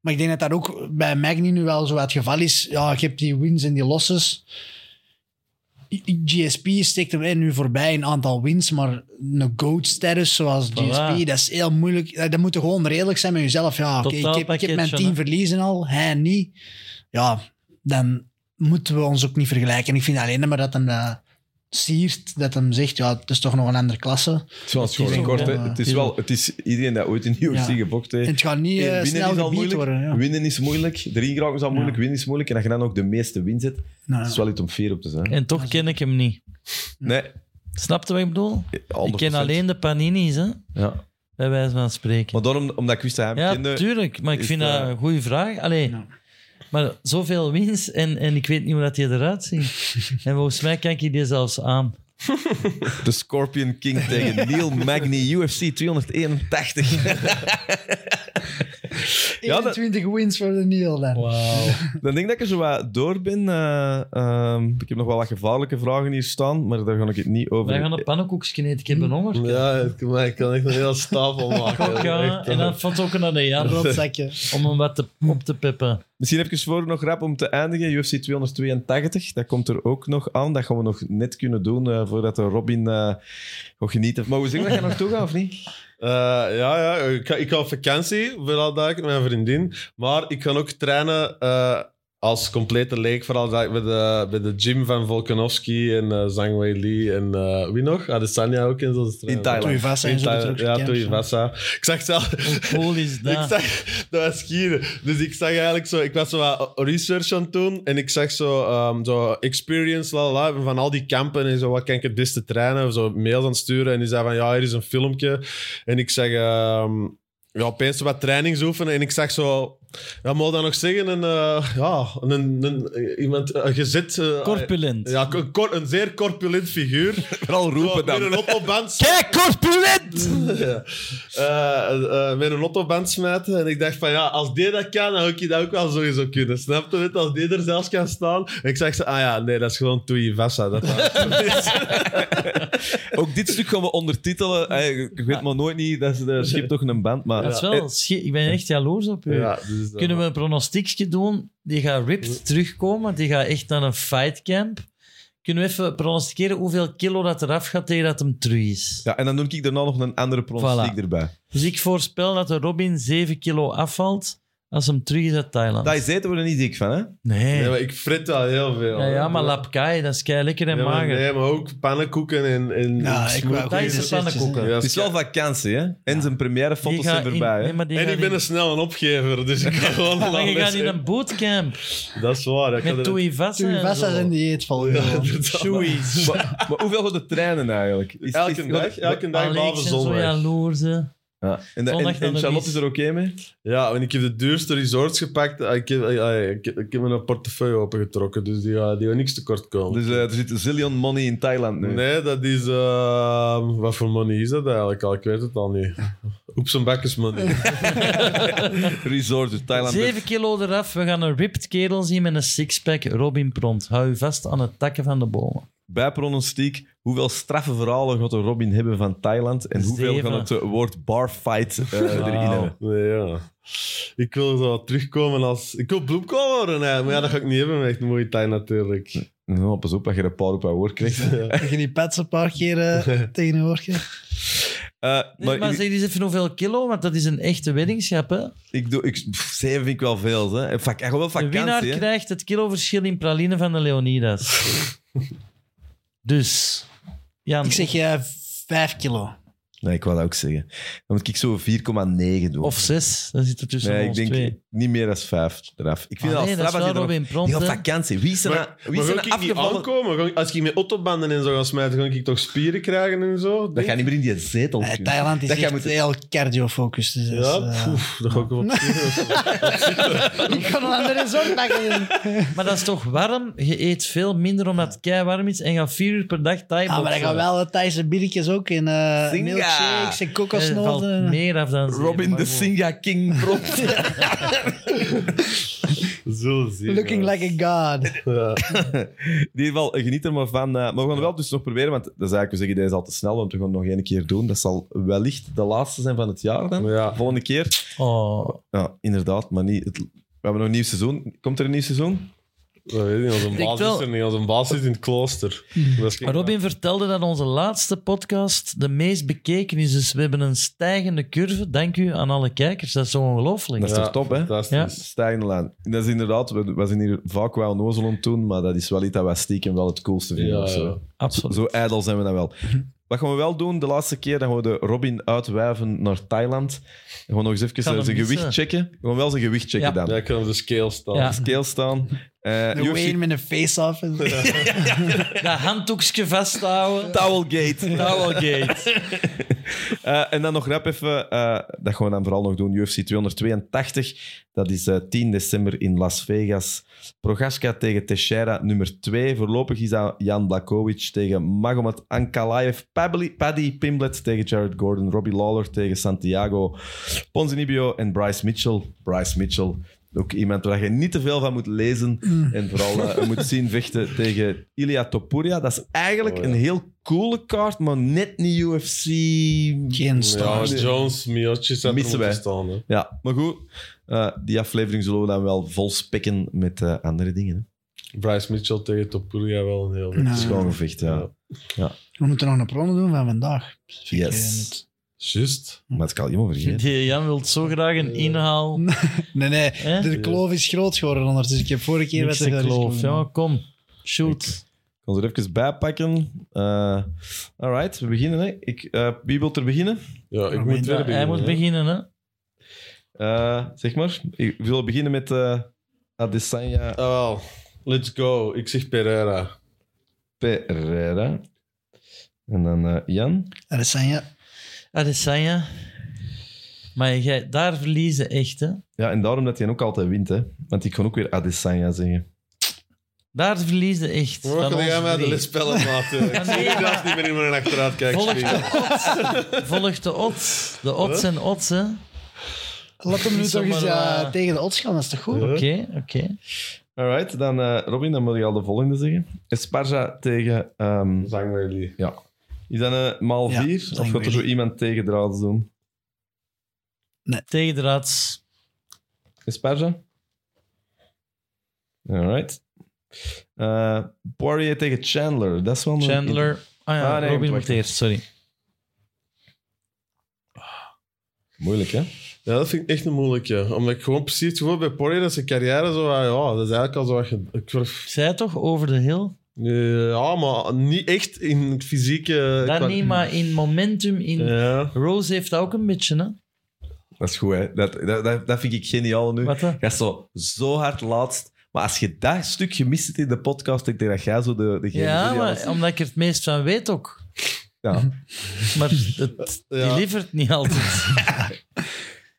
Speaker 2: Maar ik denk dat dat ook bij Magni nu wel zo het geval is. Ja, ik heb die wins en die losses. I- I- GSP steekt hem eh, nu voorbij een aantal wins, maar een GOAT-status zoals GSP, dat is heel moeilijk. Eh, Dat moet je gewoon redelijk zijn met jezelf. Ja, oké, ik, heb, ik heb mijn
Speaker 3: Totaalpakketje,
Speaker 2: team
Speaker 3: hè?
Speaker 2: verliezen al, hij niet. Ja, dan moeten we ons ook niet vergelijken. En ik vind alleen maar dat hem dat siert dat hem zegt, ja, het is toch nog een andere klasse.
Speaker 1: Het is wel een
Speaker 2: is
Speaker 1: schoring
Speaker 2: ook,
Speaker 1: kort.
Speaker 2: ja.
Speaker 1: hè. Het is wel, het is iedereen dat ooit in de UFC
Speaker 2: Ja.
Speaker 1: gebokt
Speaker 2: En
Speaker 1: heeft.
Speaker 2: het gaat niet
Speaker 1: Eén,
Speaker 2: eh, snel
Speaker 1: is al
Speaker 2: gebied
Speaker 1: moeilijk,
Speaker 2: worden. Ja.
Speaker 1: winnen is moeilijk, erin geraken is al moeilijk, winnen is moeilijk. En dat je dan ook de meeste win zet,
Speaker 2: Nou,
Speaker 1: dat is wel iets om fier op te zijn.
Speaker 3: En toch ken ik hem niet.
Speaker 1: Nee,
Speaker 3: Snap je wat ik bedoel?
Speaker 1: 100%.
Speaker 3: Ik ken alleen de Panini's, hè?
Speaker 1: Ja.
Speaker 3: bij wijze van spreken.
Speaker 1: Maar daarom, omdat ik wist dat hij hem
Speaker 3: Ja,
Speaker 1: kende...
Speaker 3: tuurlijk. Maar ik
Speaker 1: is
Speaker 3: vind
Speaker 1: het,
Speaker 3: dat
Speaker 1: eh,
Speaker 3: een goede vraag. Allee,
Speaker 2: Ja.
Speaker 3: Maar zoveel winst en, en ik weet niet hoe dat hij eruit ziet. en volgens mij kijk je die zelfs aan.
Speaker 1: De Scorpion King tegen Neil Magny, UFC 281. Ja, dat-
Speaker 2: 21 wins voor de Neil dan.
Speaker 3: Wauw.
Speaker 1: Dan denk ik dat ik er zo wat door ben. Eh, ehm, ik heb nog wel wat gevaarlijke vragen hier staan, maar daar ga ik het niet over...
Speaker 3: Wij gaan een pannenkoekje eten. Ik heb een honger.
Speaker 4: Ja, ik, maar ik kan echt een hele stapel maken.
Speaker 3: Ook, ja,
Speaker 4: Echt,
Speaker 3: en
Speaker 4: eh.
Speaker 3: dan valt ook naar de
Speaker 2: Een
Speaker 3: jaar
Speaker 2: rood zakje.
Speaker 3: om hem wat te, op te peppen.
Speaker 1: Misschien even voor nog rap om te eindigen. UFC 282, dat komt er ook nog aan. Dat gaan we nog net kunnen doen eh, voordat de Robin eh, gaat genieten. Mogen we zeggen dat je nog toe gaat of niet?
Speaker 4: Eh, ja, ja ik, ga, ik ga op vakantie, vooral dat ik met mijn vriendin. Maar ik kan ook trainen eh, als complete leek, vooral dat ik bij de, bij de gym van Volkanovski en eh Zhang Wei Li en eh, wie nog? Adesanya ook in zo'n trainen.
Speaker 1: In Thailand.
Speaker 2: Doe je vast
Speaker 4: In
Speaker 2: en zo.
Speaker 4: Thailand, ja, toen je vast zat. Ik zag zelf...
Speaker 3: Hoe cool is dat?
Speaker 4: Ik zag, dat was hier. Dus ik zag eigenlijk zo, ik was zo wat research aan het doen en ik zag zo, ehm, zo experience la, la, la, van al die kampen en zo, wat kan ik het beste trainen? Of zo mails aan het sturen en die zei van, ja, hier is een filmpje. En ik zeg, ehm, ja, opeens zo wat trainingsoefenen en ik zag zo, ja, moet ik dat nog zeggen? Een, eh, ja, een, een, iemand, een gezet... eh,
Speaker 3: Corpulent.
Speaker 4: Ja, een, cor- een zeer corpulent figuur.
Speaker 1: Vooral roepen
Speaker 4: Met
Speaker 1: dan.
Speaker 4: een opband
Speaker 3: Kijk, corpulent!
Speaker 4: ja. Eh, eh, met een autoband smijten. En ik dacht van ja, als die dat kan, dan moet je dat ook wel sowieso kunnen. Snap je het? Als die er zelfs kan staan. En ik zeg ze, ah ja, nee, dat is gewoon Toei Vassa. Dat
Speaker 1: Ook dit stuk gaan we ondertitelen. Eh, Ik weet maar nooit niet, dat, is, dat schipt toch een band. Maar
Speaker 3: Dat is wel... schi- Ik ben echt jaloers op u.
Speaker 4: Eh, ja, dus, eh,
Speaker 3: Kunnen we een pronostiekje doen? Die gaat ripped terugkomen. Die gaat echt naar een fightcamp. Kunnen we even pronosticeren hoeveel kilo dat eraf gaat tegen dat hem terug is?
Speaker 1: Ja, en dan doe ik daarna nog een andere pronostiek
Speaker 3: Voilà.
Speaker 1: erbij.
Speaker 3: Dus ik voorspel dat de Robin 7 kilo afvalt als hem terug is uit Thailand.
Speaker 1: Dat is eten we er niet dik van, hè?
Speaker 3: Nee.
Speaker 4: Nee, maar ik frit al heel veel.
Speaker 3: ja, ja, maar lapkai, dat is kei lekker en
Speaker 4: Ja, maar
Speaker 3: mager.
Speaker 4: Nee, maar ook pannenkoeken en... en
Speaker 2: Ja,
Speaker 4: en
Speaker 2: ik
Speaker 4: smoothies.
Speaker 2: wou
Speaker 3: Dat is een pannenkoeken.
Speaker 4: Ja,
Speaker 1: Het is wel vakantie, hè? En zijn première
Speaker 3: Die
Speaker 1: foto's
Speaker 3: gaat
Speaker 1: zijn
Speaker 3: in-
Speaker 1: erbij, hè?
Speaker 3: nee, maar die
Speaker 4: En
Speaker 3: gaat
Speaker 4: ik ben
Speaker 3: in- Ah,
Speaker 4: een snel een opgever, dus ik ga gewoon...
Speaker 3: Maar je
Speaker 4: alles
Speaker 3: gaat in een bootcamp
Speaker 4: eten. Dat is waar. ik had
Speaker 3: met
Speaker 4: er-
Speaker 3: Toei Vassa
Speaker 2: Toen je
Speaker 3: en
Speaker 2: vast
Speaker 3: zo.
Speaker 2: zat in dieet volgen.
Speaker 1: Sjoeis. maar, maar hoeveel gaat het trainen eigenlijk? Is-
Speaker 4: Elke
Speaker 1: is-
Speaker 4: dag, elke dag,
Speaker 3: Alex
Speaker 4: behalve
Speaker 3: en zo
Speaker 4: zondag.
Speaker 3: jaloers. hè.
Speaker 1: Ja. En, en,
Speaker 3: Zondag
Speaker 1: en
Speaker 3: dan de
Speaker 1: Charlotte
Speaker 3: mis.
Speaker 1: is er oké mee?
Speaker 4: Ja, en ik heb de duurste resorts gepakt. Ah, Ik heb, ah, ja, ik, ik heb mijn portefeuille opengetrokken, dus die, gaat- die gaat niks tekort komen.
Speaker 1: Dus eh, er zit een zillion money in Thailand nu.
Speaker 4: Nee, dat is... ehm, wat voor money is dat eigenlijk al? Ik weet het al niet. Oeps en bakkes money.
Speaker 1: Resort, dus Thailand.
Speaker 3: 7 kilo eraf, we gaan een ripped kerel zien met een sixpack. Robin Pront, hou je vast aan de takken van de bomen.
Speaker 1: Bij pronostiek, hoeveel straffe verhalen gaat de Robin hebben van Thailand? En hoeveel
Speaker 3: Zeven.
Speaker 1: gaat het eh, woord barfight eh, erin
Speaker 3: Wauw.
Speaker 1: hebben?
Speaker 4: Nee, ja. Ik wil zo terugkomen als... Ik wil bloemkool worden, hè. maar ja, dat ga ik niet hebben met mooie tijd natuurlijk. eh.
Speaker 1: Nou, pas op dat je een paar op haar woord krijgt.
Speaker 2: Heb je die pets een paar keer eh, tegen je oor gekregen?
Speaker 1: Eh,
Speaker 3: Nee, maar,
Speaker 1: maar ik,
Speaker 3: zeg eens even hoeveel kilo, want dat is een echte weddingschap. Hè?
Speaker 1: ik doe, ik, pff, zeven vind ik wel veel. Hè. En vak- Echt wel
Speaker 3: De winnaar
Speaker 1: vakantie. hè.
Speaker 3: krijgt het kiloverschil in praline van de Leonidas. dus, Jan,
Speaker 2: Ik zeg jij 5 kilo.
Speaker 1: Nee, ik wou dat ook zeggen. Dan moet ik zo 4,9 doen.
Speaker 3: of zes, dat zit er tussen
Speaker 1: nee, ik
Speaker 3: ons
Speaker 1: denk
Speaker 3: twee.
Speaker 1: niet meer dan vijf eraf. Ik vind
Speaker 3: Ah,
Speaker 1: dat
Speaker 3: nee,
Speaker 1: al
Speaker 3: dat is
Speaker 1: straf als
Speaker 3: wel
Speaker 1: je dan
Speaker 3: Robin Pront.
Speaker 1: Die gaat
Speaker 3: hè.
Speaker 1: vakantie. Wie is er
Speaker 4: Maar,
Speaker 1: na- wie
Speaker 4: maar
Speaker 1: is er
Speaker 4: ga
Speaker 1: na
Speaker 4: ik niet
Speaker 1: afgevallen?
Speaker 4: aankomen? Ga ik- Als ik met autobanden en zo ga smijten, ga ik toch spieren krijgen en zo?
Speaker 1: Dat gaat niet meer in die zetel
Speaker 2: Eh,
Speaker 1: kunnen.
Speaker 2: Thailand is
Speaker 1: Dat
Speaker 2: echt
Speaker 1: jij moet-
Speaker 2: heel cardio-focused. Dus, dat is,
Speaker 4: Ja,
Speaker 2: eh,
Speaker 4: poef, dat ga ik wel op
Speaker 2: ik kan een andere resort pakken.
Speaker 3: Maar dat is toch warm? Je eet veel minder omdat het kei warm is en je gaat vier uur per dag
Speaker 2: Ah,
Speaker 3: Thai
Speaker 2: maar er
Speaker 3: boksen.
Speaker 2: gaan wel de Thaise biertjes ook in.
Speaker 1: Singa.
Speaker 2: eh, milkshakes en
Speaker 3: Er Eh, valt
Speaker 2: kokosnoten.
Speaker 3: meer af dan zeven,
Speaker 1: Robin
Speaker 3: maar
Speaker 1: de
Speaker 3: goed.
Speaker 1: Singa King Pront.
Speaker 4: Zullen zien.
Speaker 2: Looking
Speaker 4: ja.
Speaker 2: like a god.
Speaker 4: Ja.
Speaker 1: In ieder geval, eh, geniet er maar van. eh, maar we gaan het wel dus nog proberen, want dat is eigenlijk, we zeggen deze al te snel, want we gaan het nog één keer doen. Dat zal wellicht de laatste zijn van het jaar dan.
Speaker 4: Ja.
Speaker 1: Volgende keer.
Speaker 3: Oh,
Speaker 1: Ja, inderdaad, maar niet... Het, we hebben nog een nieuw seizoen. Komt er een nieuw seizoen?
Speaker 4: Dat weet ik niet, onze
Speaker 3: denk
Speaker 4: baas
Speaker 3: wel-
Speaker 4: is er niet. Onze baas zit in het klooster. Dat is-
Speaker 3: Hmm. Maar Robin vertelde dat onze laatste podcast de meest bekeken is. Dus we hebben een stijgende curve. Dank u aan alle kijkers. Dat is zo ongelooflijk.
Speaker 1: Dat is toch top, hè?
Speaker 4: Fantastisch.
Speaker 1: Stijgende lijn. Dat is inderdaad, we, we zijn hier vaak wel nozel om toen, maar dat is wel iets dat wij stiekem wel het coolste vinden.
Speaker 4: Ja,
Speaker 1: of zo.
Speaker 4: ja.
Speaker 1: Zo,
Speaker 3: Absoluut.
Speaker 1: zo ijdel zijn we dan wel. Wat gaan we wel doen de laatste keer? Dan gaan we de Robin uitwijven naar Thailand. We gaan nog eh, eens even
Speaker 3: Kan hem
Speaker 1: zijn gewicht
Speaker 3: missen.
Speaker 1: checken. We gaan wel zijn gewicht checken
Speaker 3: Ja.
Speaker 1: dan.
Speaker 4: Ja, ik kan op de scale staan.
Speaker 3: Ja.
Speaker 1: Scale staan. Eh,
Speaker 2: De
Speaker 1: UFC
Speaker 2: Wayne met een face-off. en-
Speaker 3: Dat handdoekje vasthouden.
Speaker 1: Towelgate.
Speaker 3: Towelgate.
Speaker 1: Eh, en dan nog rap even, eh, dat gaan we dan vooral nog doen, UFC 282. Dat is eh, 10 december in Las Vegas. Progaska tegen Teixeira, nummer 2. Voorlopig is dat Jan Blakovic tegen Magomed Ankalaev. Pabli- Paddy Pimblet tegen Jared Gordon. Robbie Lawler tegen Santiago Ponzinibbio. En Bryce Mitchell. Bryce Mitchell. Ook iemand waar je niet te veel van moet lezen.
Speaker 4: Mm.
Speaker 1: En vooral eh, moet zien vechten tegen Ilia Topuria. Dat is eigenlijk
Speaker 4: Oh, ja.
Speaker 1: een heel coole kaart, maar net niet UFC.
Speaker 2: Geen
Speaker 4: Ja,
Speaker 2: star.
Speaker 4: Jones, Miocic,
Speaker 1: Missen
Speaker 4: dat moeten
Speaker 1: wij.
Speaker 4: staan. Hè.
Speaker 1: Ja, maar goed. eh, die aflevering zullen we dan wel volspikken met eh, andere dingen. Hè?
Speaker 4: Bryce Mitchell tegen Topuria wel een
Speaker 3: Nou,
Speaker 4: heel...
Speaker 2: Ja.
Speaker 1: Het is gewoon een gevecht, ja.
Speaker 2: We moeten nog een promo doen van vandaag.
Speaker 1: Yes.
Speaker 4: Juist.
Speaker 1: Maar het kan ik helemaal vergeten.
Speaker 3: Die Jan wil zo graag een inhaal.
Speaker 2: Nee, nee.
Speaker 3: Hè?
Speaker 2: De kloof is groot geworden ondertussen. Ik heb vorige keer...
Speaker 3: Niks
Speaker 2: werd
Speaker 3: te
Speaker 2: er
Speaker 3: kloof.
Speaker 2: gezegd-
Speaker 3: Ja, kom. Shoot.
Speaker 1: Ik kan ze er even bij pakken. Eh, alright, we beginnen. Hè. Ik, eh, wie wil er beginnen?
Speaker 4: Ja, ik
Speaker 2: Ja,
Speaker 4: moet weer
Speaker 3: Ja, eh, hij
Speaker 4: beginnen.
Speaker 3: moet
Speaker 4: hè.
Speaker 3: beginnen, hè.
Speaker 1: Eh, zeg maar. Ik wil beginnen met eh Adesanya
Speaker 4: Ah, wel. Let's go. Ik zeg Pereira.
Speaker 1: Pereira. En dan eh, Jan.
Speaker 2: Adesanya.
Speaker 3: Adesanya. Maar jij, daar verliezen echt, hè.
Speaker 1: Ja, en daarom dat hij ook altijd wint. Hè. Want ik kan ook weer Adesanya zeggen.
Speaker 3: Daar verliezen echt.
Speaker 4: Hoe
Speaker 3: van
Speaker 4: kan jij
Speaker 3: ons
Speaker 4: mij de
Speaker 3: drie.
Speaker 4: les spellen laten? Ik
Speaker 3: Ja,
Speaker 4: zie
Speaker 3: nee,
Speaker 4: zelfs niet meer in mijn achteruit kijken.
Speaker 3: Volg de odds. Volg de odds. De odds en odds, hè.
Speaker 2: Laat hem nu
Speaker 3: Is
Speaker 2: toch eens
Speaker 3: zomaar,
Speaker 2: eh,
Speaker 3: eh,
Speaker 2: tegen de odds gaan, dat is toch goed?
Speaker 4: Ja.
Speaker 3: Oké, oké.
Speaker 1: Alright, dan eh, Robin, dan moet je al de volgende zeggen. Esparza tegen ehm,
Speaker 4: Zangweli.
Speaker 1: Ja. Is dat een maal
Speaker 2: Ja,
Speaker 1: vier?
Speaker 2: dat
Speaker 1: of gaat er
Speaker 2: weet
Speaker 1: zo
Speaker 2: ik.
Speaker 1: iemand tegen draad doen?
Speaker 3: Tegen de raads.
Speaker 1: Esparza? Alright. Eh Poirier tegen Chandler. Dat is wel een-
Speaker 3: Chandler. Ah ja,
Speaker 1: Ah, nee,
Speaker 3: Robin
Speaker 1: wacht.
Speaker 3: moet eerst, sorry.
Speaker 1: Moeilijk, hè?
Speaker 4: Ja, dat vind ik echt een moeilijke. Omdat ik gewoon precies het gevoel heb bij Poirier dat zijn carrière zo... ah, Ja, dat is eigenlijk al zo... wat ge- ik ver-
Speaker 3: Zij toch over de hill?
Speaker 4: Ja, maar niet echt in fysieke... eh,
Speaker 3: Dat niet, maar in momentum. In...
Speaker 1: Eh.
Speaker 4: Ja.
Speaker 3: Rose heeft dat ook een beetje, hè?
Speaker 1: Dat is goed, hè? Dat, dat, dat, dat vind ik geniaal nu.
Speaker 3: Wat dan?
Speaker 1: Dat is zo, zo hard laatst. Maar als je dat stuk gemist hebt in de podcast, ik denk dat jij zo de, degene
Speaker 3: Ja,
Speaker 1: bent die alles-
Speaker 3: maar omdat ik er het meest van weet ook.
Speaker 1: Ja.
Speaker 3: Maar het
Speaker 4: Ja.
Speaker 3: delivert niet altijd.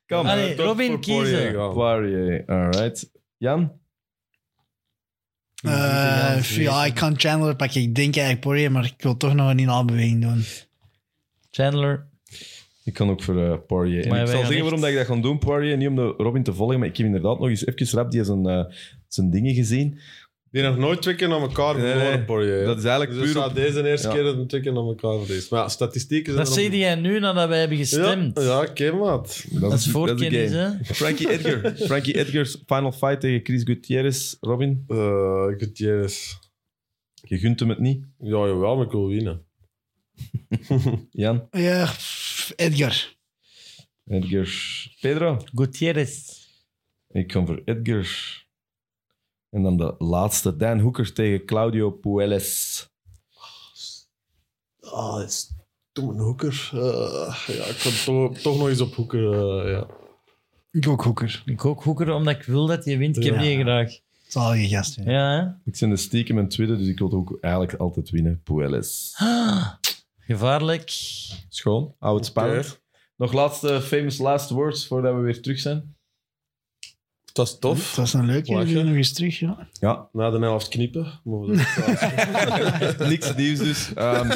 Speaker 1: Kom, eh,
Speaker 3: Ah, nee.
Speaker 4: Toch
Speaker 3: Robin
Speaker 4: voor Poirier
Speaker 3: kiezen.
Speaker 4: gaan.
Speaker 1: Poirier. Alright. Jan?
Speaker 2: Eh,
Speaker 4: Ja,
Speaker 2: ja, ik kan Chandler pakken. Ik denk eigenlijk Poirier, maar ik wil toch nog een inhaalbeweging doen.
Speaker 3: Chandler.
Speaker 1: Ik kan ook voor eh, Poirier. En
Speaker 3: Maar
Speaker 1: ik zal
Speaker 3: wij gaan
Speaker 1: zeggen
Speaker 3: echt-
Speaker 1: waarom dat ik dat ga doen, Poirier. Niet om de Robin te volgen, maar ik heb inderdaad nog eens even rap die zijn, eh, zijn dingen gezien.
Speaker 4: Die nog nooit twee keer aan elkaar
Speaker 1: Nee,
Speaker 4: verloren,
Speaker 1: nee.
Speaker 4: Poirier.
Speaker 1: Dat is eigenlijk
Speaker 4: dus
Speaker 1: puur
Speaker 4: dat
Speaker 1: op-
Speaker 4: zou deze de eerste
Speaker 1: Ja.
Speaker 4: keer dat een twee keer aan elkaar verliest. Maar ja, statistieken zijn...
Speaker 3: Dat
Speaker 4: er
Speaker 3: zei
Speaker 4: om-
Speaker 3: jij nu nadat wij hebben gestemd.
Speaker 4: Ja, ja oké, maat.
Speaker 3: Dat is voorkennis,
Speaker 1: game.
Speaker 3: hè?
Speaker 1: Frankie Edgar. Frankie Edgar's final fight tegen Chris Gutierrez. Robin,
Speaker 4: Eh, Gutierrez.
Speaker 1: je gunt hem het niet.
Speaker 4: Ja, jawel, maar ik wil winnen.
Speaker 1: Jan,
Speaker 2: Ja, pff, Edgar.
Speaker 1: Edgar. Pedro,
Speaker 3: Gutierrez.
Speaker 1: ik ga voor Edgar. En dan de laatste, Dan Hoeker tegen Claudio Puelles.
Speaker 4: Ah, dat is toch een hoeker. Eh, ja, ik kan toch, toch nog eens op hoeker. eh, ja.
Speaker 2: Ik ook Hoeker.
Speaker 3: Ik ook hoeker, omdat ik wil dat je wint. Ik heb
Speaker 2: Ja.
Speaker 3: die graag.
Speaker 2: Zalige gast. hè.
Speaker 3: Ja, hè?
Speaker 1: Ik ben de stiekem en tweede, dus ik wil ook eigenlijk altijd winnen. Puelles.
Speaker 3: Ah, gevaarlijk.
Speaker 1: Schoon, oud spannend. Nog laatste famous last words voordat we weer terug zijn.
Speaker 4: Dat is
Speaker 2: Het
Speaker 4: tof.
Speaker 2: was een leuke.
Speaker 4: Lachen.
Speaker 2: Jullie nog eens terug, ja.
Speaker 1: Ja,
Speaker 4: Na de helft knippen. Maar we doen-
Speaker 1: niks nieuws dus. Ehm,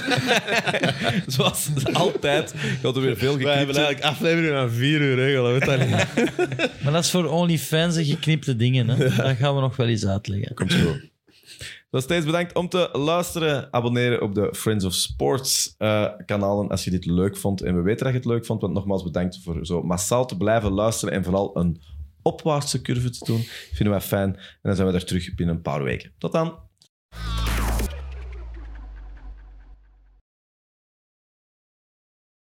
Speaker 1: zoals altijd gaat er weer veel
Speaker 4: Wij hebben
Speaker 1: geknipt.
Speaker 4: eigenlijk aflevering aan vier uur regelen. Weet dat niet?
Speaker 3: Maar dat is voor OnlyFans en geknipte dingen, hè? Dat gaan we nog wel eens uitleggen.
Speaker 1: Komt zo. Nog steeds bedankt om te luisteren. Abonneren op de Friends of Sports eh, kanalen als je dit leuk vond. En we weten dat je het leuk vond, want nogmaals bedankt voor zo massaal te blijven luisteren en vooral een opwaartse curve te doen. Vinden wij fijn. En dan zijn we daar terug binnen een paar weken. Tot dan.